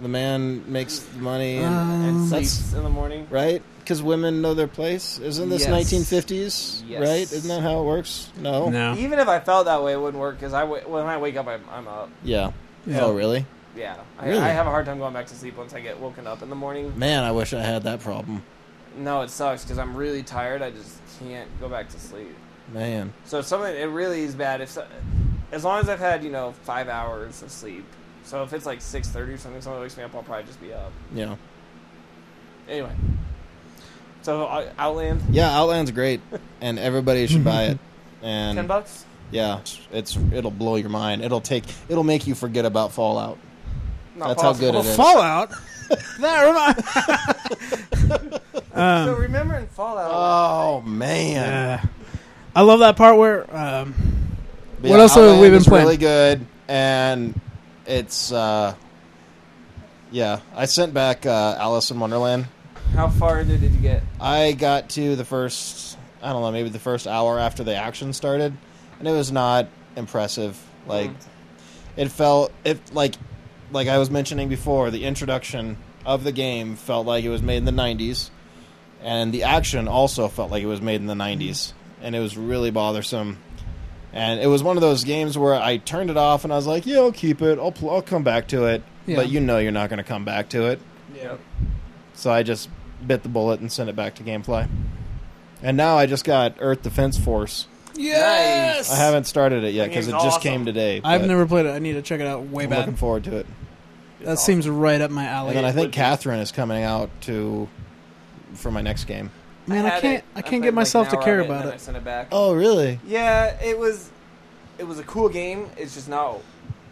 [SPEAKER 1] the man makes the money, and,
[SPEAKER 3] And
[SPEAKER 2] Um,
[SPEAKER 1] that's-
[SPEAKER 3] sleeps in the morning.
[SPEAKER 1] right? Because women know their place. Isn't this
[SPEAKER 3] Yes.
[SPEAKER 1] 1950s?
[SPEAKER 3] Yes.
[SPEAKER 1] Right? Isn't that how it works? No.
[SPEAKER 2] no.
[SPEAKER 3] Even if I felt that way, it wouldn't work because I w- when I wake up, I'm, I'm up.
[SPEAKER 1] Yeah.
[SPEAKER 2] Yeah.
[SPEAKER 1] Oh, really?
[SPEAKER 3] Yeah, I,
[SPEAKER 1] Really?
[SPEAKER 3] I have a hard time going back to sleep once I get woken up in the morning.
[SPEAKER 1] Man, I wish I had that problem.
[SPEAKER 3] No, it sucks because I'm really tired. I just can't go back to sleep.
[SPEAKER 1] Man.
[SPEAKER 3] So if something it really is bad. If so, as long as I've had you know five hours of sleep. So if it's like six thirty or something, someone wakes me up, I'll probably just be up.
[SPEAKER 1] Yeah.
[SPEAKER 3] Anyway, so uh, Outland,
[SPEAKER 1] Yeah, Outland's great, and everybody should buy it. And
[SPEAKER 3] ten bucks.
[SPEAKER 1] yeah, it's it'll blow your mind. It'll take it'll make you forget about Fallout.
[SPEAKER 3] Not
[SPEAKER 1] That's how good
[SPEAKER 2] Well,
[SPEAKER 1] it is.
[SPEAKER 2] Fallout. that remi- um,
[SPEAKER 3] So remember in Fallout,
[SPEAKER 1] Oh man!
[SPEAKER 2] Yeah. I love that part where um,
[SPEAKER 1] But
[SPEAKER 2] What else have
[SPEAKER 1] Outland
[SPEAKER 2] we been
[SPEAKER 1] is
[SPEAKER 2] playing?
[SPEAKER 1] Really good, and it's uh, yeah. I sent back uh, Alice in Wonderland.
[SPEAKER 3] how far into did you get?
[SPEAKER 1] I got to the first I don't know maybe the first hour after the action started, and it was not impressive. Like
[SPEAKER 3] Mm.
[SPEAKER 1] it felt it like like I was mentioning before, the introduction of the game felt like it was made in the 90s, and the action also felt like it was made in the 90s, and it was really bothersome. And it was one of those games where I turned it off and I was like, yeah, I'll keep it. I'll, pl- I'll come back to it.
[SPEAKER 2] Yeah.
[SPEAKER 1] But you know you're not going to come back to it.
[SPEAKER 3] Yeah.
[SPEAKER 1] So I just bit the bullet and sent it back to Gamefly. And now I just got Earth Defense Force.
[SPEAKER 3] Yes!
[SPEAKER 1] I haven't started it yet because it
[SPEAKER 3] That
[SPEAKER 1] just came
[SPEAKER 3] game's awesome.
[SPEAKER 1] today.
[SPEAKER 2] I've
[SPEAKER 1] but
[SPEAKER 2] never played it. I need to check it out. Way
[SPEAKER 1] I'm
[SPEAKER 2] bad.
[SPEAKER 1] looking forward to it.
[SPEAKER 2] that seems right up my alley.
[SPEAKER 1] And then I
[SPEAKER 3] would
[SPEAKER 1] think
[SPEAKER 3] be-
[SPEAKER 1] Catherine is coming out to for my next game.
[SPEAKER 2] Man, I,
[SPEAKER 3] had
[SPEAKER 2] can't.
[SPEAKER 3] it.
[SPEAKER 2] I
[SPEAKER 3] played
[SPEAKER 2] can't
[SPEAKER 3] like
[SPEAKER 2] get
[SPEAKER 3] an
[SPEAKER 2] myself to
[SPEAKER 3] hour
[SPEAKER 2] care
[SPEAKER 3] of and
[SPEAKER 2] about
[SPEAKER 3] then I
[SPEAKER 2] it.
[SPEAKER 3] sent it back.
[SPEAKER 1] Oh, really?
[SPEAKER 3] Yeah, it was. It was a cool game. It's just not.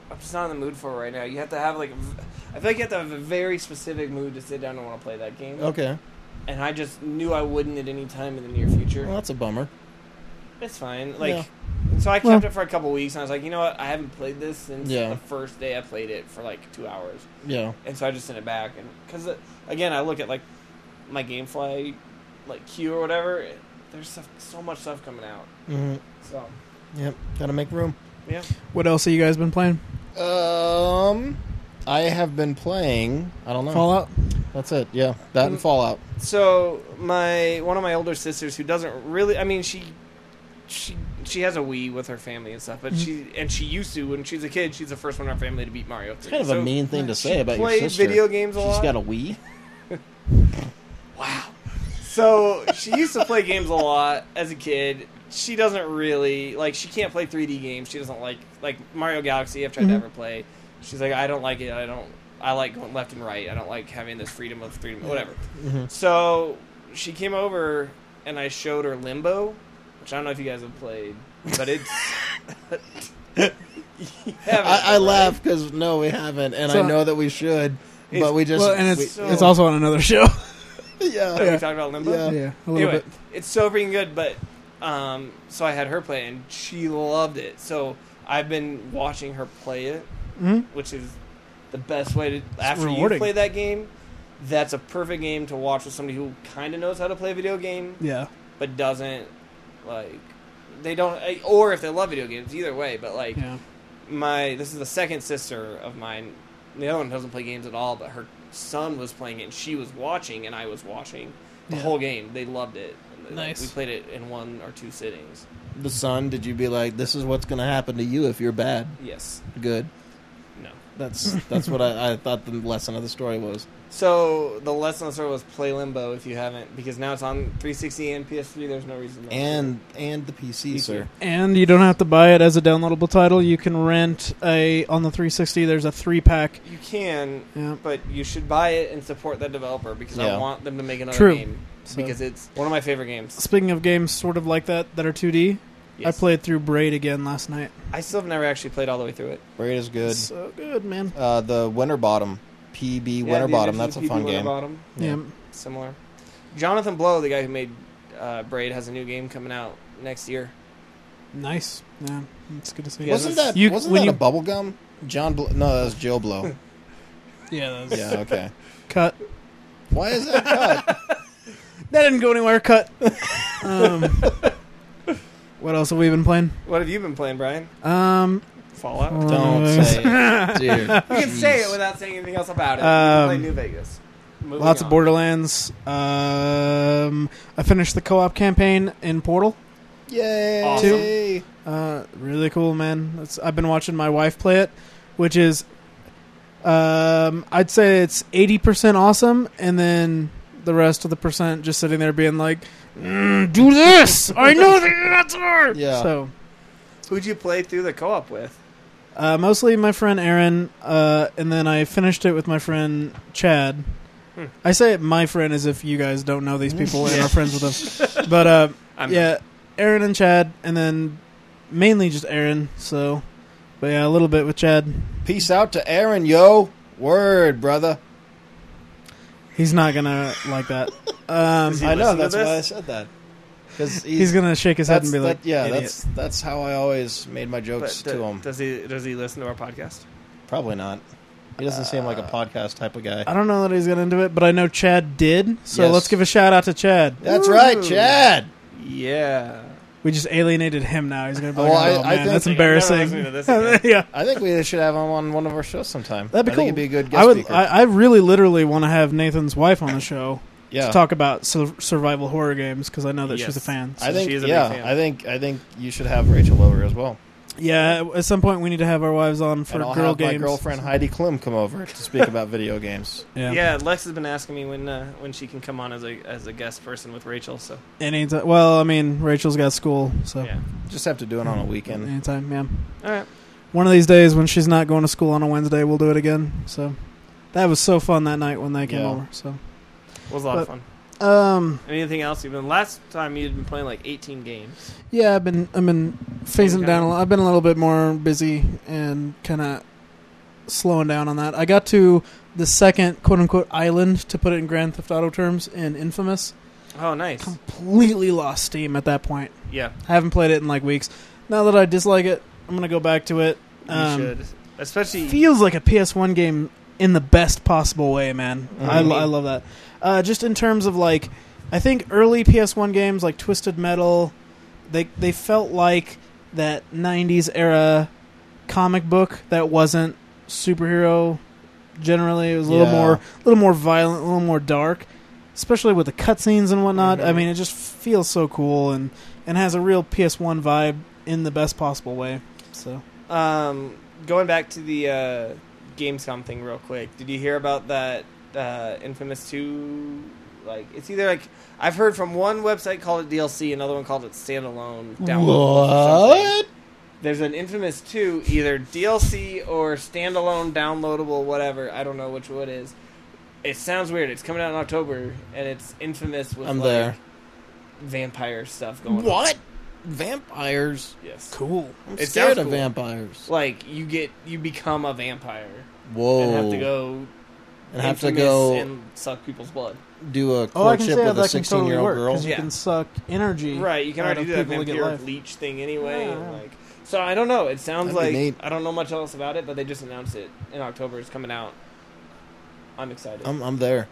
[SPEAKER 3] I'm just not in the mood for it right now. You have to have like. a v- I feel like you have to have a very specific mood to sit down and want to play that game.
[SPEAKER 1] Okay.
[SPEAKER 3] And I just knew I wouldn't at any time in the near future.
[SPEAKER 1] Well, that's a bummer.
[SPEAKER 3] It's fine. Like,
[SPEAKER 1] Yeah.
[SPEAKER 3] so I kept
[SPEAKER 2] Well-
[SPEAKER 3] it for a couple weeks, and I was like, you know what? I haven't played this since
[SPEAKER 1] Yeah.
[SPEAKER 3] the first day I played it for like two hours,
[SPEAKER 1] Yeah.
[SPEAKER 3] and so I just sent it back. And because again, I look at like my GameFly, like queue or whatever. it- There's stuff, so much stuff coming out.
[SPEAKER 1] hmm
[SPEAKER 3] So
[SPEAKER 1] Yep. Gotta make room.
[SPEAKER 3] yeah,
[SPEAKER 2] What else have you guys been playing?
[SPEAKER 1] Um, I have been playing. I don't know.
[SPEAKER 2] Fallout.
[SPEAKER 1] That's it. Yeah, that and Fallout.
[SPEAKER 3] So my one of my older sisters who doesn't really I mean she she she has a Wii with her family and stuff, but she and she used to when she was a kid, she's the first one in her family to beat Mario 3.
[SPEAKER 1] Mm-hmm. It's kind of a mean thing to
[SPEAKER 3] she
[SPEAKER 1] say about your
[SPEAKER 3] played
[SPEAKER 1] sister.
[SPEAKER 3] video games a
[SPEAKER 1] She's
[SPEAKER 3] lot.
[SPEAKER 1] got a Wii.
[SPEAKER 3] Wow. So she used to play games a lot as a kid. She doesn't really like she can't play 3D games. She doesn't like like Mario Galaxy I've tried to
[SPEAKER 2] Mhm.
[SPEAKER 3] ever play. She's like I don't like it. I don't I like going left and right. I don't like having this freedom of freedom whatever.
[SPEAKER 2] Mm-hmm.
[SPEAKER 1] Mhm.
[SPEAKER 3] So she came over and I showed her Limbo, which I don't know if you guys have played, but it's. You haven't,
[SPEAKER 1] I, I
[SPEAKER 3] right?
[SPEAKER 1] laugh because no, we haven't, and
[SPEAKER 2] So-
[SPEAKER 1] I know that we should,
[SPEAKER 3] It's-
[SPEAKER 1] but we just
[SPEAKER 2] well, and it's
[SPEAKER 3] so-
[SPEAKER 2] it's also on another show.
[SPEAKER 1] we-
[SPEAKER 3] Have
[SPEAKER 1] yeah.
[SPEAKER 3] we talked about Limbo?
[SPEAKER 1] Yeah.
[SPEAKER 2] yeah, a little
[SPEAKER 3] anyway,
[SPEAKER 2] bit.
[SPEAKER 3] it's so freaking good, but um, so I had her play and she loved it. So I've been watching her play it,
[SPEAKER 2] Mhm.
[SPEAKER 3] which is the best way to after
[SPEAKER 2] rewarding.
[SPEAKER 3] you play that game. That's a perfect game to watch with somebody who kind of knows how to play a video game,
[SPEAKER 2] Yeah,
[SPEAKER 3] but doesn't like they don't, eh, or if they love video games, either way. But like
[SPEAKER 2] yeah.
[SPEAKER 3] my this is the second sister of mine. The other one doesn't play games at all, but her son was playing it and she was watching and I was watching the
[SPEAKER 2] Yeah.
[SPEAKER 3] whole game. They loved it. Like,
[SPEAKER 2] Nice.
[SPEAKER 3] We played it in one or two sittings.
[SPEAKER 1] The son, did you be like, this is what's going to happen to you if you're bad?
[SPEAKER 3] Yes.
[SPEAKER 1] Good.
[SPEAKER 3] No.
[SPEAKER 1] That's that's what I, I thought the lesson of the story was.
[SPEAKER 3] So the lesson on story was play Limbo if you haven't, because now it's on 360 and PS3. There's no reason. Not to.
[SPEAKER 1] And and the PC,
[SPEAKER 3] PC.
[SPEAKER 1] sir.
[SPEAKER 2] And you don't have to buy it as a downloadable title. You can rent a on the 360. There's a three pack.
[SPEAKER 3] you can,
[SPEAKER 2] Yeah.
[SPEAKER 3] but you should buy it and support that developer because I
[SPEAKER 1] Yeah.
[SPEAKER 3] want them to make another
[SPEAKER 2] True.
[SPEAKER 3] game
[SPEAKER 2] So-
[SPEAKER 3] because it's one of my favorite games.
[SPEAKER 2] Speaking of games, sort of like that that are 2D.
[SPEAKER 3] Yes.
[SPEAKER 2] I played through Braid again last night.
[SPEAKER 3] I still have never actually played all the way through it.
[SPEAKER 1] Braid is good.
[SPEAKER 2] So good, man.
[SPEAKER 1] Uh, the Winter Bottom, PB
[SPEAKER 3] Yeah,
[SPEAKER 1] Winter
[SPEAKER 3] the
[SPEAKER 1] Bottom. That's
[SPEAKER 3] Addictions
[SPEAKER 1] a
[SPEAKER 3] of
[SPEAKER 1] fun
[SPEAKER 3] PB
[SPEAKER 1] game.
[SPEAKER 3] Winterbottom.
[SPEAKER 2] Yeah.
[SPEAKER 1] Yeah.
[SPEAKER 3] similar. Jonathan Blow, the guy who made uh, Braid, has a new game coming out next year.
[SPEAKER 2] nice. Yeah, it's good to see.
[SPEAKER 3] Yeah,
[SPEAKER 1] wasn't
[SPEAKER 3] that's-
[SPEAKER 1] that
[SPEAKER 2] you-
[SPEAKER 1] wasn't
[SPEAKER 2] when
[SPEAKER 1] that
[SPEAKER 2] you-
[SPEAKER 1] a bubble gum? John Blo- No, that was Joe Blow.
[SPEAKER 2] Yeah, that was
[SPEAKER 1] yeah, okay.
[SPEAKER 2] cut.
[SPEAKER 1] Why is that cut?
[SPEAKER 2] That didn't go anywhere. Cut. um, what else have we been playing?
[SPEAKER 3] What have you been playing, Brian?
[SPEAKER 2] Um,
[SPEAKER 3] Fallout.
[SPEAKER 1] Don't
[SPEAKER 2] uh,
[SPEAKER 1] say it. Dude.
[SPEAKER 3] You can say it without saying anything else about it. You
[SPEAKER 2] Um,
[SPEAKER 3] can play New Vegas. Moving
[SPEAKER 2] Lots of
[SPEAKER 3] on.
[SPEAKER 2] Borderlands. Um, I finished the co-op campaign in Portal.
[SPEAKER 1] Yay.
[SPEAKER 3] Awesome.
[SPEAKER 2] Uh, really cool, man. That's, I've been watching my wife play it, which is, um, I'd say it's eighty percent awesome, and then the rest of the percent just sitting there being like, "Mm, "Do this! I know that you're not smart."
[SPEAKER 1] Yeah.
[SPEAKER 2] So,
[SPEAKER 3] Who'd you play through the co-op with?
[SPEAKER 2] uh, mostly my friend Aaron, uh, and then I finished it with my friend Chad.
[SPEAKER 3] Hmm.
[SPEAKER 2] I say my friend as if you guys don't know these people and are friends with them, but uh,
[SPEAKER 3] I'm
[SPEAKER 2] yeah, Aaron and Chad, and then mainly just Aaron. So, but yeah, a little bit with Chad.
[SPEAKER 1] Peace out to Aaron, yo. Word, brother.
[SPEAKER 2] He's not gonna like that. Um,
[SPEAKER 3] Does he
[SPEAKER 1] I know
[SPEAKER 3] listen to
[SPEAKER 1] that's why I
[SPEAKER 3] this?
[SPEAKER 1] said that. Because he's,
[SPEAKER 2] he's gonna shake his head
[SPEAKER 1] that's,
[SPEAKER 2] and be like,
[SPEAKER 1] that- yeah,
[SPEAKER 2] "Idiot."
[SPEAKER 1] that's that's how I always made my jokes
[SPEAKER 3] But
[SPEAKER 1] to
[SPEAKER 3] do-
[SPEAKER 1] him.
[SPEAKER 3] Does he does he listen to our podcast?
[SPEAKER 1] Probably not. Uh, He doesn't seem like a podcast type of guy.
[SPEAKER 2] I don't know that he's gonna do it, but I know Chad did. So
[SPEAKER 1] Yes.
[SPEAKER 2] let's give a shout out to Chad.
[SPEAKER 1] That's right,
[SPEAKER 3] Ooh.
[SPEAKER 1] Chad.
[SPEAKER 3] Yeah.
[SPEAKER 2] We just alienated him now. He's gonna be
[SPEAKER 1] Oh,
[SPEAKER 2] like,
[SPEAKER 1] well,
[SPEAKER 2] oh,
[SPEAKER 1] I- I
[SPEAKER 2] man,
[SPEAKER 1] think-
[SPEAKER 2] that's
[SPEAKER 1] I'm
[SPEAKER 3] never
[SPEAKER 2] embarrassing.
[SPEAKER 3] listening to this again.
[SPEAKER 2] yeah,
[SPEAKER 1] I think we should have him on one of our shows sometime.
[SPEAKER 2] that'd be
[SPEAKER 1] I
[SPEAKER 2] cool.
[SPEAKER 1] think it'd be a good guest
[SPEAKER 2] I would.
[SPEAKER 1] speaker.
[SPEAKER 2] I, I really, literally want to have Nathan's wife on the show
[SPEAKER 1] yeah,
[SPEAKER 2] to talk about sur- survival horror games because I know that she's a
[SPEAKER 3] Yes.
[SPEAKER 2] fan. so-
[SPEAKER 1] I think
[SPEAKER 3] She's a big
[SPEAKER 1] yeah,
[SPEAKER 3] fan.
[SPEAKER 1] I think I think you should have Rachel over as well.
[SPEAKER 2] yeah, at some point we need to have our wives on for
[SPEAKER 1] and I'll
[SPEAKER 2] girl
[SPEAKER 1] have
[SPEAKER 2] games.
[SPEAKER 1] my girlfriend Heidi Klum come over to speak about video games.
[SPEAKER 2] Yeah.
[SPEAKER 3] Yeah, Lex has been asking me when uh, when she can come on as a as a guest person with Rachel. So
[SPEAKER 2] Anytime. Well, I mean, Rachel's got school, so
[SPEAKER 3] yeah,
[SPEAKER 1] Just have to do it on a weekend.
[SPEAKER 2] anytime. Yeah.
[SPEAKER 3] all right.
[SPEAKER 2] One of these days when she's not going to school on a Wednesday, we'll do it again. So that was so fun that night when they came
[SPEAKER 1] Yeah.
[SPEAKER 2] over. So
[SPEAKER 3] Was a lot
[SPEAKER 2] But-
[SPEAKER 3] of fun.
[SPEAKER 2] um,
[SPEAKER 3] Anything else? You've been last time you'd been playing like 18 games.
[SPEAKER 2] yeah, I've been I've been phasing
[SPEAKER 3] Okay.
[SPEAKER 2] down. A lot. I've been a little bit more busy and kind of slowing down on that. I got to the second quote unquote island to put it in Grand Theft Auto terms in Infamous.
[SPEAKER 3] Oh, nice.
[SPEAKER 2] Completely lost steam at that point.
[SPEAKER 3] Yeah,
[SPEAKER 2] I haven't played it in like weeks. Now that I dislike it, I'm gonna go back to it. Um,
[SPEAKER 3] you
[SPEAKER 1] Um,
[SPEAKER 3] should, especially
[SPEAKER 2] feels like a PS1 game in the best possible way, man.
[SPEAKER 1] Mhm.
[SPEAKER 2] I, lo- I love that. Uh, just in terms of like, I think early PS1 games like Twisted Metal, they they felt like that '90s era comic book that wasn't superhero. Generally, it was a little
[SPEAKER 1] Yeah.
[SPEAKER 2] more, a little more violent, a little more dark. Especially with the cutscenes and whatnot. I
[SPEAKER 3] Mhm.
[SPEAKER 2] mean, it just feels so cool and and has a real PS1 vibe in the best possible way. So
[SPEAKER 3] Um, going back to the uh, Gamescom thing real quick. Did you hear about that uh, Infamous Two? Like, it's either like I've heard from one website called it DLC, another one called it standalone. download or something.
[SPEAKER 1] What?
[SPEAKER 3] There's an Infamous Two, either DLC or standalone downloadable, whatever. I don't know which one it is. It sounds weird. It's coming out in October, and it's Infamous with
[SPEAKER 1] I'm
[SPEAKER 3] like
[SPEAKER 1] there.
[SPEAKER 3] vampire stuff going. on.
[SPEAKER 1] What? Vampires?
[SPEAKER 3] Yes.
[SPEAKER 2] cool.
[SPEAKER 1] I'm
[SPEAKER 3] It
[SPEAKER 1] scared
[SPEAKER 3] sounds
[SPEAKER 1] of
[SPEAKER 3] cool.
[SPEAKER 1] vampires.
[SPEAKER 3] Like you get you become a vampire
[SPEAKER 1] Whoa!
[SPEAKER 3] and have to go
[SPEAKER 1] Oh. and have to
[SPEAKER 3] infamous
[SPEAKER 1] go
[SPEAKER 3] and suck people's blood.
[SPEAKER 1] do a
[SPEAKER 2] Oh, I
[SPEAKER 1] courtship
[SPEAKER 2] can say
[SPEAKER 1] with a
[SPEAKER 2] that can totally
[SPEAKER 1] sixteen-year-old
[SPEAKER 2] work
[SPEAKER 1] girl.
[SPEAKER 2] because you
[SPEAKER 3] Yeah.
[SPEAKER 2] can suck energy.
[SPEAKER 3] Right, you can
[SPEAKER 2] out of
[SPEAKER 3] already do that
[SPEAKER 2] people to get
[SPEAKER 3] vampiric
[SPEAKER 2] life.
[SPEAKER 3] leech thing anyway.
[SPEAKER 2] Yeah.
[SPEAKER 3] and, like, so I don't know. It sounds
[SPEAKER 1] That'd be neat.
[SPEAKER 3] like I don't know much else about it, but they just announced it in October. It's coming out. I'm excited.
[SPEAKER 1] I'm I'm there.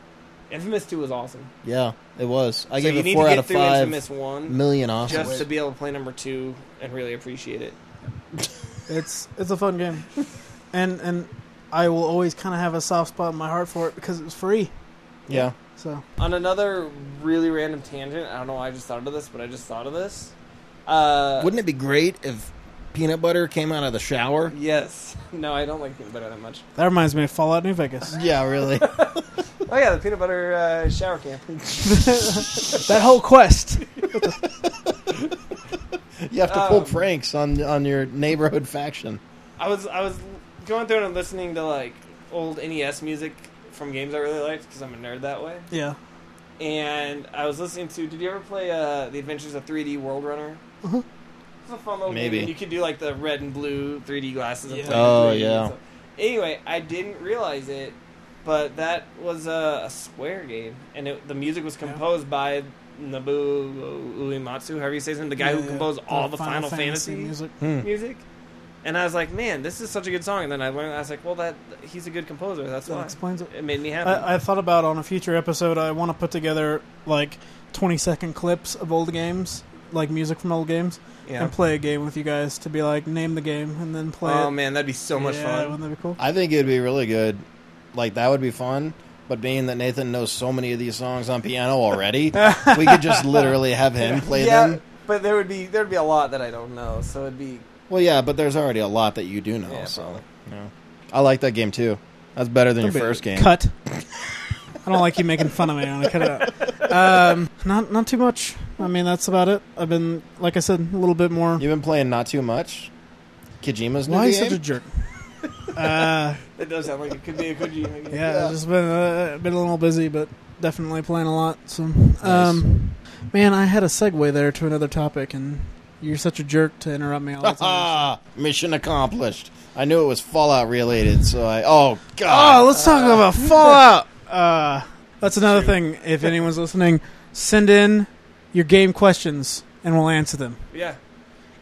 [SPEAKER 3] Infamous Two was awesome.
[SPEAKER 1] Yeah, it was. I
[SPEAKER 3] so
[SPEAKER 1] gave
[SPEAKER 3] you
[SPEAKER 1] it
[SPEAKER 3] need
[SPEAKER 1] four
[SPEAKER 3] to get
[SPEAKER 1] out of
[SPEAKER 3] through
[SPEAKER 1] five
[SPEAKER 3] Infamous One
[SPEAKER 1] million off.
[SPEAKER 3] just
[SPEAKER 1] Wait.
[SPEAKER 3] to be able to play number two and really appreciate it.
[SPEAKER 2] It's it's a fun game, and and I will always kind of have a soft spot in my heart for it because it was free.
[SPEAKER 1] yeah.
[SPEAKER 2] So
[SPEAKER 3] On another really random tangent, I don't know why I just thought of this, but I just thought of this. Uh,
[SPEAKER 1] Wouldn't it be great if peanut butter came out of the shower?
[SPEAKER 3] yes. No, I don't like peanut butter that much.
[SPEAKER 2] that reminds me of Fallout New Vegas.
[SPEAKER 1] Yeah, really.
[SPEAKER 3] Oh yeah, the peanut butter uh, shower camp.
[SPEAKER 2] that whole quest.
[SPEAKER 1] you have to pull
[SPEAKER 3] Um,
[SPEAKER 1] pranks on on your neighborhood faction.
[SPEAKER 3] I was I was going through and listening to like old NES music from games I really liked because I'm a nerd that way.
[SPEAKER 2] Yeah.
[SPEAKER 3] And I was listening to. Did you ever play uh, The Adventures of 3D World Runner?
[SPEAKER 2] Uh-huh.
[SPEAKER 3] It's a fun little
[SPEAKER 1] Maybe.
[SPEAKER 3] game. and You could do like the red and blue 3D glasses. And
[SPEAKER 2] Yeah.
[SPEAKER 3] play in
[SPEAKER 1] Oh,
[SPEAKER 3] 3D and
[SPEAKER 1] yeah.
[SPEAKER 3] stuff. Anyway, I didn't realize it, but that was a, a Square game, and it, the music was
[SPEAKER 2] Yeah.
[SPEAKER 3] composed by Nobuo Uematsu, however you say his name, the guy
[SPEAKER 2] Yeah,
[SPEAKER 3] who
[SPEAKER 2] yeah.
[SPEAKER 3] composed all the Final, Fantasy,
[SPEAKER 2] music.
[SPEAKER 1] Hmm.
[SPEAKER 3] music. And I was like, man, this is such a good song. And then I learned, I was like, well, that he's a good composer. That's
[SPEAKER 2] That
[SPEAKER 3] why
[SPEAKER 2] explains it.
[SPEAKER 3] it made me happy.
[SPEAKER 2] I, I thought about on a future episode. I want to put together like twenty second clips of old games, like music from old games,
[SPEAKER 3] yeah.
[SPEAKER 2] and play a game with you guys to be like name the game and then play
[SPEAKER 3] Oh
[SPEAKER 2] it.
[SPEAKER 3] man, that'd be so much
[SPEAKER 2] yeah,
[SPEAKER 3] fun.
[SPEAKER 2] Wouldn't that be cool?
[SPEAKER 1] I think it'd be really good. Like that would be fun. But being that Nathan knows so many of these songs on piano already, we could just literally have him play them.
[SPEAKER 3] but there would be there'd be a lot that I don't know, so it'd be
[SPEAKER 1] Well, yeah, but there's already a lot that you do know.
[SPEAKER 3] Yeah,
[SPEAKER 1] so
[SPEAKER 3] probably.
[SPEAKER 1] yeah. I like that game too. That's better than
[SPEAKER 2] That'd
[SPEAKER 1] your
[SPEAKER 2] be
[SPEAKER 1] first game.
[SPEAKER 2] Cut. I don't like you making fun of me. I'm gonna cut it out. Um, not not too much. I mean, that's about it. I've been, like I said, a little bit more.
[SPEAKER 1] You've been playing not too much. Kojima's new
[SPEAKER 2] Why are you
[SPEAKER 1] game.
[SPEAKER 2] such a jerk? Uh,
[SPEAKER 3] it does sound like it could be a good game.
[SPEAKER 2] yeah, I've just been uh, been a little busy, but definitely playing a lot. So, um, man, I had a segue there to another topic, and you're such a jerk to interrupt me all the time.
[SPEAKER 1] Ah, mission accomplished. I knew it was Fallout related, so I. Oh
[SPEAKER 2] oh,
[SPEAKER 1] God!
[SPEAKER 2] let's talk about Fallout. Uh, that's another thing. If anyone's listening, send in your game questions, and we'll answer them.
[SPEAKER 3] yeah.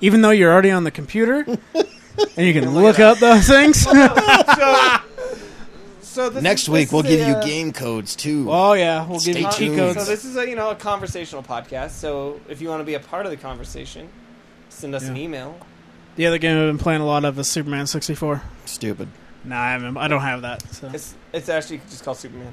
[SPEAKER 2] even though you're already on the
[SPEAKER 3] Oh
[SPEAKER 2] computer and you can
[SPEAKER 3] look
[SPEAKER 2] look up those things.
[SPEAKER 3] So, So this
[SPEAKER 1] Next
[SPEAKER 3] is-
[SPEAKER 1] week
[SPEAKER 3] this
[SPEAKER 1] we'll
[SPEAKER 3] is
[SPEAKER 1] give
[SPEAKER 3] a,
[SPEAKER 1] you
[SPEAKER 3] uh,
[SPEAKER 1] game codes too.
[SPEAKER 2] Oh yeah, we'll give
[SPEAKER 1] Stay
[SPEAKER 2] you cheat
[SPEAKER 1] tuned.
[SPEAKER 2] codes.
[SPEAKER 3] So this is a you know a conversational podcast. So if you want to be a part of the conversation, send us an
[SPEAKER 2] Yeah.
[SPEAKER 3] email.
[SPEAKER 2] the other game I've been playing a lot of is Superman sixty four.
[SPEAKER 1] Stupid.
[SPEAKER 2] Nah, I haven't. I don't have that. So
[SPEAKER 3] It's it's actually just called Superman.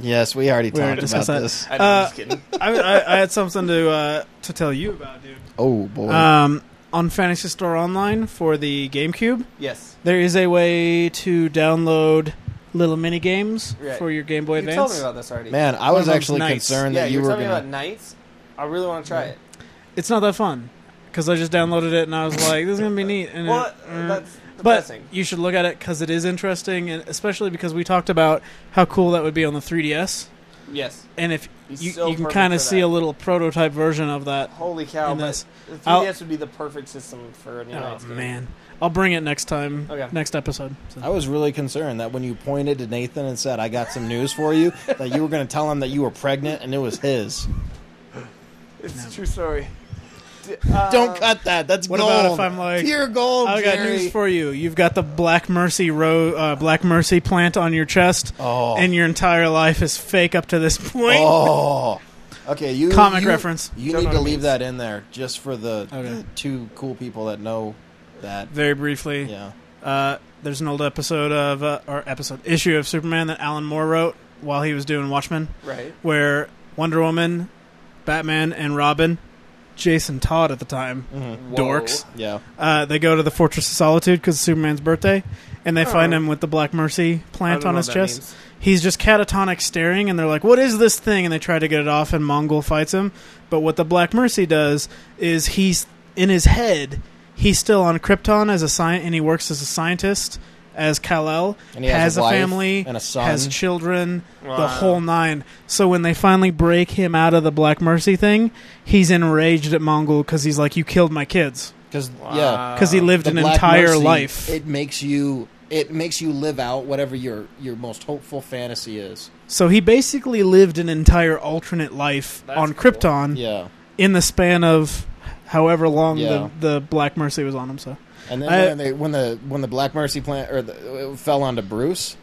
[SPEAKER 1] Yes, we already
[SPEAKER 2] We already
[SPEAKER 1] talked about
[SPEAKER 2] discussed that.
[SPEAKER 1] this.
[SPEAKER 3] I know,
[SPEAKER 2] Uh,
[SPEAKER 3] I'm just kidding.
[SPEAKER 2] I, I, I had something to uh, to tell you about, dude.
[SPEAKER 1] Oh boy.
[SPEAKER 2] Um, on Fantasy Store Online for the GameCube,
[SPEAKER 3] Yes,
[SPEAKER 2] there is a way to download little mini games
[SPEAKER 3] Right.
[SPEAKER 2] for your Game Boy
[SPEAKER 3] you
[SPEAKER 2] Advance.
[SPEAKER 3] told me about this already.
[SPEAKER 1] Man, I
[SPEAKER 2] one
[SPEAKER 1] was
[SPEAKER 2] of them's
[SPEAKER 1] actually
[SPEAKER 2] nice.
[SPEAKER 1] concerned
[SPEAKER 3] yeah,
[SPEAKER 1] that
[SPEAKER 3] you
[SPEAKER 1] you
[SPEAKER 3] were
[SPEAKER 1] were
[SPEAKER 3] talking
[SPEAKER 1] gonna.
[SPEAKER 3] about nights. I really want to try it.
[SPEAKER 2] It's not that fun because I just downloaded it and I was like, "This is gonna be neat." And
[SPEAKER 3] Well,
[SPEAKER 2] it- mm.
[SPEAKER 3] that's the
[SPEAKER 2] but
[SPEAKER 3] best thing.
[SPEAKER 2] you should look at it because it is interesting, and especially because we talked about how cool that would be on the 3DS.
[SPEAKER 3] Yes,
[SPEAKER 2] And if
[SPEAKER 3] He's
[SPEAKER 2] you,
[SPEAKER 3] so
[SPEAKER 2] you can
[SPEAKER 3] perfect
[SPEAKER 2] kind of
[SPEAKER 3] for
[SPEAKER 2] see
[SPEAKER 3] that.
[SPEAKER 2] a little prototype version of that.
[SPEAKER 3] holy cow!
[SPEAKER 2] in
[SPEAKER 3] But
[SPEAKER 2] this.
[SPEAKER 3] the 3ds
[SPEAKER 2] I'll-
[SPEAKER 3] would be the perfect system for an
[SPEAKER 2] Oh
[SPEAKER 3] United States.
[SPEAKER 2] man, I'll bring it next time.
[SPEAKER 3] Okay.
[SPEAKER 2] Next episode. So.
[SPEAKER 1] I was really concerned that when you pointed to Nathan and said, "I got some news for you," that you were going to tell him that you were pregnant and it was his.
[SPEAKER 3] It's
[SPEAKER 2] No.
[SPEAKER 3] a true story. D- uh,
[SPEAKER 1] Don't cut that. That's
[SPEAKER 2] what
[SPEAKER 1] gold.
[SPEAKER 2] about if I'm like,
[SPEAKER 1] pure gold?
[SPEAKER 2] I got
[SPEAKER 1] Jerry.
[SPEAKER 2] news for you. You've got the Black Mercy row, uh, Black Mercy plant on your chest,
[SPEAKER 1] Oh.
[SPEAKER 2] and your entire life is fake up to this point.
[SPEAKER 1] Oh. Okay, you
[SPEAKER 2] Comic
[SPEAKER 1] you-
[SPEAKER 2] reference.
[SPEAKER 1] You
[SPEAKER 3] Don't
[SPEAKER 1] need
[SPEAKER 3] know
[SPEAKER 1] to
[SPEAKER 3] what it
[SPEAKER 1] leave
[SPEAKER 3] means.
[SPEAKER 1] that in there just for the
[SPEAKER 2] Okay.
[SPEAKER 1] two cool people that know that.
[SPEAKER 2] Very briefly,
[SPEAKER 1] Yeah.
[SPEAKER 2] uh, there's an old episode of uh, or episode issue of Superman that Alan Moore wrote while he was doing Watchmen,
[SPEAKER 3] Right.
[SPEAKER 2] where Wonder Woman, Batman, and Robin, Jason Todd at the time,
[SPEAKER 3] Whoa.
[SPEAKER 2] dorks.
[SPEAKER 1] Mm-hmm. Yeah.
[SPEAKER 2] Uh, they go to the Fortress of Solitude because it's Superman's birthday, and they find
[SPEAKER 3] Oh.
[SPEAKER 2] him with the Black Mercy
[SPEAKER 3] I
[SPEAKER 2] plant
[SPEAKER 3] don't
[SPEAKER 2] on
[SPEAKER 3] know
[SPEAKER 2] his
[SPEAKER 3] what that
[SPEAKER 2] chest.
[SPEAKER 3] means.
[SPEAKER 2] He's just catatonic staring, and they're like, "What is this thing?" And they try to get it off, and Mongol fights him. But what the Black Mercy does is he's in his head. He's still on Krypton as a scientist, and he works as a scientist as Kal El.
[SPEAKER 1] And he has,
[SPEAKER 2] a,
[SPEAKER 1] wife
[SPEAKER 2] family,
[SPEAKER 1] and a son.
[SPEAKER 2] has children,
[SPEAKER 3] Wow.
[SPEAKER 2] the whole nine. So when they finally break him out of the Black Mercy thing, he's enraged at Mongol because he's like, "You killed my kids."
[SPEAKER 1] Cuz yeah,
[SPEAKER 3] Wow.
[SPEAKER 2] Because he lived
[SPEAKER 1] Uh, the
[SPEAKER 2] an
[SPEAKER 1] Black
[SPEAKER 2] entire
[SPEAKER 1] Mercy,
[SPEAKER 2] life.
[SPEAKER 1] It makes you it makes you live out whatever your your most hopeful fantasy is.
[SPEAKER 2] so he basically lived an entire alternate life
[SPEAKER 3] That's
[SPEAKER 2] on
[SPEAKER 3] cool.
[SPEAKER 2] Krypton.
[SPEAKER 1] Yeah.
[SPEAKER 2] in the span of however long
[SPEAKER 1] Yeah.
[SPEAKER 2] the, the Black Mercy was on him. So
[SPEAKER 1] And then
[SPEAKER 2] I-
[SPEAKER 1] when, they, when the when the Black Mercy plant or the, it fell onto Bruce,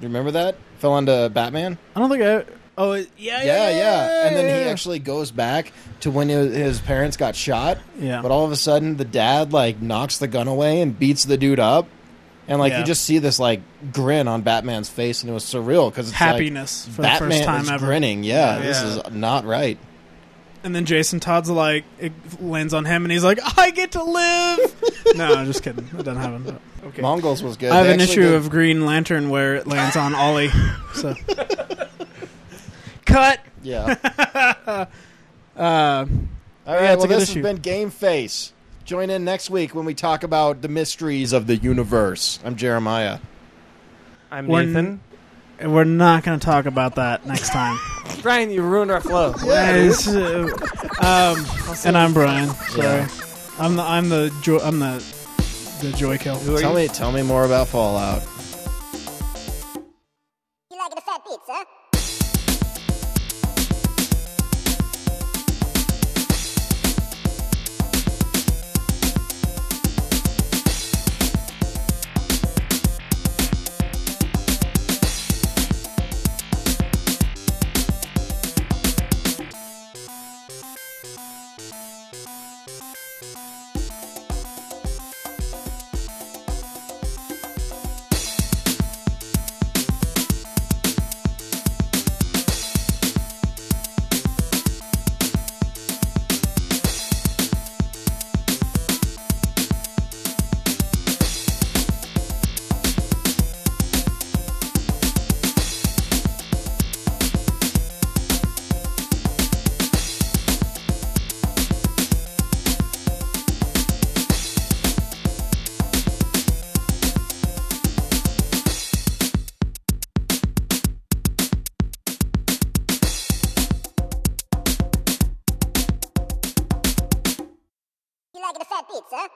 [SPEAKER 1] you remember that fell onto Batman.
[SPEAKER 2] I don't think I. Oh it- yeah,
[SPEAKER 1] Yeah, yeah. And then
[SPEAKER 2] yeah,
[SPEAKER 1] he
[SPEAKER 2] yeah.
[SPEAKER 1] actually goes back to when his his parents got shot,
[SPEAKER 2] yeah.
[SPEAKER 1] but all of a sudden the dad like knocks the gun away and beats the dude up, and like
[SPEAKER 2] Yeah.
[SPEAKER 1] you just see this like grin on Batman's face, and it was surreal because
[SPEAKER 2] happiness for the
[SPEAKER 1] Batman
[SPEAKER 2] first time
[SPEAKER 1] is
[SPEAKER 2] ever.
[SPEAKER 1] grinning. Yeah,
[SPEAKER 3] Yeah.
[SPEAKER 1] this is not right.
[SPEAKER 2] And then Jason Todd's like it lands on him, and he's like, "I get to live." no, I'm just kidding. It doesn't happen. Okay.
[SPEAKER 1] Mongols was good.
[SPEAKER 2] I have
[SPEAKER 1] They
[SPEAKER 2] an
[SPEAKER 1] actually
[SPEAKER 2] issue
[SPEAKER 1] did-
[SPEAKER 2] of Green Lantern where it lands on Ollie. So cut.
[SPEAKER 1] yeah.
[SPEAKER 2] Uh,
[SPEAKER 1] All
[SPEAKER 2] Yeah,
[SPEAKER 1] right,
[SPEAKER 2] it's
[SPEAKER 1] well,
[SPEAKER 2] a good
[SPEAKER 1] this
[SPEAKER 2] issue.
[SPEAKER 1] has been Game Face. Join in next week when we talk about the mysteries of the universe. I'm Jeremiah.
[SPEAKER 3] I'm
[SPEAKER 2] We're n-
[SPEAKER 3] Nathan.
[SPEAKER 2] we're not going to talk about that next time.
[SPEAKER 3] Brian, you ruined our flow.
[SPEAKER 2] Guys, uh, um, and I'm Brian. Sorry,
[SPEAKER 1] Yeah.
[SPEAKER 2] I'm the I'm the joy, I'm the the joy kill.
[SPEAKER 3] Who are
[SPEAKER 1] Tell me,
[SPEAKER 3] you?
[SPEAKER 1] tell me more about Fallout.
[SPEAKER 4] You like the fat pizza? You like the fat pizza?